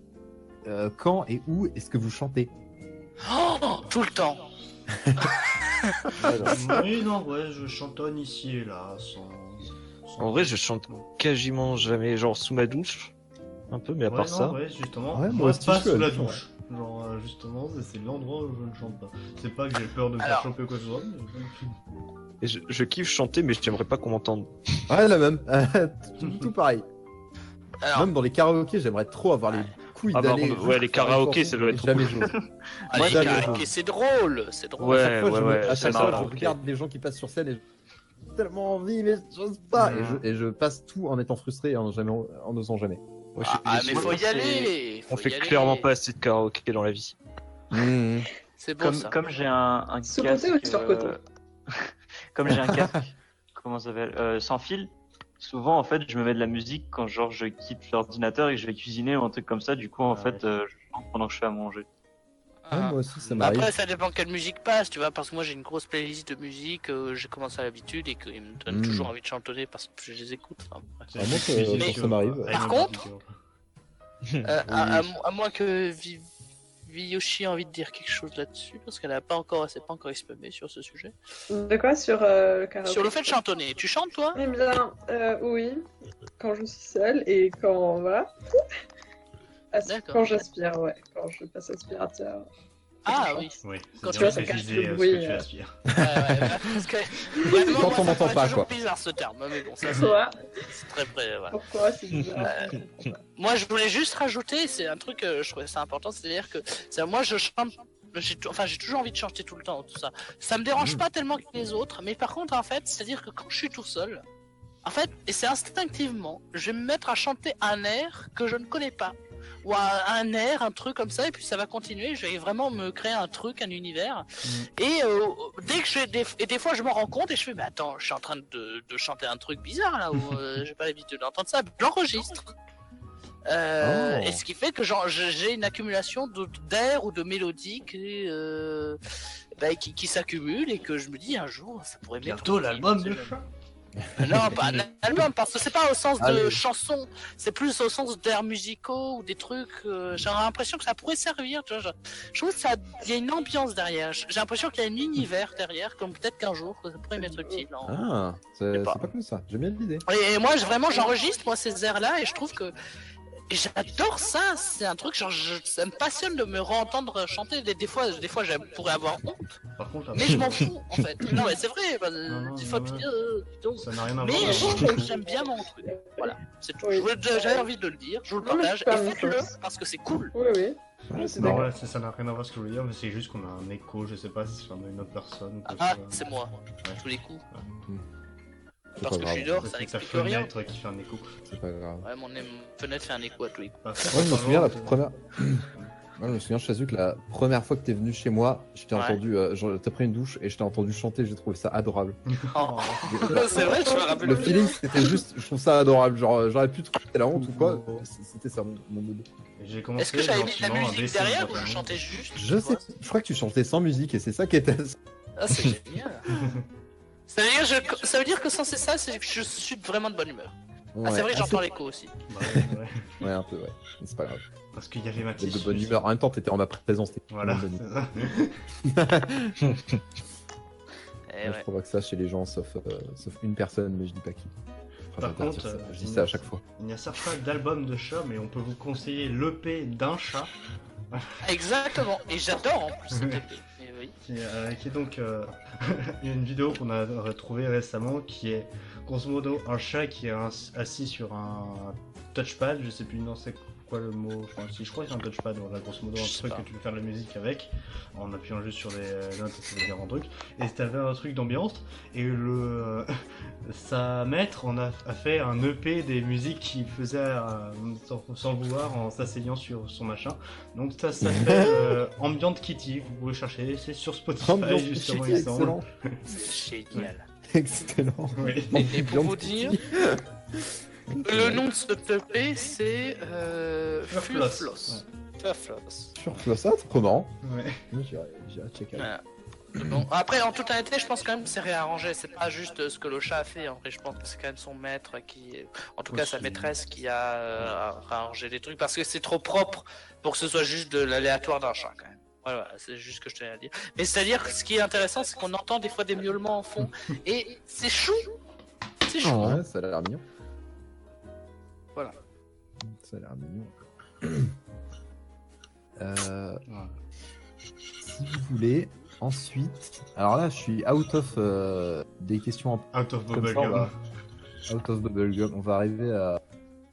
D: euh, quand et où est-ce que vous chantez
C: Oh, tout le temps.
A: Oui, non, ouais, je chantonne ici et là, sans. sans-
H: En vrai, je chante quasiment jamais, genre sous ma douche. Un peu, mais à
A: Ouais,
H: part
A: non,
H: ça.
A: Ouais, justement.
D: Ouais, moi
A: moi,
D: aussi,
A: pas
D: je suis
A: sous la
D: allé,
A: douche. Genre, euh, justement, c'est- c'est l'endroit où je ne chante pas. C'est pas que j'ai peur de me faire
C: Alors.
A: choper quoi que ce soit.
D: Ah,
A: mais-
H: Et je, je kiffe chanter, mais j'aimerais pas qu'on m'entende.
D: Ouais, la même. tout, tout pareil.
C: Alors,
D: Même dans les karaokés, j'aimerais trop avoir les couilles
H: Ah, par
D: d'aller.
H: contre, ouais, les karaokés, ça doit être trop
D: Jamais joué.
C: allez,
D: moi, j'avais-
C: Karak, et c'est drôle, c'est drôle. Ah,
D: à chaque
H: Ouais,
D: fois,
H: ouais,
D: je, me-
H: ouais,
D: à
H: c'est
D: chaque fois,
H: marrant,
D: je
H: ok.
D: regarde les gens qui passent sur scène et j'ai tellement envie, mais j'ose pas.
H: Mm.
D: Et, je, et je passe tout en étant frustré et en, jamais, en n'osant jamais.
H: Moi, je suis
C: Ah, ah, mais
H: déçu.
C: faut y
H: C'est-
C: aller.
H: On
C: faut
H: fait
C: y aller.
H: clairement pas assez de karaoké dans la vie. Mm.
C: C'est beau
B: Comme,
C: ça.
B: comme j'ai un, un
F: Sous-côté
B: casque.
F: ou sur-côté
B: euh, comme j'ai un casque. comment ça s'appelle euh, Sans fil. Souvent, en fait, je me mets de la musique quand genre je quitte l'ordinateur et que je vais cuisiner ou un truc comme ça. Du coup, en
A: Ah,
B: fait, euh, je chante pendant que je fais à manger.
C: Ah.
D: Ouais, moi aussi, ça
C: Bah
D: m'arrive.
C: Après, ça dépend quelle musique passe, tu vois, parce que moi j'ai une grosse playlist de musique, euh, j'ai commencé à l'habitude et qu'ils me donnent
D: Mm.
C: toujours envie de chantonner parce que je les écoute. hein. enfin, bref.
A: C'est
D: Ah, moi,
A: juste
D: ça-
A: musique,
C: ça,
A: tu
D: ça
A: vois,
D: m'arrive.
A: avec
C: Par
A: une
C: contre-
A: vidéo.
D: Hmm.
C: Euh, à, à mo- à moins que Vi- Viyoshi ait envie de dire quelque chose là-dessus, parce qu'elle n'a pas encore, elle s'est pas encore exprimée sur ce sujet.
F: De quoi sur euh, le karaoké
C: Sur le fait de chantonner, tu chantes toi
F: Eh bien, euh, oui, quand je suis seule et quand voilà. As-
C: D'accord.
F: Quand j'aspire, ouais, quand je passe aspirateur.
C: Ah oui.
A: Oui, c'est bien
C: Quand tu vois, ça
A: précisé,
F: cache le
A: euh, ce
F: bruit,
A: que tu
F: euh.
A: aspires.
C: Ouais, ouais, bah, parce que vraiment,
D: Quand
C: moi,
D: on
C: ça me
D: m'entend
C: paraît
D: pas,
C: toujours
D: quoi.
C: bizarre ce terme, hein, mais bon, ça c'est
F: Pourquoi
C: c'est très près. Voilà.
F: Pourquoi c'est bizarre
C: Euh. Moi, je voulais juste rajouter, c'est un truc, euh, je trouvais ça important, c'est-à-dire que c'est- moi, je chante, j'ai tou- enfin, j'ai toujours envie de chanter tout le temps, tout ça. Ça me dérange pas tellement que les autres, mais par contre, en fait, c'est-à-dire que quand je suis tout seul, en fait, et c'est instinctivement, je vais me mettre à chanter un air que je ne connais pas. Ou un- un air, un truc comme ça, et puis ça va continuer, je vais vraiment me créer un truc, un univers. Et euh, dès que je, des, et des fois je m'en rends compte et je fais mais attends je suis en train de, de chanter un truc bizarre là où euh, j'ai pas l'habitude d'entendre ça j'enregistre Euh,
D: Oh.
C: et ce qui fait que j'en- j'ai j'ai une accumulation de- d'air ou de mélodies qui, euh, bah, qui, qui s'accumulent et que je me dis un jour ça pourrait m'être
A: Bientôt
C: utile,
A: l'album
C: on sait
A: de
C: jamais.
A: chat.
C: non pas un album parce que c'est pas au sens de
D: Allez.
C: chanson c'est plus au sens d'air musicaux ou des trucs euh, j'ai l'impression que ça pourrait servir tu vois, genre, je trouve que ça il y a une ambiance derrière j'ai l'impression qu'il y a un univers derrière comme peut-être qu'un jour ça pourrait m'être
A: Mmh.
C: utile en-
D: Ah,
C: Je sais
D: c'est
C: pas.
D: c'est pas comme ça. J'aime bien l'idée.
C: et, et moi, je, vraiment, j'enregistre moi ces airs-là et je trouve que et j'adore ça. C'est un truc, genre, je- ça me passionne de me re-entendre chanter. Des, des fois, des fois, je pourrais avoir honte,
A: Par contre,
C: mais
A: après,
C: je m'en fous en fait. Non, mais c'est vrai. bah,
A: Non, non,
C: des fois,
A: non,
C: tu
A: ouais.
C: dis, euh, dis donc.
A: ça n'a rien à voir.
C: Mais
A: avec
C: je-
A: le-
C: j'aime bien mon truc. Voilà, c'est tout.
F: Oui.
C: Je voulais- J'avais envie de le dire, je vous le
F: Non, mais
C: partage
F: c'est pas
C: et
F: la même
C: faites-le
F: chose.
C: parce que c'est cool.
F: Oui, oui.
D: Ouais, c'est
A: Non,
D: d'accord.
A: ouais, ça ça n'a rien à voir ce que je voulais dire, mais c'est juste qu'on a un écho, je sais pas si c'est une autre personne. ou quoi,
C: Ah,
A: ça-
C: c'est moi,
A: Ouais.
C: tous les coups.
D: Hmm.
C: Parce
D: pas
C: que je suis
D: grave.
C: dehors,
A: C'est
C: ça
A: ta
C: n'explique rien.
A: fenêtre qui fait un écho.
D: C'est pas grave.
C: Ouais, mon mon fenêtre fait un écho à tous les coups.
A: Bah,
D: Ouais, je me souviens la
A: c'est-
D: première. Moi, je me souviens, Chazuk, la première fois que t'es venu chez moi, je t'ai
C: Ouais.
D: entendu, euh, genre, t'as pris une douche et je t'ai entendu chanter, j'ai trouvé ça adorable.
A: Oh.
C: c'est vrai, je me rappelle.
D: Le feeling, c'était juste, je trouve ça adorable. Genre, euh, j'aurais pu trouver que t'as la honte ou quoi. c- C'était ça mon mon mood.
A: Et J'ai commencé
C: Est-ce que j'avais
A: genre,
C: mis de la
A: sinon, un
C: musique
A: dessin
C: derrière
A: de
C: ou je
A: Batman.
C: chantais juste
D: Je
C: tu
D: sais,
C: vois
D: je crois que tu chantais sans musique et c'est ça qui était.
C: Ah, c'est génial. Ça veut, dire, je- ça veut dire que sans c'est ça, c'est que je suis vraiment de bonne humeur. ah, c'est vrai, que j'entends l'écho aussi.
A: Bah, ouais, ouais.
D: Ouais, un peu, ouais. Mais C'est pas grave.
A: Parce qu'il y avait
D: T'es
A: Mathis.
D: de bonne humeur. En même temps, t'étais en ma présence. t'étais
A: Voilà.
D: de bonne humeur.
A: c'est ça.
C: Eh
D: Moi,
C: ouais.
D: Je provoque ça chez les gens, sauf, euh, sauf une personne, mais je dis pas qui.
A: Par
D: Enfin, je vais pas
A: contre,
D: dire ça,
A: euh,
D: je dis ça à chaque fois.
A: Il n'y a certes pas d'album de chat, mais on peut vous conseiller l'EP d'un chat,
C: Exactement. Et j'adore en plus cette
A: Ouais.
C: EP. Mais oui.
A: qui, est, euh, qui est donc. euh, il y a une vidéo qu'on a retrouvée récemment qui est grosso modo un chat qui est ass- assis sur un touchpad, je sais plus non c'est quoi le mot, enfin, si je crois que c'est un touchpad, voilà grosso modo un
B: Je sais
A: truc
B: pas.
A: que tu peux faire de la musique avec, en appuyant juste sur les notes et ça un truc, et t'avais un truc d'ambiance, et le euh, sa maître en a, a fait un EP des musiques qu'il faisait euh, sans, sans vouloir en s'asseyant sur son machin, donc ça ça s'appelle euh, Ambient Kitty, vous pouvez chercher, c'est sur Spotify
D: Ambiance
A: justement
D: Kitty,
A: il semble.
D: excellent.
C: C'est génial.
D: Excellent.
A: Oui.
C: Et, et pour vous
D: Ambiance
C: dire,
D: Kitty.
C: le nom de ce EP, c'est euh,
A: Furfloss.
C: Furfloss. Furfloss.
D: Sur sur ça, comment
A: Ouais.
D: J'irai j'irai checker.
C: Voilà. Bon, après, en toute honnêteté, je pense quand même que c'est réarrangé. C'est pas juste euh, ce que le chat a fait. En vrai, je pense que c'est quand même son maître qui, en tout cas sa
D: Aussi.
C: maîtresse, qui a euh, réarrangé les trucs parce que c'est trop propre pour que ce soit juste de l'aléatoire d'un chat quand même. Voilà, voilà, c'est juste ce que je tenais à dire. Mais c'est-à-dire que ce qui est intéressant, c'est qu'on entend des fois des miaulements en fond et c'est chou. C'est chou.
D: Ouais, ça a l'air mignon.
C: Voilà.
D: Ça a l'air mignon. Euh,
A: Voilà.
D: si vous voulez, ensuite. Alors là, je suis out of euh, des questions en
A: Out of
D: Comme ça, on
A: Bubblegum.
D: va- out of bubblegum. On va arriver à,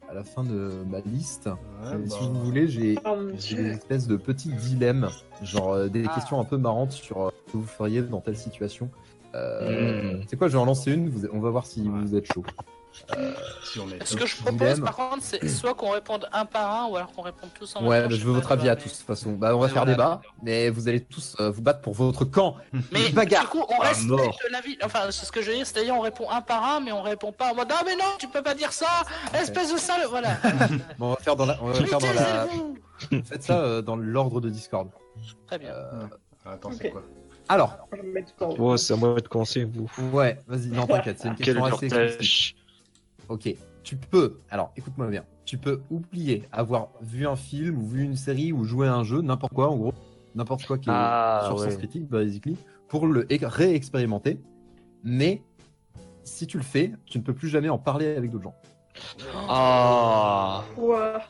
D: à la fin de ma liste.
C: Ah
A: Ouais,
D: Et
A: bah,
D: Si vous voulez, j'ai
F: Oh mon
D: j'ai
F: dieu.
D: des espèces de petits dilemmes, genre euh, des
C: Ah.
D: questions un peu marrantes sur euh, ce que vous feriez dans telle situation. Euh, C'est quoi Je vais en lancer une. vous- on va voir si
A: Ouais.
D: vous êtes chaud.
A: si on est
C: Ce que je propose,
D: dilemme.
C: par contre, c'est soit qu'on réponde un par un ou alors qu'on réponde tous en même
D: Ouais,
C: temps,
D: bah,
C: je
D: je
C: sais
D: veux
C: pas,
D: votre avis
C: vois,
D: à
C: mais-
D: tous. De toute façon, bah, on va
C: Ouais,
D: faire
C: voilà.
D: débat, mais vous allez tous euh, vous battre pour votre camp.
C: Mais
D: Bagarre.
C: du coup, on
D: Ah,
C: reste
D: mort.
C: de la vie. Enfin, c'est ce que je veux dire, c'est-à-dire on répond un par un, mais on répond pas en mode Ah, mais non, tu peux pas dire ça, espèce de sale. Voilà.
D: Bon, on va faire dans la. On va
C: Mais
D: faire dans la...
C: taisez-vous.
D: Faites ça euh, dans l'ordre de Discord.
C: Très bien.
D: Euh,
A: Ah, Attends, c'est
F: Ok.
A: quoi
D: Alors,
F: Je vais me mettre tout en haut.
H: Oh, c'est à moi de commencer, vous.
D: ouais, vas-y, non t'inquiète, c'est une
H: Quel
D: question assez. explicite.
H: cortège.
D: Ok, tu peux. Alors, écoute-moi bien. Tu peux oublier avoir vu un film ou vu une série ou joué à un jeu, n'importe quoi en gros, n'importe quoi qui est
H: Ah,
D: sur Sens
H: ouais.
D: Critique, basically, pour le é- réexpérimenter. Mais si tu le fais, tu ne peux plus jamais en parler avec d'autres gens.
H: Ah
F: Ouah.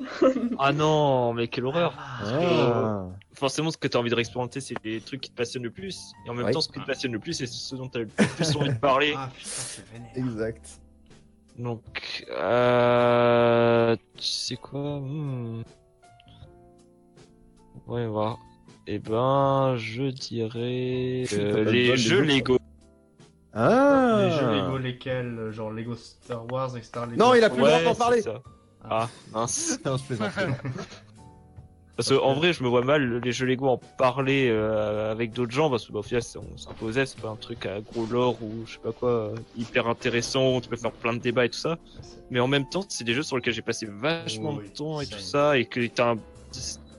H: Ah non, mais quelle horreur
D: Ah.
H: Forcément, ce que t'as envie de réexpérimenter, c'est les trucs qui te passionnent le plus. Et en même
D: Oui.
H: temps, ce qui te passionne le plus, c'est ce dont t'as le plus envie de parler.
A: Ah putain, c'est vénère.
D: Exact.
H: Donc, euh... Tu sais quoi Hmm. On va voir. Eh ben, je dirais...
D: Putain,
H: euh,
D: t'as pas de
H: les
D: bol,
H: jeux
D: les
H: Lego.
D: Ah.
A: Les jeux Lego, lesquels euh, Genre Lego Star Wars, etc. Lego
D: Non, il a
A: Star
D: plus le
A: Wars.
D: droit d'en
H: c'est
D: parler.
H: ça. Ah, mince.
D: Non, je plaisante.
H: Parce que, en vrai, je me vois mal les jeux Lego en parler euh, avec d'autres gens, parce que, bah, au final, c'est- on s'imposait, c'est pas un truc à gros lore ou je sais pas quoi, euh, hyper intéressant, où tu peux faire plein de débats et tout ça. Mais en même temps, c'est des jeux sur lesquels j'ai passé vachement
A: Oui,
H: de temps et
A: ça,
H: tout
A: oui.
H: ça, et que t'as un-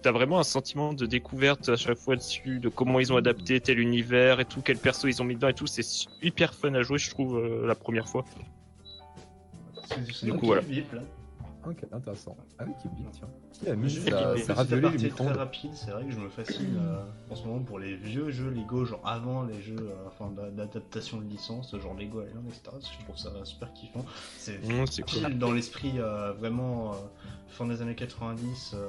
H: t'as vraiment un sentiment de découverte à chaque fois dessus, de comment ils ont adapté tel univers et tout, quel perso ils ont mis dedans et tout. C'est hyper fun à jouer, je trouve, euh, la première fois.
A: C'est- c'est
H: Du
A: un
H: coup, voilà.
A: petit bip, là.
D: Ok, intéressant. Ah oui, qui bip, tiens. Qui a mis
A: Juste
D: ça,
A: une
D: ça
A: petite
D: raviolé le
A: aparté très
D: micro-ondes
A: rapide, c'est vrai que je me fascine euh, en ce moment pour les vieux jeux Lego, genre avant les jeux euh, enfin, d'a- d'adaptation de licence, genre Lego Alien, etc. Je trouve ça super kiffant. C'est
H: Mmh, c'est cool.
A: pile dans l'esprit euh, vraiment euh, fin des années 90, euh,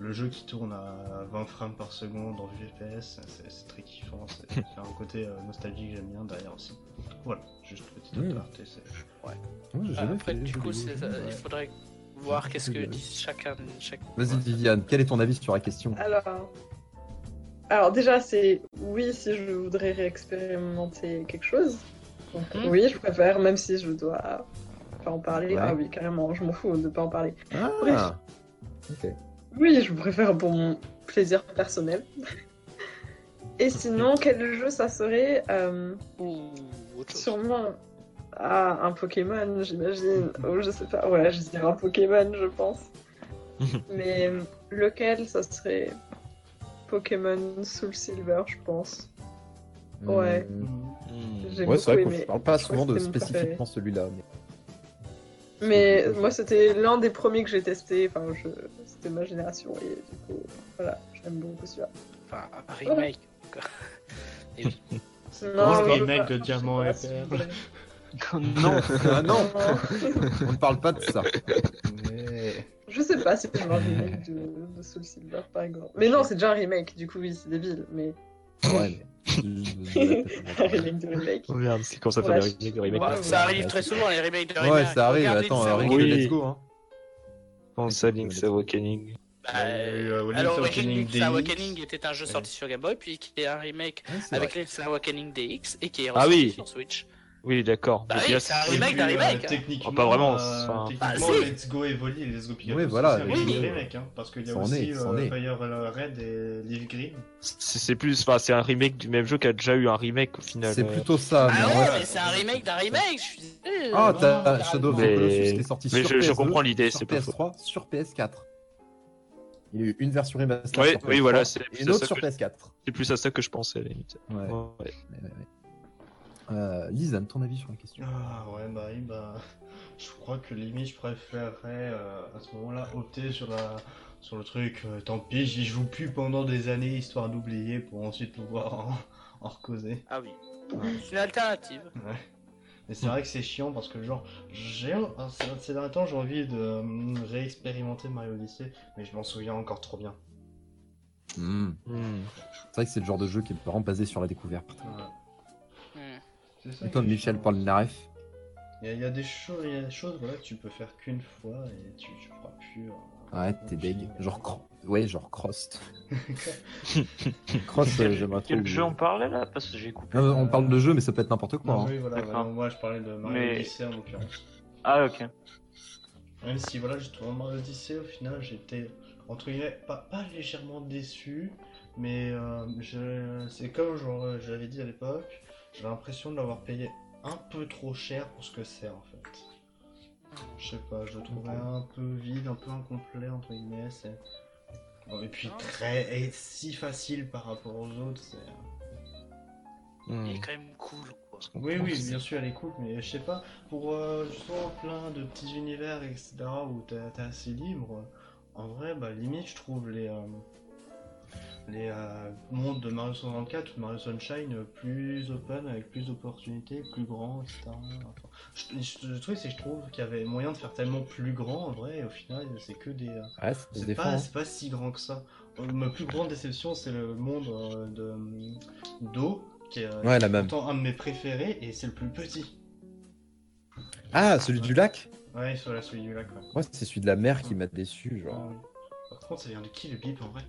A: le jeu qui tourne à 20 frames par seconde en VFS, c'est c'est très kiffant, c'est c'est un côté euh, nostalgique que j'aime bien derrière aussi. Voilà, juste petite
H: Mm.
D: Mmh.
A: aparté. c'est-
D: Ouais, j'ai jamais
C: Euh, Après,
D: fait les
C: du
D: jeux
C: coup,
D: Lego.
C: c'est- euh,
D: Ouais.
C: il faudrait voir qu'est-ce que
D: Ouais.
C: disent chacun. chacun.
D: Vas-y, Viviane, quel est ton avis sur la question
F: Alors. Alors déjà, c'est oui si je voudrais réexpérimenter quelque chose. Donc,
C: Mhm.
F: Oui, je préfère, même si je dois pas en parler.
D: Ouais.
F: Ah oui, carrément, je m'en fous de pas en parler.
D: Ah Ok.
F: Oui, je préfère pour mon plaisir personnel. Et sinon, quel jeu ça serait euh,
C: Ou autre chose.
F: Sûrement ah, un Pokémon, j'imagine. Ou je sais pas. Ouais, je dirais un Pokémon, je pense. Mais euh, lequel ça serait Pokémon Soul Silver, je pense. Ouais.
D: Hum.
A: Mm.
H: Mmh.
F: J'ai
D: Ouais,
F: beaucoup
D: c'est vrai qu'on
F: aimé.
D: parle pas
F: Je crois
D: souvent
F: que
D: de
F: c'était mon préféré.
D: spécifiquement celui-là. mais-
F: Mais moi, c'était l'un des premiers que j'ai testé. Enfin, je... c'était ma génération. Et du coup, voilà, j'aime beaucoup celui-là.
C: Enfin, un remake.
A: Moi, je
F: je
A: parle
F: veux
A: mec
F: pas-
A: de Diamant
F: je sais
A: et
F: pas
A: Perle.
F: si
D: Non, ah
F: je
D: non,
F: voudrais.
D: on ne parle pas de ça.
A: Mais-
F: Je sais pas si c'est un remake de, de Soul Silver par exemple. Mais non, c'est déjà un remake, du coup, oui, c'est débile, mais
D: Ouais, mais-
F: un remake de remake.
H: Oh merde, c'est quand ça
F: Ouais.
H: fait des remakes de remakes.
C: Bah, ça arrive très souvent, les remakes de
D: Ouais,
C: remakes.
D: ça arrive.
C: Regardez
D: Attends,
C: ça,
D: euh,
C: regardez.
D: Rick,
H: oui.
D: let's go. Hein.
H: pense à Link's Awakening.
C: Bah,
A: Il y a eu, euh,
C: à
A: Link's
C: l'origine,
A: Awakening
C: Link's
A: DX.
C: Awakening était un jeu sorti sur Game Boy, puis qui est un remake
D: Ouais, c'est
C: avec Link's Awakening DX et qui est
H: Ah
C: ressorti
H: oui.
C: sur Switch.
H: Oui, d'accord.
C: Bah
H: Mais
C: oui,
H: bien
C: c'est un
H: sûr.
A: Et
C: remake
A: puis,
C: d'un
A: euh,
C: remake, hein.
A: Techniquement,
D: Oh,
H: Ah, pas vraiment,
A: euh,
H: enfin.
A: techniquement,
C: Bah, si.
A: Let's Go Evoli et Let's Go Pikachu,
D: Oui, voilà,
A: c'est aussi un
D: oui.
A: petit remake, hein, parce qu'il y a
D: C'en
A: aussi
D: est,
A: euh,
D: c'en est.
A: Fire Red et Leaf Green.
H: C'est c'est plus, enfin, c'est un remake du même jeu qui a déjà eu un remake au final.
D: C'est
H: euh.
D: plutôt ça.
C: Ah,
D: mais en
C: ouais,
D: vrai-
C: mais c'est un remake d'un remake, je suis désolé.
D: Ah,
A: Ah,
D: t'as Shadow of the
H: Mais-
D: Colossus qui est sorti
H: mais
D: sur
H: je- je
D: PS2,
H: comprends l'idée,
D: sur
H: c'est pas faux.
D: PS3, sur PS4. Il y a eu une version remaster
H: Oui,
D: sur PS3
H: oui, voilà, c'est-
D: et
H: c'est
D: une autre
H: ça
D: sur
H: que-
D: PS4.
H: C'est plus à ça que je pensais, à la limite.
D: Ouais.
H: Ouais.
D: Euh, Lisanne, ton avis sur la question
A: Ah ouais, bah oui, bah. Je crois que limite, je préférerais euh, à ce moment-là opter sur, la, sur le truc. euh, tant pis, j'y joue plus pendant des années histoire d'oublier pour ensuite pouvoir en, en recauser.
C: Ah oui. C'est une alternative.
A: Mais c'est vrai que c'est chiant parce que, genre, j'ai un- un- ces ces derniers temps, j'ai envie de euh, réexpérimenter Mario Odyssey, mais je m'en souviens encore trop bien.
D: Hmm. C'est vrai que c'est le genre de jeu qui est vraiment basé sur la découverte.
A: Voilà.
C: Hmm.
A: C'est ça
D: Et toi,
A: qui est
D: Michel
A: chiant.
D: Polnareff
A: Il y, a- il y a des choses, il y a des choses voilà, que tu peux faire qu'une fois et tu, tu feras plus. euh,
D: Ouais, t'es deg.
A: puis,
D: Genre,
A: euh,
D: cro- ouais, genre Crost. Crost, euh, j'aimerais trop.
B: Quel jeu on
D: Non,
B: parlait là Parce que j'ai coupé.
D: non, on parle de jeu, mais ça peut être n'importe quoi.
A: Non,
D: hein.
A: oui, voilà,
B: D'accord.
A: voilà, moi je parlais de Mario
B: Mais-
A: Odyssey en l'occurrence.
B: Ah, ok.
A: Même si voilà, justement, Mario Odyssey au final, j'étais entre guillemets pas, pas légèrement déçu, mais euh, je... c'est comme genre, euh, je l'avais dit à l'époque, j'ai l'impression de l'avoir payé un peu trop cher pour ce que c'est en fait. Je sais pas, je le trouvais un peu vide, un peu incomplet entre guillemets. c'est- Oh, Et puis très et si facile par rapport aux autres, c'est.
C: Il
H: Hmm.
C: est quand même cool, quoi.
A: Oui, oui, bien sûr, elle est cool, mais je sais pas, pour euh, justement plein de petits univers, etc., où t'es t'es assez libre, en vrai, bah, limite, je trouve les, euh, les euh, mondes de Mario 64 ou de Mario Sunshine euh, plus open, avec plus d'opportunités, plus grand, etc. Enfin, je- je- le truc, c'est que je trouve qu'il y avait moyen de faire tellement plus grand, en vrai, et au final, c'est que des. euh,
D: Ouais, ça se
A: c'est
D: défend.
A: pas,
D: hein.
A: c'est pas si grand que ça. Euh, Ma plus grande déception, c'est le monde euh, de d'eau, qui est euh,
D: Ouais, la même.
A: pourtant un de mes préférés, et c'est le plus petit.
D: Ah, celui du lac
A: Ouais, sur la celui du lac, ouais.
D: Ouais, c'est celui de la mer qui m'a déçu,
A: Ah
D: genre.
A: oui. Par contre, ça vient de qui le bip en vrai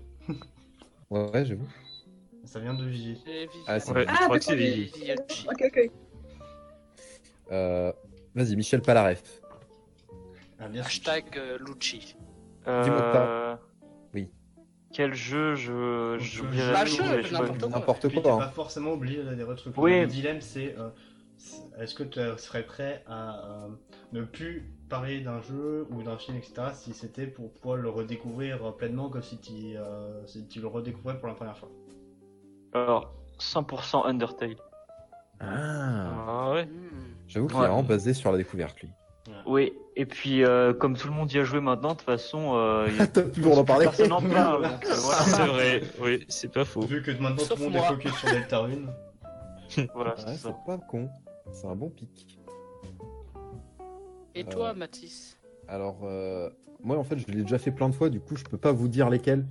D: Ouais, ouais, j'avoue.
A: Ça vient de Vivi.
C: Et
D: Ah, c'est-
H: Ouais,
F: Ah,
H: je crois que c'est
F: d'accord.
H: Vivi.
F: Ok, ok.
D: Euh, Vas-y, Michel Palaref.
A: Ah, bien sûr.
C: Hashtag euh, Lucci.
D: Dis-moi
B: Euh...
D: Oui.
B: Quel jeu je. J'oublierai
C: Bah,
B: le
C: jeu,
B: nom, mais je
C: n'importe
B: sais
C: quoi.
D: N'importe
A: Et puis,
D: quoi.
A: t'as
D: hein.
A: pas forcément oublié là, des vrais trucs.
B: Oui.
A: Le dilemme, c'est euh, c'est- est-ce que tu serais prêt à euh, ne plus parler d'un jeu ou d'un film, etc., si c'était pour pouvoir le redécouvrir euh, pleinement comme si tu, euh, si tu le redécouvrais pour la première fois
B: pas. Alors, 100% Undertale.
D: Ah.
H: Ah ouais.
C: Hmm.
D: J'avoue qu'il
B: Ouais.
D: est vraiment basé sur la découverte, lui.
B: Oui, et puis euh, comme tout le monde y a joué maintenant, de toute façon, euh, il y a
D: T'as plus pour en parler.
B: personne n'en parle. donc, euh, voilà.
H: C'est vrai. Oui, c'est pas faux.
A: Vu que maintenant
C: Sauf
A: tout le monde
C: moi.
A: est focus sur Deltarune.
B: Voilà,
D: Ouais,
B: c'est ça.
D: c'est pas con. C'est un bon pic.
C: Et
D: Euh,
C: toi, Mathis
D: Alors, euh, moi, en fait, je l'ai déjà fait plein de fois, du coup, je peux pas vous dire lesquels.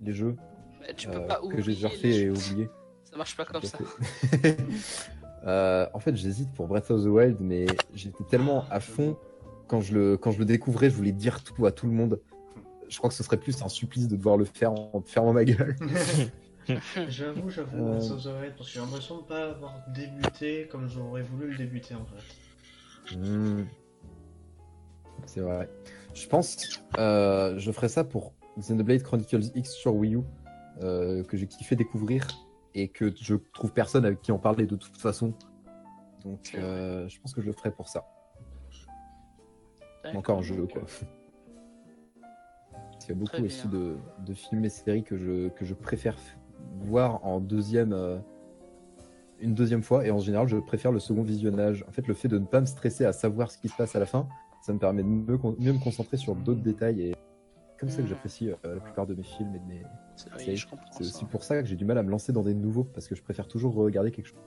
D: Les jeux
C: Bah, Tu peux
D: euh,
C: pas
D: que j'ai déjà
C: oublier.
D: fait
C: les
D: et
C: choses.
D: oublié.
C: Ça marche pas comme ça.
D: Euh, en fait, j'hésite pour Breath of the Wild, mais j'étais tellement à fond quand je le quand je le découvrais, je voulais dire tout à tout le monde. Je crois que ce serait plus un supplice de devoir le faire en fermant ma gueule.
A: J'avoue, j'avoue,
D: Euh.
A: Breath of the Wild, parce que j'ai l'impression de pas avoir débuté comme j'aurais voulu le débuter en fait.
D: Hmm. C'est vrai. Je pense, euh, je ferai ça pour Xenoblade Chronicles X sur Wii U, euh, que j'ai kiffé découvrir et que je trouve personne avec qui en parler de toute façon. Donc, euh, je pense que je le ferai pour ça. Encore un jeu, quoi. Il y a
C: euh, Très
D: beaucoup
C: bien.
D: aussi de, de films et séries que je, que je préfère f- voir en deuxième, euh, une deuxième fois. Et en général, je préfère le second visionnage. En fait, le fait de ne pas me stresser à savoir ce qui se passe à la fin, ça me permet de mieux, con- mieux me concentrer sur d'autres détails. Et comme ça que
C: Mhm.
D: j'apprécie euh, la plupart de mes films et de mes.
C: C'est-
D: C'est-
C: Oui, je comprends.
D: C'est
C: ça.
D: aussi pour ça que j'ai du mal à me lancer dans des nouveaux, parce que je préfère toujours regarder quelque chose.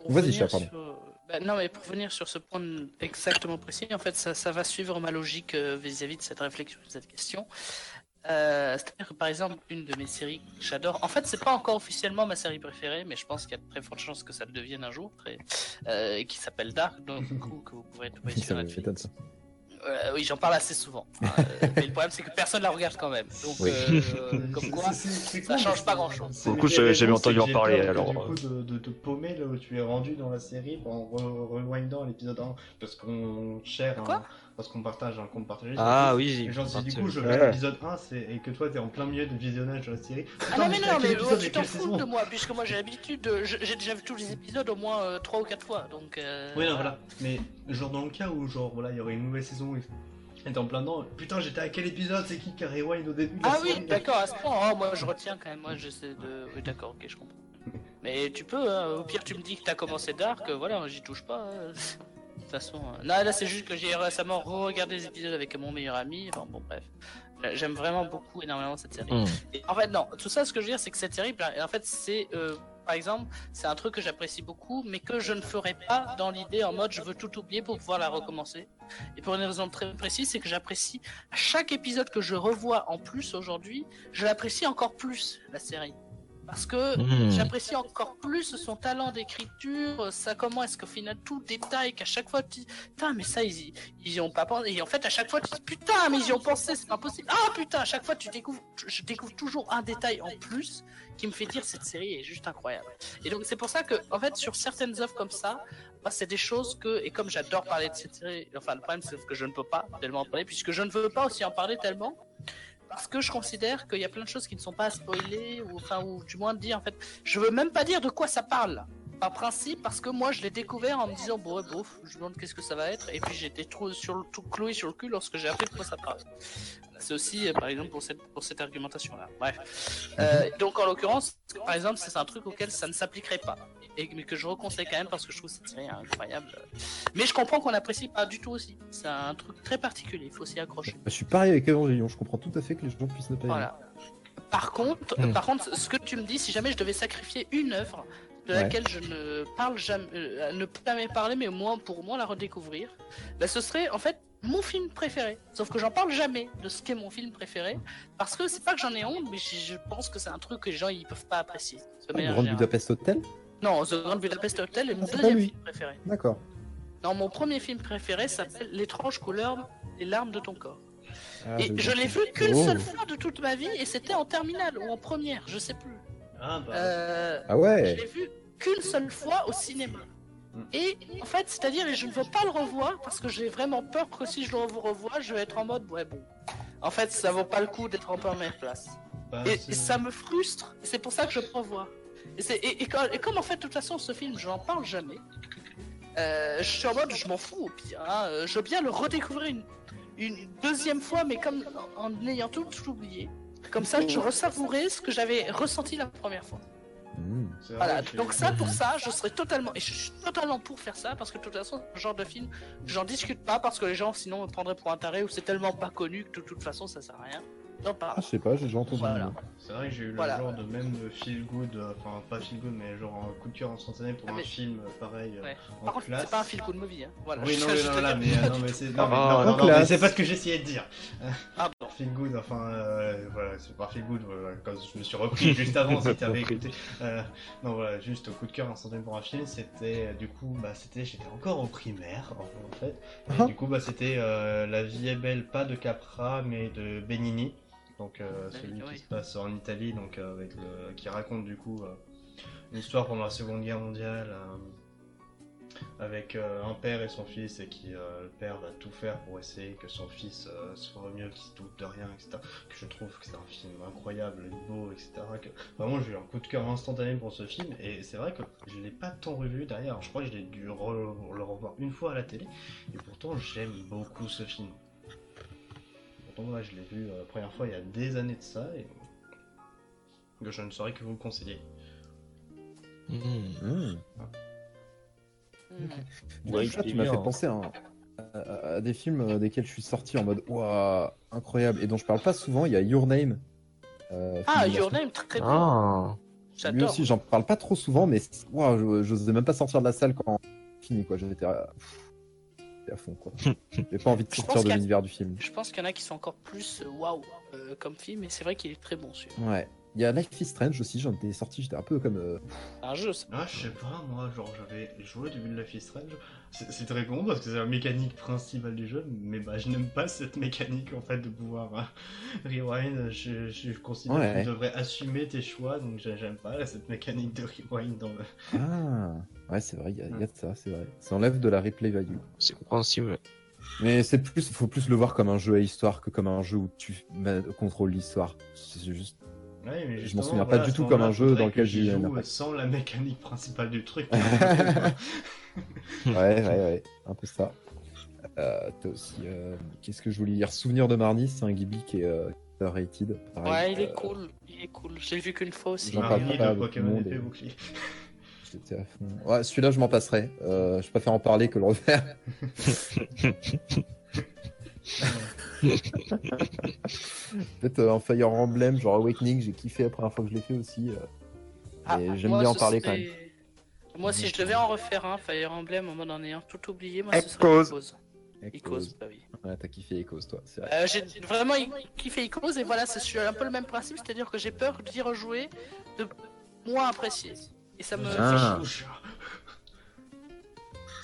C: Pour
D: Vas-y,
C: venir
D: Cher, pardon.
C: sur- Bah, non, mais pour venir sur ce point exactement précis, en fait, ça, ça va suivre ma logique euh, vis-à-vis de cette réflexion, de cette question. Euh, C'est-à-dire que par exemple, une de mes séries que j'adore, en fait, c'est pas encore officiellement ma série préférée, mais je pense qu'il y a de très forte chance que ça le devienne un jour, très- euh, et qui s'appelle Dark, donc du coup, que vous pourrez trouver sur
D: Ça
C: Netflix.
D: m'étonne, ça.
C: Euh, oui, j'en parle assez souvent. hein, euh, mais le problème, c'est que personne la regarde quand même. Donc,
D: Oui.
C: euh, comme quoi, ça change pas grand-chose.
A: C'est-
H: Pour le coup,
A: mais
H: j'avais
A: la
H: jamais
A: raison,
H: entendu
A: c'est
H: en
A: que j'ai
H: parler,
A: peur que,
H: alors,
A: Du coup,
H: euh.
A: de, de te paumer là où tu es rendu dans la série en re- rewindant l'épisode 1 parce qu'on share, un-
C: Quoi
A: parce qu'on partage un compte partagé.
H: Ah oui,
A: Et genre, si du coup, je
G: Ouais.
A: regarde l'épisode 1 c'est- et que toi t'es en plein milieu du visionnage de la série.
C: Ah
A: Putain,
C: non, mais
A: t'as
C: non,
A: quel
C: mais
A: épisode
C: tu
A: et
C: t'en
A: quelle
C: fous
A: saison
C: de moi, puisque moi j'ai l'habitude, de- je- j'ai déjà vu tous les épisodes au moins 3 ou 4 fois, donc. euh,
A: Oui, non, voilà. Mais genre dans le cas où genre voilà, il y aurait une nouvelle saison et et t'es en plein dedans. Putain, j'étais à quel épisode C'est qui qui a rewind au début de la
C: Ah oui,
A: série
C: d'accord, à ce point, oh, moi je retiens quand même, moi j'essaie de. Oui, d'accord, ok, je comprends. Mais tu peux, hein, au pire tu me dis que t'as commencé Dark, euh, voilà, j'y touche pas. hein. De toute façon, euh, là, là c'est juste que j'ai récemment re-regardé les épisodes avec mon meilleur ami, enfin bon, bref. Euh, J'aime vraiment beaucoup énormément cette série.
H: Hmm.
C: Et en fait, non, tout ça, ce que je veux dire, c'est que cette série, ben, en fait, c'est. euh, par exemple, c'est un truc que j'apprécie beaucoup, mais que je ne ferai pas dans l'idée en mode je veux tout oublier pour pouvoir la recommencer. Et pour une raison très précise, c'est que j'apprécie à chaque épisode que je revois en plus aujourd'hui, je l'apprécie encore plus, la série. Parce que j'apprécie encore plus son talent d'écriture, ça comment est-ce qu'au final tout détail qu'à chaque fois tu dis, putain mais ça ils y, ils y ont pas pensé, et en fait à chaque fois tu dis putain mais ils y ont pensé, c'est impossible, ah putain à chaque fois tu découvres, je découvre toujours un détail en plus qui me fait dire cette série est juste incroyable. Et donc c'est pour ça que en fait sur certaines œuvres comme ça, moi, c'est des choses que, et comme j'adore parler de cette série, enfin, le problème, c'est que je ne peux pas tellement en parler, puisque je ne veux pas aussi en parler tellement, parce que je considère qu'il y a plein de choses qui ne sont pas à spoiler, ou, enfin, ou du moins de dire, en fait, je veux même pas dire de quoi ça parle. Par principe, parce que moi, je l'ai découvert en me disant, bon, ouais, bof, je me demande qu'est-ce que ça va être, et puis j'étais trop sur le, tout cloué sur le cul lorsque j'ai appris de quoi ça parle. C'est aussi, euh, par exemple, pour cette, pour cette argumentation-là. Bref. Euh, donc, en l'occurrence, par exemple, c'est un truc auquel ça ne s'appliquerait pas et mais que je reconseille quand même parce que je trouve cette série incroyable. Mais je comprends qu'on n'apprécie pas du tout aussi. C'est un truc très particulier, il faut s'y accrocher.
D: Je suis pareil avec Evangelion, je comprends tout à fait que les gens puissent ne pas aimer. Ah,
C: Voilà. Par contre,
H: Hmm.
C: par contre, ce que tu me dis, si jamais je devais sacrifier une œuvre de
D: Ouais.
C: laquelle je ne parle jamais, euh, ne peux jamais parler, mais au moins pour moi la redécouvrir, bah, ce serait en fait mon film préféré. Sauf que j'en parle jamais de ce qu'est mon film préféré, parce que c'est pas que j'en ai honte, mais je je pense que c'est un truc que les gens ils peuvent pas apprécier. de manière
D: Grande
C: générale.
D: Ah, Budapest Hotel
C: Non, The Grand Budapest Hotel est mon
D: C'est pas
C: deuxième
D: lui.
C: film préféré.
D: D'accord.
C: Non, mon premier film préféré s'appelle L'étrange couleur des larmes de ton corps.
D: Ah,
C: et je l'ai vu qu'une
D: Oh.
C: seule fois de toute ma vie, et c'était en terminale ou en première, je sais plus.
A: Ah bah.
C: Euh,
D: Ah
C: je
D: ouais
C: l'ai vu qu'une seule fois au cinéma. Et en fait, c'est-à-dire, je ne veux pas le revoir parce que j'ai vraiment peur que si je le revois, je vais être en mode, ouais, bon. En fait, ça vaut pas le coup d'être en première place.
A: bah,
C: Et,
A: c'est-
C: et ça me frustre, c'est pour ça que je prévois. Et, c'est- et- et quand- et comme en fait, de toute façon, ce film, je n'en parle jamais, euh, je suis en mode, je m'en fous au pire. hein, euh, Je veux bien le redécouvrir une, une deuxième fois, mais comme en, en ayant tout, tout oublié. Comme ça, je ressavourais ce que j'avais ressenti la première fois.
D: Mmh.
A: c'est vrai
C: Voilà,
A: que-
C: donc ça, pour ça, je serais totalement. Et je suis totalement pour faire ça, parce que de toute façon, ce genre de film, j'en discute pas, parce que les gens, sinon, me prendraient pour un taré, ou c'est tellement pas connu que de toute façon, ça sert à rien. J'en
D: Ah, je
C: parle.
D: sais pas, j'ai déjà entendu.
C: Voilà.
D: le nom.
A: C'est vrai que j'ai eu le
C: Voilà.
A: genre de même de feel good, euh, enfin pas feel good, mais genre un coup de cœur instantané pour
C: Ah, mais-
A: un film euh, pareil euh,
C: Ouais.
A: en
C: Par contre,
A: classe.
C: c'est pas un film coup de movie, hein. Voilà.
A: Oui,
C: je-
A: non,
C: je
A: mais
C: te
A: non,
C: le
A: là,
C: dis
A: mais,
C: pas
A: euh, non,
C: du
A: mais
C: tout.
A: c'est non, mais-
H: Ah,
A: non,
H: en
A: non, non, mais
D: classe.
A: c'est pas ce que j'essayais de dire.
C: Ah bon.
A: Feel good, enfin euh, voilà, c'est pas feel good, voilà, quand je me suis repris juste avant si t'avais écouté. Euh, non, voilà, juste coup de cœur instantané pour un film, c'était euh, du coup, bah c'était, j'étais encore au primaire en en fait, et
D: Ah.
A: du coup, bah c'était euh, La vie est belle, pas de Capra, mais de Benigni, donc euh,
C: Benigni,
A: celui
C: oui.
A: qui se passe en Italie, donc euh, avec le- qui raconte du coup euh, une histoire pendant la Seconde Guerre mondiale. euh, avec euh, un père et son fils et qui euh, le père va tout faire pour essayer que son fils euh, soit mieux, qu'il se doute de rien, etc. Que je trouve que c'est un film incroyable, beau, etc. Que... Vraiment j'ai eu un coup de cœur instantané pour ce film et c'est vrai que je l'ai pas tant revu derrière. Je crois que je l'ai dû re- le revoir une fois à la télé et pourtant j'aime beaucoup ce film. Pourtant moi je l'ai vu euh, la première fois il y a des années de ça et que je ne saurais que vous le conseiller.
D: Mmh. Mm-hmm.
C: Hmm.
D: Du coup,
H: Ouais,
D: ça,
H: il est
D: tu m'as
H: bien,
D: fait
H: hein.
D: penser à, un- à- à des films euh, desquels je suis sorti en mode ouah incroyable et dont je parle pas souvent. Il y a Your Name. euh,
C: Ah,
D: film de
C: Your
D: Martin.
C: Name, très bon.
H: Ah.
D: Lui
C: J'adore.
D: aussi, j'en parle pas trop souvent, mais ouah, je j'osais même pas sortir de la salle quand fini quoi. J'étais euh, pff, J'étais à fond, quoi. J'ai pas envie de
C: Je
D: sortir
C: pense
D: de
C: qu'à-
D: l'univers du film.
C: Je pense qu'il y en a qui sont encore plus euh, waouh euh, comme film, et c'est vrai qu'il est très bon celui-là.
D: Ouais. Il y a Life is Strange aussi, j'en étais sorti, j'étais un peu comme. euh,
C: C'est Un jeu, ça.
A: Ah, je sais pas, moi, genre, j'avais joué au début de Life is Strange. C'est c'est très con parce que c'est la mécanique principale du jeu, mais bah, je n'aime pas cette mécanique en fait de pouvoir euh, rewind. Je, je considère
D: Ouais.
A: que tu devrais assumer tes choix, donc j'ai- j'aime pas cette mécanique de rewind dans le.
D: Ah Ouais, c'est vrai, il y, a- il y a de ça, c'est vrai. Ça enlève de la replay value.
H: C'est compréhensible.
D: Mais c'est plus, faut plus le voir comme un jeu à histoire que comme un jeu où tu ma- contrôles l'histoire. C'est juste.
A: Ouais, mais
D: Je m'en
A: justement,
D: souviens pas
A: voilà, à
D: du
A: ce
D: tout comme un
A: moment-là,
D: jeu
A: faudrait
D: dans
A: que
D: lequel
A: j'y
D: j'ai eu un
A: joue
D: impact.
A: sans la mécanique principale du truc.
D: Ouais, ouais, ouais, un peu ça. Euh, t'as aussi. euh, Qu'est-ce que je voulais dire Souvenir de Marnie, c'est un Ghibli qui est euh, rated. pareil.
C: Ouais, il
D: Euh,
C: est cool, il est cool. J'ai vu qu'une fois aussi.
D: j'en parle
A: Marie
D: pas
A: de
D: à tout le
A: Pokémon
D: monde
A: épée
D: et-
A: bouclier.
D: Euh, J'étais à fond. Ouais, celui-là, je m'en passerai. Euh, je préfère en parler que le refaire. Peut-être euh, un Fire Emblem, genre Awakening, j'ai kiffé la première fois que je l'ai fait aussi. euh.
C: Ah,
D: Et j'aime
C: moi,
D: bien en
C: ce
D: parler quand
C: serait-
D: même.
C: Moi, si je devais en refaire un, Fire Emblem, en mode en ayant tout oublié, moi, ce serait
H: Echoes.
C: Echoes. Echoes, bah oui.
D: Ouais, t'as kiffé Echoes, toi, c'est vrai.
C: Euh, j'ai vraiment kiffé Echoes, et voilà, c'est sur un peu le même principe, c'est-à-dire que j'ai peur d'y rejouer, de moins apprécier. Et ça me fait
D: Ah.
C: chier.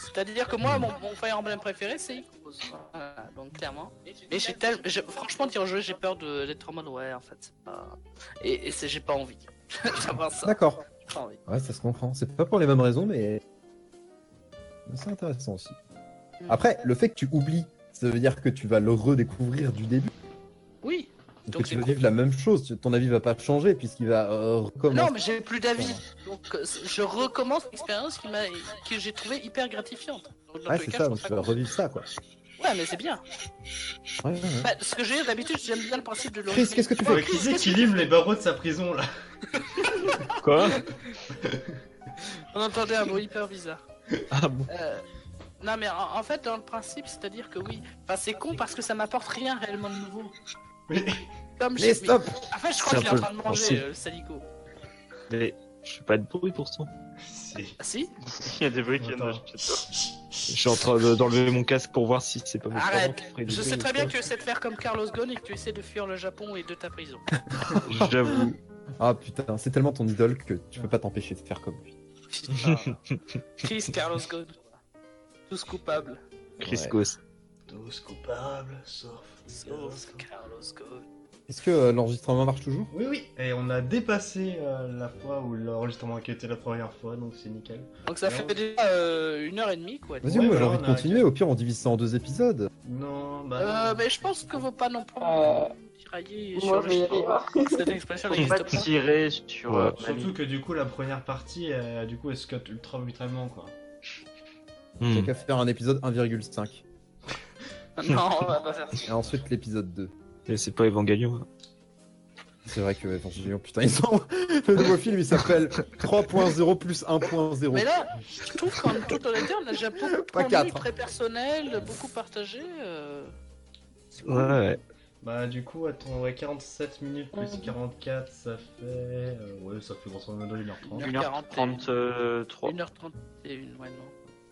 C: C'est-à-dire que moi, mon, mon Fire Emblem préféré, c'est Echoes. Voilà, donc clairement. Mais j'ai tellement. j'ai- Franchement, d'y rejouer, j'ai peur de- d'être en mode ouais, en fait, c'est pas. Et, et c'est j'ai pas envie d'avoir ça.
D: D'accord.
C: j'ai pas envie.
D: Ouais, ça se comprend. C'est pas pour les mêmes raisons, mais. mais C'est intéressant aussi.
C: Mm.
D: Après, le fait que tu oublies, ça veut dire que tu vas le redécouvrir du début.
C: Oui.
D: Donc,
C: Donc,
D: tu vas
C: c'est-
D: vivre la même chose. Tu- Ton avis va pas changer puisqu'il va euh, recommencer.
C: Non, mais j'ai plus d'avis. Donc euh, c'est- je recommence l'expérience qui m'a que j'ai trouvée hyper gratifiante. Donc, dans
D: Ouais,
C: tous les
D: c'est
C: cas,
D: ça,
C: je
D: donc
C: pense
D: tu
C: pas
D: vas
C: que-
D: revivre ça, quoi.
C: Ouais, mais c'est bien.
D: Ouais, ouais, ouais.
C: Bah, ce que j'ai d'habitude, j'aime bien le principe de
D: Chris, qu'est-ce que tu fais
C: Ouais,
A: Faut qu'il
C: Chris, qu'est-ce que-
A: équilibre les barreaux de sa prison là.
H: Quoi
C: On entendait un mot hyper bizarre.
H: Ah bon
C: Euh, Non mais en en fait dans le principe c'est à dire que oui, enfin c'est con parce que ça m'apporte rien réellement de nouveau.
A: Mais-
C: Comme
D: Mais
C: j'ai-
D: stop
C: En fait je
H: C'est
C: crois qu'il est
H: un
C: en
H: peu
C: train de
H: le
C: manger
H: principe.
C: euh, le salico.
H: Mais je fais pas de bruit pourtant.
A: C'est-
C: Ah si
B: Il y a des bruits qui viennent de
A: Attends.
H: Je suis en train de- d'enlever mon casque pour voir si c'est pas mon parent qui
C: Arrête
H: ferait du
C: Je
H: bruit
C: sais
H: ou
C: très bien que
H: pas.
C: tu essaies de faire comme Carlos Ghosn et que tu essaies de fuir le Japon et de ta prison.
H: J'avoue.
D: Ah putain, c'est tellement ton idole que tu peux pas t'empêcher de faire comme lui.
C: Putain. Chris Carlos Ghosn. Tous coupables.
H: Chris
D: Ouais.
H: Goss.
A: Tous coupables, sauf.
C: Sauf Carlos Ghosn.
D: Est-ce que euh, l'enregistrement marche toujours
A: Oui, oui, et on a dépassé euh, la fois où l'enregistrement qui était la première fois, donc c'est nickel.
C: Donc ça fait déjà euh, une heure et demie quoi.
D: Vas-y,
A: Ouais,
D: moi
A: voilà,
D: j'ai envie
A: on
D: de
A: a-
D: continuer, au pire on divise ça en deux épisodes.
A: Non, bah.
C: Euh,
A: non.
C: mais je pense que vaut pas non plus
E: Euh,
C: tirailler
E: moi, je
C: sur le
E: vais y aller.
C: Japon. Cette expression
B: On va
C: n'existe pas.
B: tirer sur
D: Ouais.
B: euh,
A: Surtout que du coup, la première partie, euh, du coup, elle se cut ultra brutalement quoi. Hmm.
D: J'ai qu'à faire un épisode 1,5.
C: Non, on va pas faire
D: Et ensuite l'épisode 2.
H: Mais c'est pas Evangelion.
D: C'est vrai que Evangelion, oh, putain, ils sont... le nouveau film il s'appelle 3.0 plus 1.0.
C: Mais là, je trouve qu'en toute honnêteté, on a déjà beaucoup de
D: Pas
C: points de
D: quatre.
C: vue très personnels, beaucoup partagé. euh, c'est cool.
H: Ouais, ouais.
A: Bah, du coup, attends, ouais, 47 minutes plus 44, ça fait. euh, ouais, ça fait grosso modo 1h30.
B: 1h33.
C: 1h31, ouais, non.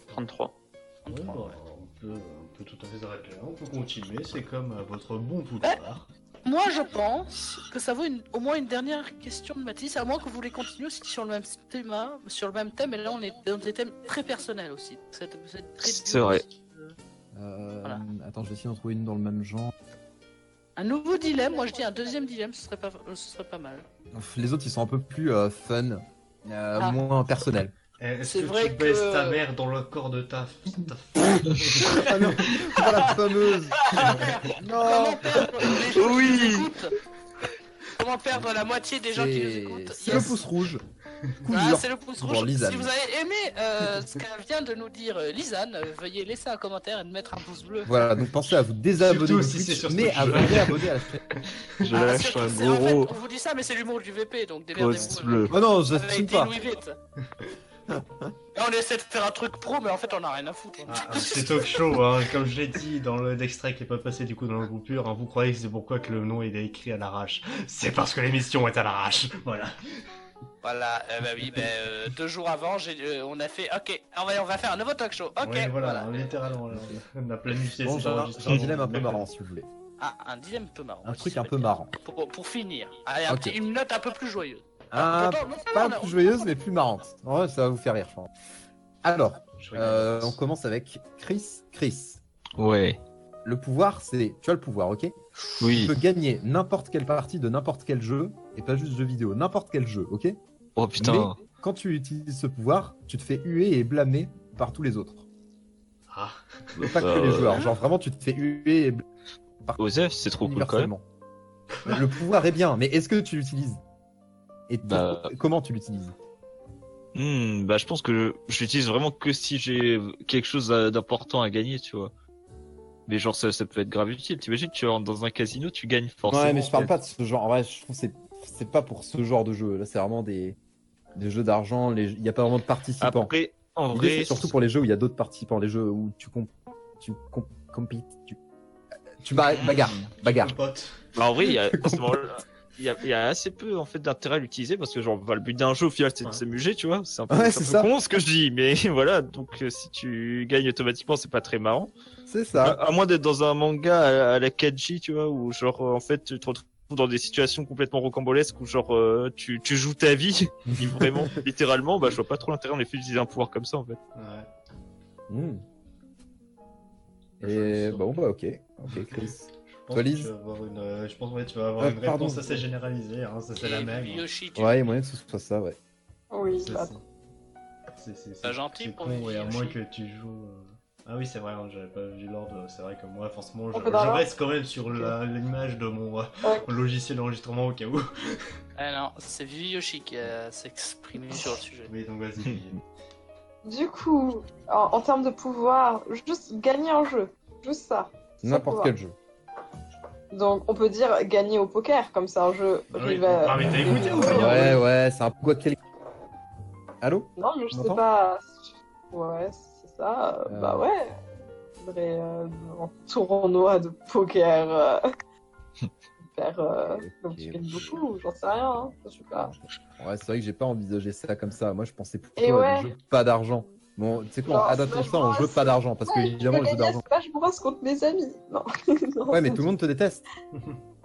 B: 33.
A: Ouais, bah, on, peut, on peut tout à fait s'arrêter là, on peut continuer, c'est comme euh, votre bon
C: Ah
A: pouvoir.
C: Moi, je pense que ça vaut une- au moins une dernière question de Mathis, à moins que vous voulez continuer aussi sur le même thème, hein, sur le même thème, et là, on est dans des thèmes très personnels aussi. C'est c'est très
H: C'est
C: dur
H: vrai.
C: aussi.
D: Euh,
C: Voilà.
D: Attends, je vais essayer d'en trouver une dans le même genre.
C: Un nouveau dilemme, moi je dis un deuxième dilemme, ce serait pas, euh, ce serait pas mal.
D: Ouf, Les autres ils sont un peu plus euh, fun, euh,
C: Ah.
D: moins personnels.
A: Eh, Est-ce
C: C'est
A: que
C: vrai
A: tu baisses
C: que-
A: ta mère dans le corps de ta fille
D: ah non, pas la fameuse Non
C: Comment perdre les gens
H: Oui.
C: qui nous écoutent Comment perdre la moitié des gens qui nous écoutent
D: C'est le
C: Yes.
D: pouce rouge. Coup
C: Ah,
D: dur.
C: c'est le pouce
D: Bon,
C: rouge.
D: Lisanne.
C: Si vous avez aimé euh, ce qu'elle vient de nous dire euh, Lisanne, euh, veuillez laisser un commentaire et de mettre un pouce bleu.
D: Voilà, donc pensez à vous désabonner
A: Surtout
D: de
A: si c'est
D: Twitch,
A: sur
D: mais
A: Twitch.
D: à vous réabonner à la chaîne.
H: Je
C: Ah,
H: lâche
C: surtout,
H: un
C: c'est- en fait,
H: gros
C: on vous dit ça, mais c'est l'humour du VP, donc
H: pouce
C: démerdez-vous.
H: bleu.
D: Oh non,
C: Ça avait
D: j'assume
C: été
D: pas.
C: euh, Louis Vuitton. Et on essaie de faire un truc pro, mais en fait, on a rien à foutre.
A: Ah, un petit talk show, hein, comme je l'ai dit dans le d'extrait qui est pas passé du coup dans le groupe pur, hein, vous croyez que c'est pourquoi que le nom il est écrit à l'arrache C'est parce que l'émission est à l'arrache, voilà.
C: Voilà, euh, bah oui, bah, euh, deux jours avant, j'ai, euh, on a fait, ok, on va, on va faire un nouveau talk show, ok,
A: Ouais, voilà,
C: voilà.
A: littéralement, là, on a planifié
D: Bon,
A: cet
D: j'ai
C: hein.
D: un- j'ai
A: enregistrement.
D: un dilemme un peu marrant, si vous voulez.
C: Ah, un dilemme un peu marrant.
D: Un
C: aussi,
D: truc
C: ça
D: un
C: peut
D: peu
C: être
D: marrant.
C: bien. Pour, pour finir, allez, un
D: Ok.
C: petit- une note un peu plus joyeuse.
D: Ah,
C: Attends, non, ça va,
D: pas
C: on a-
D: plus joyeuse, mais plus marrante. En vrai, ça va vous faire rire, je pense. Alors,
A: Je rigole.
D: euh, on commence avec Chris. Chris,
H: Ouais.
D: le pouvoir, c'est. Tu as le pouvoir, ok Tu
H: Oui.
D: peux gagner n'importe quelle partie de n'importe quel jeu, et pas juste jeu vidéo, n'importe quel jeu, ok
H: Oh putain.
D: Mais quand tu utilises ce pouvoir, tu te fais huer et blâmer par tous les autres.
A: Ah,
D: Et pas que
H: Bah,
D: les
H: euh,
D: joueurs. Genre vraiment, tu te fais huer et blâmer
H: Osef, c'est trop cool quand même.
D: universellement. Le pouvoir est bien, mais est-ce que tu l'utilises Et
H: Bah.
D: pour- comment tu l'utilises
H: Hmm, bah, je pense que je l'utilise vraiment que si j'ai quelque chose à- d'important à gagner, tu vois. Mais genre, ça, ça peut être grave utile. T'imagines, tu rentres dans un casino, tu gagnes forcément.
D: Ouais, mais je parle pas de ce genre. En vrai, je trouve que c'est c'est pas pour ce genre de jeu. Là, c'est vraiment des, des jeux d'argent. les- Il n'y a pas vraiment de participants.
H: Après, en
D: L'idée,
H: vrai,
D: c'est surtout pour les jeux où il y a d'autres participants, les jeux où tu comp- tu com- compites, tu tu ba- bagarres, bagarres.
A: le pote.
H: Bah, en vrai, il y a, à ce moment-là, il y a, il y a assez peu en fait d'intérêt à l'utiliser parce que genre bah, le but d'un jeu au final c'est
A: Ouais.
H: de s'amuser, tu vois. C'est un peu,
D: Ouais,
H: c'est un
D: c'est
H: peu
D: ça.
H: con ce que je dis, mais voilà. Donc euh, si tu gagnes automatiquement, c'est pas très marrant.
D: C'est ça.
H: Euh, À, à moins d'être dans un manga à, à la Kaji, tu vois, où genre euh, en fait tu te retrouves dans des situations complètement rocambolesques où genre euh, tu, tu joues ta vie et vraiment littéralement bah je vois pas trop l'intérêt en effet d'utiliser un pouvoir comme ça en fait
A: Ouais.
D: Hmm.
A: Je
D: Et
A: pense
D: bon bah ok, ok
A: Je
D: Chris.
A: pense
D: Toi,
A: que
D: Lise
A: tu vas avoir une, euh, je pense ouais, tu vas avoir
D: Euh,
A: une
D: pardon.
A: réponse assez généralisée, hein, ça c'est la
C: Et
A: même. hein.
C: Yoshi, tu-
D: Ouais, il y a moyen que ce soit ça, ouais.
E: Oui,
A: C'est
E: bah,
A: ça. C'est- c'est-
C: Pas gentil
A: c'est
C: pour
A: con,
C: les
A: ouais,
C: filles
A: à moins
C: aussi.
A: que tu joues. euh, Ah oui, c'est vrai, hein, j'avais pas vu l'ordre. C'est vrai que moi, forcément, je,
E: On peut
A: je
E: pas voir
A: reste quand même sur la- l'image de mon euh,
E: Ouais.
A: mon logiciel d'enregistrement au cas où.
C: Ah non, c'est Vivi Yoshi qui euh, s'est exprimé sur le sujet.
A: Oui, donc vas-y.
E: du coup, en, en termes de pouvoir, juste gagner un jeu, juste ça. sans
D: N'importe
E: pouvoir.
D: quel jeu.
E: Donc on peut dire gagner au poker, comme c'est un jeu
A: Ah oui.
E: rival.
A: Ah, mais t'as écouté ou pas
D: Ouais, ouais, c'est un quoi de quel. Allô
E: Non, mais je sais
D: M'entends
E: pas. Ouais, c'est ça. euh,
D: Euh.
E: Bah ouais. Je voudrais euh, un tournoi de poker. euh, Faire, euh, donc tu
D: Ok.
E: gagnes beaucoup, j'en sais rien, hein, je sais pas.
D: Ouais, c'est vrai que j'ai pas envisagé ça comme ça. Moi, je pensais plutôt
E: Et
D: à des
E: ouais.
D: jeux pas d'argent. Bon, tu sais quoi,
E: Genre,
D: adaptons
E: Smash
D: ça en
E: Bros.
D: jeu pas d'argent, parce que
E: Ouais,
D: évidemment, le
E: je
D: jeu
E: peux gagner à
D: d'argent.
E: Smash Bros contre mes amis. Non. Non,
D: Ouais, mais
E: c'est-
D: tout le monde te déteste.
E: Bah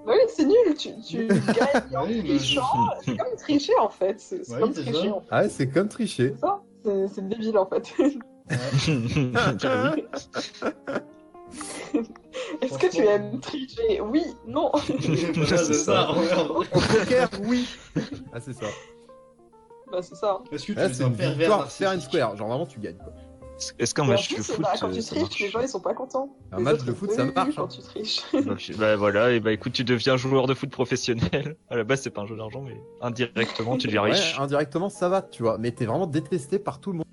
E: oui, c'est nul, tu, tu gagnes
D: Bah
E: en
A: Oui, mais je-
E: trichant. C'est comme tricher en fait. C'est c'est
A: Ouais,
E: comme
A: c'est
E: tricher
A: ça.
E: en fait.
D: Ah ouais, c'est comme tricher.
E: C'est ça C'est c'est débile en fait. Est-ce que tu
A: Franchement.
E: aimes tricher Oui, non.
A: Voilà, c'est ça. regarde.
D: Au poker, oui Ah, c'est ça.
E: Bah c'est ça.
A: Est-ce que tu
D: Là,
A: es
D: c'est
A: un
D: une
A: pervers
D: victoire
A: narcissique
D: fair and square. Genre, vraiment, tu gagnes, quoi.
H: Est-ce- est-ce qu'un
E: Mais en
H: match
E: plus,
H: de
E: c'est-
H: foot
E: bah, quand tu
H: euh, ça
E: triches, les
H: marche
E: gens ils sont pas contents.
D: Un
E: Les
D: match
E: autres,
D: de
E: ils
D: foot,
E: te
D: ça
E: huent
D: marche,
E: Quand
D: hein.
E: tu triches.
H: Donc, bah voilà, et bah écoute, tu deviens joueur de foot professionnel. À la base, c'est pas un jeu d'argent, mais indirectement, tu deviens
D: Ouais,
H: riche.
D: indirectement, ça va, tu vois. Mais t'es vraiment détesté par tout le monde.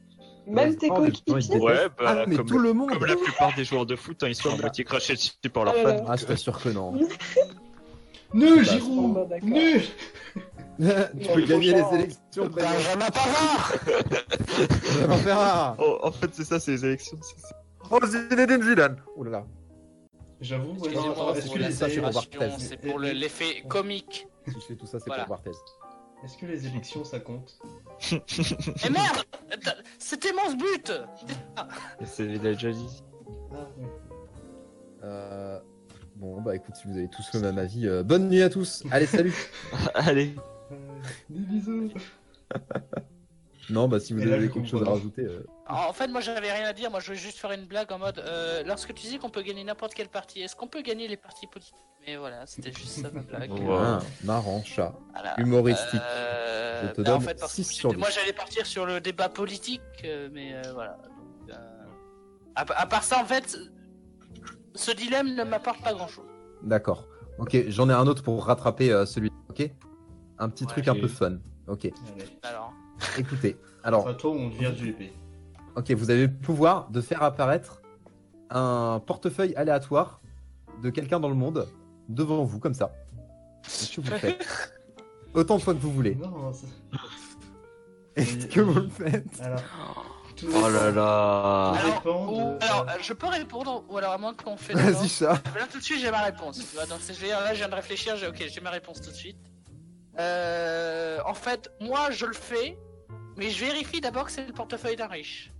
E: Même
D: Ouais,
E: tes
D: non, mais putain, ils
E: coéquipiers.
D: détestent.
H: Ouais, bah,
D: Ah, mais
H: comme-
D: tout le monde
H: Comme la plupart des joueurs de foot, hein, ils sont à moitié crachés dessus par leurs
E: Ah là
H: fans.
E: là.
D: Ah, je t'assure que non.
A: Nul,
D: Bah,
A: Giroud
E: bah, d'accord.
A: Nul
D: tu peux
E: Ouais,
D: gagner
E: franchement. Bah,
D: les élections, président.
C: Benjamin Pavard
D: Ça va faire rare.
H: Oh, en fait, c'est ça, c'est les élections. c'est- c'est-
D: Oh, Zinedine Zidane Oh là là.
A: J'avoue, ouais, non,
C: Excusez-moi,
A: est-ce
C: pour
A: que
C: la
A: les
D: ça, c'est
A: élections-
D: pour voir
C: séparation,
D: Thèse.
C: c'est pour le- l'effet comique.
D: Si je fais tout ça, c'est
C: Voilà.
D: pour voir thèse.
A: est-ce que les élections ça compte
C: Mais Eh merde Attends, C'était mon but
H: C'est il a déjà dit.
A: Ah, oui.
D: Euh, Bon, bah écoute, si vous avez tous le même avis, euh, bonne nuit à tous. Allez, salut.
H: Allez,
A: Euh, Des bisous
D: non, bah si vous
A: Et là, je
D: avez quelque chose à
A: comprends.
D: rajouter. euh,
C: En fait, moi j'avais rien à dire, moi je voulais juste faire une blague en mode euh, lorsque tu dis qu'on peut gagner n'importe quelle partie, est-ce qu'on peut gagner les parties politiques Mais voilà, c'était juste ça ma blague.
H: Ouais.
D: ah, marrant, chat.
C: Voilà.
D: Humoristique.
C: Euh,
D: Je te
C: bah, en
D: donne
C: fait, parce que
D: 6 sur
C: moi
D: 10.
C: j'allais partir sur le débat politique, euh, mais euh, voilà. Donc, euh, à, à part ça, en fait, ce dilemme ne m'apporte pas grand chose.
D: D'accord. Ok, j'en ai un autre pour rattraper euh, celui. Ok Un petit
C: Ouais.
D: truc un peu fun. Ok,
A: Allez.
C: Alors,
D: écoutez. Alors,
A: Enfin, toi, on devient du épée.
D: ok, vous avez le pouvoir de faire apparaître un portefeuille aléatoire de quelqu'un dans le monde devant vous, comme ça. Qu'est-ce que vous le faites Autant de fois que vous voulez.
A: Non, c'est-
D: Est-ce que vous le faites
A: alors. Tout
H: Oh là
A: tout
H: là.
A: dépend
C: ou-
A: de-
C: alors, euh, je peux répondre, ou alors à moins qu'on fait. d'abord.
D: Vas-y, chat.
C: Là tout de suite j'ai ma réponse. Tu vois, donc c'est- je veux dire, là je viens de réfléchir, j'ai ok j'ai ma réponse tout de suite. Euh, en fait, moi je le fais, mais je vérifie d'abord que c'est le portefeuille d'un riche.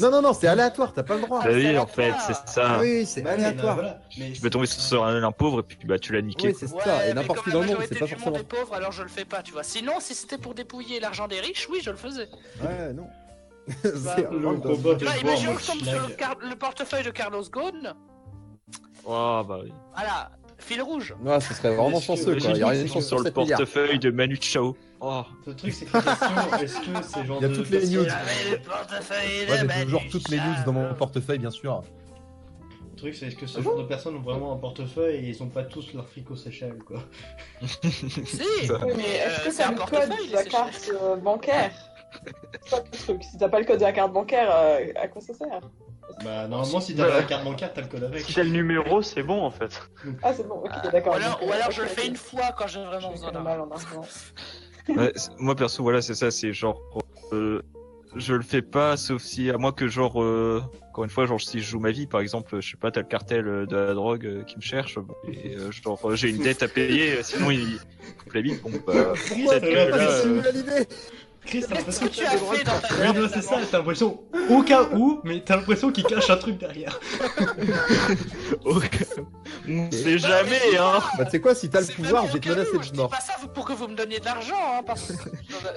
D: Non, non, non, c'est aléatoire, t'as pas le droit.
C: Ah,
H: Bah oui,
C: c'est
H: en fait,
C: aléatoire.
H: c'est ça.
D: Oui, c'est
A: Bah, mais, euh,
D: aléatoire.
A: voilà, mais
H: Tu peux tomber sur un, un pauvre et puis bah, tu l'as niqué.
D: Oui, c'est ça. Et n'importe qui dans le monde, c'est pas
C: du monde
D: forcément.
C: est pauvre, alors je le fais pas, tu vois. Sinon, si c'était pour dépouiller l'argent des riches, oui, je le faisais.
D: Ouais, non.
C: Bah,
D: C'est
A: le
D: vraiment dans-
A: combat de
C: Tu vois,
A: joueurs en
C: imaginons
A: mode
C: que je tombe sur le,
A: schlag.
C: car- le portefeuille de Carlos Ghosn,
H: Oh, bah oui.
C: voilà, fil rouge.
D: Ouais, ce serait
A: Est-ce
D: vraiment
A: que-
D: chanceux, quoi. Il y a rien de
A: Imagine,
D: chance
H: sur le
D: portefeuille.
H: portefeuille de Manu Chao. Oh,
A: Le truc, c'est que la question, est-ce que ces genres
D: Ah, Il y a
A: de
D: toutes les
A: personnes-
D: news.
C: J'avais le portefeuille Bah,
D: Moi,
C: de
D: j'ai toujours
C: Manu
D: toutes mes news
C: Chao.
D: dans mon portefeuille, bien sûr.
A: Le truc, c'est est-ce que ce genre de personnes ont vraiment un portefeuille et ils ont pas tous leur fric au Seychelles, quoi.
C: Si,
E: Oui, mais
C: euh,
E: est-ce que
C: c'est
E: ça
C: un
E: le code
C: portefeuille,
E: de la
C: c'est
E: carte euh, bancaire C'est pas le truc. Si t'as pas le code de la carte bancaire, euh, à quoi ça sert
A: Bah, normalement, si t'as pas la carte bancaire, t'as le code avec.
B: Si t'as le numéro, c'est bon en fait.
E: Ah, c'est bon, ok,
H: Ah,
E: d'accord.
C: Ou alors,
E: donc,
C: ou
E: euh,
C: alors je
E: ok,
C: le fais
E: ok.
C: une fois quand j'ai
E: Je
C: vraiment
E: me
C: besoin
E: fais
C: d'un.
E: mal en argent.
H: Ouais, c'est- moi perso, voilà, c'est ça, c'est genre, euh, je le fais pas, sauf si, à moins que genre, euh, encore une fois, genre si je joue ma vie, par exemple, je sais pas, t'as le cartel euh, de la drogue euh, qui me cherche, bon, et euh, genre euh, j'ai une dette à payer, euh, sinon il coupe la bite, bon bah,
A: Chris,
H: peut-être que
A: t'as
H: là,
A: l'impression-
H: euh,
A: Chris, t'as
C: Qu'est-ce
A: l'impression
C: que
A: que
C: tu as fait dans ta
A: Oui,
C: vie
A: non, c'est ça, t'as l'impression, au cas où, mais t'as l'impression qu'il cache un truc derrière.
H: on sait jamais, hein.
D: Bah, tu sais quoi, si t'as le
C: C'est
D: pouvoir,
C: même
D: j'ai te
C: aucun
D: menacé
C: loup,
D: de
C: Je dis
D: mort.
C: pas ça pour que vous me donniez de l'argent, hein, parce que.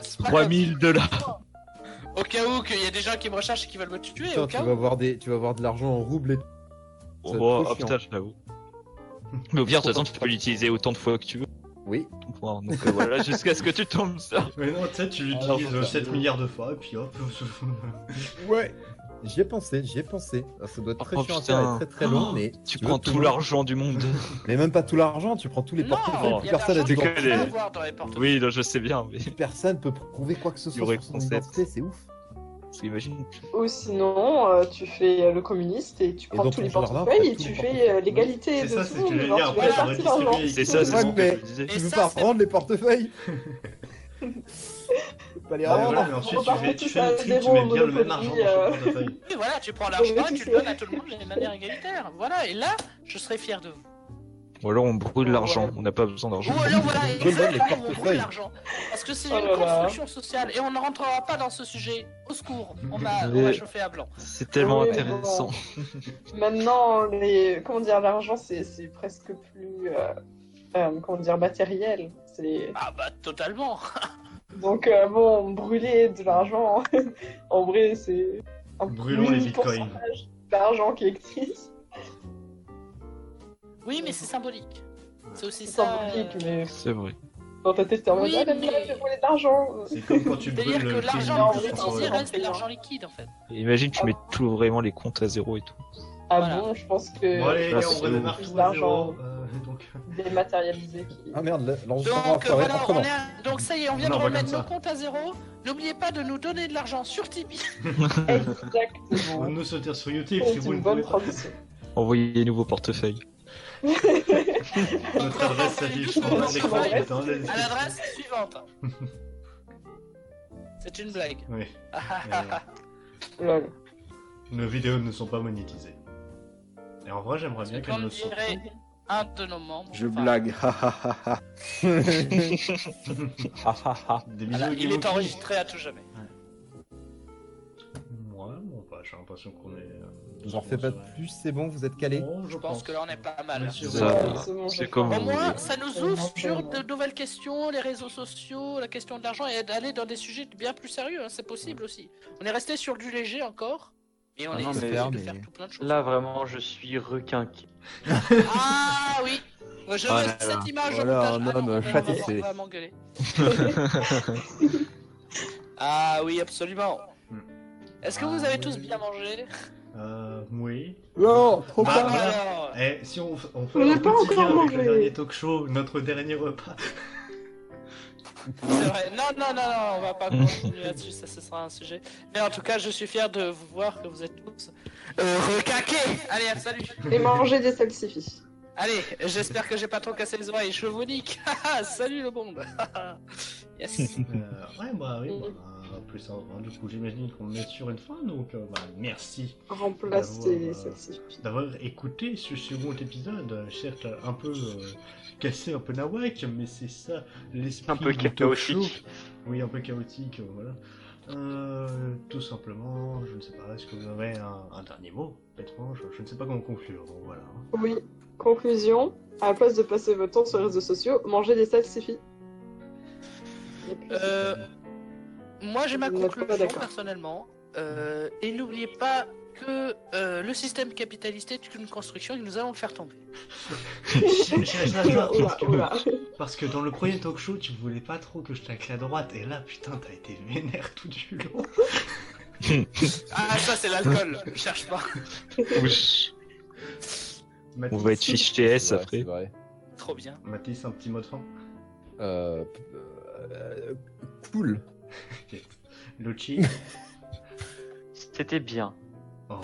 C: c'est pas
H: 3000 dollars.
C: comme- Au cas où qu'il y a des gens qui me recherchent et qui veulent me tuer,
D: Putain,
C: au
D: tu
C: cas
D: vas
C: où.
D: avoir des, tu vas avoir de l'argent en rouble et Ça va être
H: Oh,
D: trop
H: oh,
D: chiant.
H: putain, je l'avoue. Mais au pire, de toute façon, tu peux l'utiliser autant de fois que tu veux.
D: Oui.
H: Bon, donc euh, voilà, jusqu'à ce que tu tombes ça.
A: Mais non, tu sais, tu
H: Alors,
A: l'utilises
H: faut faire
A: 7
H: mieux.
A: milliards de fois, et puis hop.
D: Ouais. J'y ai pensé, j'y ai pensé. Ah, Ça doit être très
H: Oh,
D: chiant à
H: putain.
D: faire et très très long, mais.
H: Tu
D: veux
H: prends
D: tout
H: tout
D: le-
H: l'argent du monde.
D: Mais même pas tout l'argent, tu prends tous les
C: Non,
D: portefeuilles,
C: il
D: plus
C: y a de
D: personne a
C: l'argent
D: des
C: que tu peux
H: les-
C: avoir dans les portefeuilles.
H: Oui, non, je sais bien, mais.
D: Personne peut prouver quoi que ce
H: Il y
D: soit
H: aurait
D: sur son
H: concept.
D: identité, c'est ouf.
H: Parce qu'imagine,
E: Ou sinon, euh, tu fais euh, le communiste et tu prends
D: donc,
E: tous les
D: ton jardin,
E: portefeuilles et
D: t'as tous
E: tu
D: les
E: fais
D: portefeuilles.
E: euh, l'égalité
A: C'est
E: de
A: ça,
E: tout le
A: c'est ce que
E: monde.
A: j'allais
E: genre,
A: dire,
E: tu
A: après,
E: vas
A: ça
E: partir
A: redistribue
E: dans le
A: les-
E: genre.
H: C'est ça, c'est
D: Ouais,
H: ce
D: mais-
H: que je disais.
D: Tu
C: Et
D: veux
C: ça,
D: pas
C: c'est-
D: rendre les portefeuilles Tu peux pas les
A: Ah,
D: rendre.
A: voilà, mais ensuite, tu
E: Par
A: fais,
E: contre,
A: tu
E: tu
A: fais le
E: fais
A: tri,
E: des
A: tu mets
E: ronds
A: bien le
E: de
A: même argent
E: Monopoly,
A: dans
E: euh.
A: chaque portefeuille.
C: Et voilà, tu prends l'argent
E: Oui,
C: et
E: tu
C: tu
E: sais.
C: le donnes à tout le monde de manière égalitaire. Voilà, et là, je serais fier de vous.
H: Ou alors on brûle l'argent, on n'a pas besoin
C: Ou
H: d'argent.
C: alors voilà,
D: Je donne les
C: exactement, on brûle
D: portefeuilles.
C: l'argent. Parce que c'est
E: Oh
C: une
E: là là.
C: construction sociale et on ne rentrera pas dans ce sujet. Au secours, on va, on va
H: Mais-
C: chauffer à blanc.
H: C'est tellement
E: Oui,
H: intéressant.
E: Maintenant, les... comment dire, l'argent, c'est c'est presque plus, euh, euh, comment dire, matériel. C'est...
C: Ah bah totalement.
E: Donc, euh, bon, brûler de l'argent, en vrai, c'est un
A: Brûlons les
E: mini
A: bitcoins.
E: pourcentage d'argent qui existe.
C: Oui, mais c'est symbolique. C'est aussi
E: C'est
C: ça. euh,
E: symbolique, mais
H: C'est vrai.
E: dans ta tête, t'es en mode,
C: Oui,
E: ah, mais
C: mais-
E: merde, je vais voler de l'argent.
A: C'est comme quand tu brûles
C: C'est-à-dire que
A: le
C: l'argent
E: en
A: crédit
E: vrai,
A: de
E: c'est en
A: ton
C: utilisé
E: vrai.
A: voisin.
C: reste de l'argent liquide en fait.
H: Imagine, tu mets tout vraiment les comptes à zéro et tout.
E: Ah
C: Voilà.
E: bon, je pense que
A: Bon, allez,
H: Ah,
A: on
H: c'est
A: redémarre
E: bon.
A: tout à zéro. euh, donc,
E: dématérialisé qui...
D: Ah merde, le- l'enregistrement
C: Donc
D: a
C: euh,
D: foiré.
C: voilà,
D: Ah,
C: on
D: non.
C: est à- donc ça y est, on vient
A: Non,
C: de
A: pas
C: remettre
A: comme
C: nos
A: ça.
C: comptes à zéro. N'oubliez pas de nous donner de l'argent sur Tipeee.
A: on
E: Exactement.
A: nous sauter sur YouTube,
E: C'est
A: si vous
E: une
A: le
E: bonne
A: pouvez pas.
E: transition.
H: Envoyer les nouveaux portefeuilles.
A: Notre adresse à Lille, je t'en
E: Notre
A: donne l'écran,
E: adresse.
A: putain, allez-y.
C: À l'adresse suivante. C'est une blague.
A: Oui,
E: Lol.
A: euh, nos vidéos ne sont pas monétisées. Et en vrai, j'aimerais bien qu'elles
C: Comme
A: le sont.
C: dirait un de nos membres.
I: Je
C: enfin,
I: blague.
H: Ah,
A: Des bisous Guillaume
C: voilà, Ah, il est
A: Key.
C: enregistré à tout jamais.
A: Ouais, bon, bah, j'ai l'impression qu'on est.
D: J'en refais pas de plus, c'est bon, vous êtes calés.
A: Bon, je
C: Je pense que là on est pas mal.
A: Bien
C: hein.
A: sûr.
H: Ça,
E: Ouais, c'est bon,
H: c'est
E: Euh, je-
H: comme
C: Au
H: vous voulez.
C: moins, ça nous ouvre sur de nouvelles questions, les réseaux sociaux, la question de l'argent et d'aller dans des sujets bien plus sérieux. hein, c'est possible aussi. On est resté sur du léger encore, mais on
D: Ah
C: est
D: non, mais-
C: supposé de
D: mais-
C: faire tout plein de choses.
B: Là vraiment, je suis requinqué.
C: Ah oui. Moi, Je
H: Ah
C: laisse
H: là là.
C: cette image au
D: Voilà
C: montage.
D: un
C: Ah non,
D: homme
C: on va-
D: satisfait.
C: on va m'engueuler. ah oui, absolument.
A: Hmm.
C: Est-ce que
A: Ah
C: vous avez
A: oui.
C: tous bien mangé
A: Euh, oui.
D: Non, trop
A: Bah,
D: pas.
A: voilà.
C: alors.
A: Eh, si on, f- on fait
E: On
A: un
E: n'a pas
A: petit
E: encore
A: lien avec
E: mangé.
A: le dernier talk show, notre dernier repas.
C: C'est vrai. Non, non, non, non, on va pas continuer là-dessus, ça ce sera un sujet. Mais en tout cas, je suis fier de vous voir que vous êtes tous euh, requinqués. Allez, salut.
E: Et manger des salsifis.
C: Allez, j'espère que j'ai pas trop cassé les oreilles. Je vous nique. Haha, Salut le monde. Ah, yes.
A: Euh, ouais, bah oui, bah, plus un, un, du coup, j'imagine qu'on est sur une fin, donc euh, bah, merci
E: Remplacer
A: D'avoir, euh,
E: celle-ci.
A: d'avoir écouté ce second épisode. Euh, Certes, un peu euh, cassé, un peu nawak, mais c'est ça l'esprit.
B: Un peu
A: du talk
B: chaotique.
A: show. Oui, un peu chaotique, euh, voilà. Euh, tout simplement, je ne sais pas, est-ce que vous avez un, un dernier mot Bêtement, je, je ne sais pas comment conclure, donc voilà.
E: Oui. Conclusion, à la place de passer votre temps sur les réseaux sociaux, mangez des salsifis. Et puis,
C: Euh, moi, j'ai ma
E: Vous n'êtes pas
C: conclusion
E: d'accord.
C: personnellement. Euh, et n'oubliez pas que euh, le système capitaliste est une construction que nous allons faire tomber.
E: Oula,
A: Parce que-
E: oula.
A: Parce que dans le premier talk show, tu voulais pas trop que je tacle à droite, et là, putain, t'as été vénère tout du long.
C: Ah, ça, c'est l'alcool. Je cherche pas.
H: On
A: Mathis,
H: va être fiche TS
D: Ouais, c'est
H: après.
D: vrai.
C: Trop bien.
A: Mathis, un petit mot de fin.
D: Euh, p- euh, cool.
A: Luchi.
B: C'était bien.
A: Oh.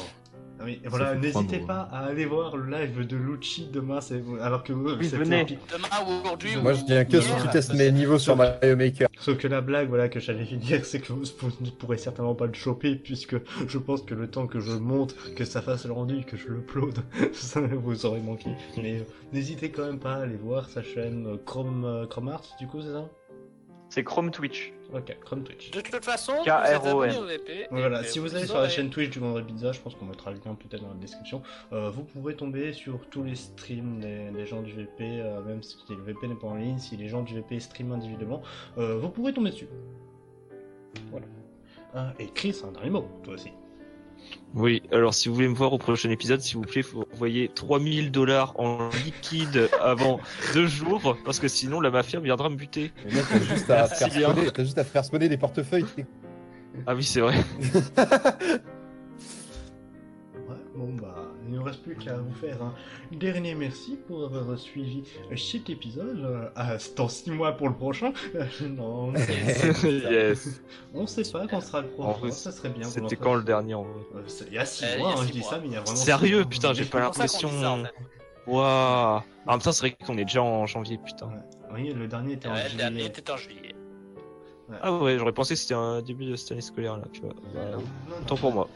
A: Ah oui, et voilà,
D: fait trois
A: n'hésitez
D: mots, hein.
A: pas à aller voir le live de Luchi demain, c'est alors que euh,
B: Oui,
A: c'était
B: venez.
A: pi-
C: Demain ou aujourd'hui
D: Moi,
C: ou
D: je tiens que
A: si
D: si
A: tu
D: tu
A: Voilà.
D: testes mes niveaux sur Mario Maker.
A: Sauf que la blague, voilà, que j'allais finir, c'est que vous ne pourrez certainement pas le choper, puisque je pense que le temps que je monte, que ça fasse le rendu, que je le upload, ça vous aurait manqué. Mais euh, n'hésitez quand même pas à aller voir sa chaîne euh, Chrome, euh, Chrome Art, du coup, c'est ça
B: C'est Chrome Twitch.
A: Ok, Chrome Twitch.
C: De toute façon,
B: K.R.O.M..
C: vous êtes abonné au VP, et
A: Voilà,
C: que
A: si vous
C: vous
A: allez sur la
C: aurez-
A: chaîne Twitch du Vendredi Pizza, je pense qu'on mettra le lien peut-être dans la description, euh, vous pourrez tomber sur tous les streams des, des gens du VP, euh, même si le VP n'est pas en ligne, si les gens du VP streament individuellement, euh, vous pourrez tomber dessus. Voilà. Ah, et Chris, un dernier mot, toi aussi.
H: Oui, alors si vous voulez me voir au prochain épisode, s'il vous plaît, vous envoyez 3000 dollars en liquide avant deux jours, parce que sinon la mafia viendra me buter.
D: Mais mec, t'as juste à
H: Merci
D: faire
H: bien.
D: spawner- t'as juste à faire spawner des portefeuilles.
H: Ah oui, c'est vrai.
A: Ouais, bon bah, il ne nous reste plus qu'à vous faire un dernier merci pour avoir suivi cet épisode. Euh, ah, c'est dans 6 mois pour le prochain. non,
C: Eh,
A: c'est-
H: yes.
A: on sait pas quand sera le
H: En
A: prochain,
H: vrai,
A: ça serait bien. qu'on en
H: C'était
A: fasse
H: quand le dernier en vrai
A: Euh, c'est- Il y a 6
C: Euh, il y
A: mois,
C: a
A: hein,
C: six
A: je dis
C: mois.
A: ça, mais il y a vraiment. six
H: Sérieux,
A: mois.
H: putain, j'ai pas
C: C'est pour ça qu'on
H: l'impression.
C: dit ça, en fait.
H: Waouh. En même temps, c'est vrai qu'on est déjà en janvier, putain.
A: Oui, le dernier était en
C: Ouais, le
A: juillet.
C: dernier était en juillet.
H: Ah ouais, j'aurais pensé que c'était un début de cette année scolaire là, tu vois.
A: Non,
H: Bah,
A: non.
H: tant pour moi.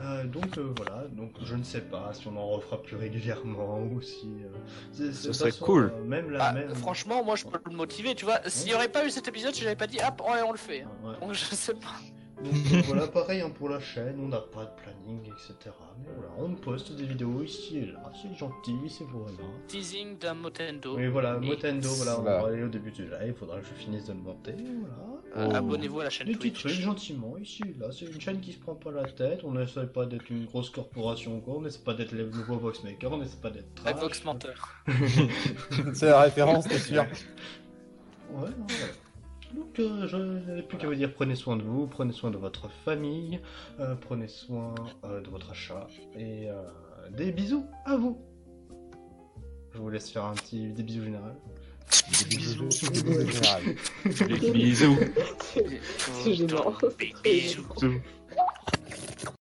A: Euh, donc euh, voilà, donc je ne sais pas si on en refera plus régulièrement ou si. euh, c'est- c'est-
H: Ce
A: de toute
H: serait
A: façon,
H: cool.
A: euh, même la
C: Bah,
A: même.
C: Franchement, moi, je peux le motiver, tu vois. S'il n'y aurait pas eu cet épisode, je n'avais pas dit, hop, ouais, on le fait.
A: Ouais.
C: Donc, je sais pas.
A: Donc euh, voilà, pareil hein, pour la chaîne, on n'a pas de planning, etc. Mais voilà, on poste des vidéos ici et là, c'est gentil, c'est voilà.
C: Teasing d'un Motendo.
A: Mais voilà,
C: Oh. Et-
A: Motendo, voilà, on
D: Voilà.
A: en parlait au début du live, il faudra que je finisse de le monter, voilà.
C: Euh,
D: Oh.
C: Abonnez-vous à la
A: Des
C: chaîne
A: petits
C: Twitch.
A: trucs gentiment, ici et là. C'est une chaîne qui se prend pas la tête. On n'essaie pas d'être une grosse corporation ou quoi. On n'essaie pas d'être les nouveaux Voxmaker. On n'essaie pas d'être trash.
C: Vox Menteur.
D: C'est la référence, t'es sûr.
A: Ouais, non, voilà. Donc, euh, je n'ai plus qu'à vous dire prenez soin de vous, prenez soin de votre famille, euh, prenez soin euh, de votre achat. Et euh, des bisous à vous. Je vous laisse faire un petit des bisous général.
H: Bisous.
D: Général.
H: Bisous.
E: C'est gênant.
C: Bisous.
H: Bisous.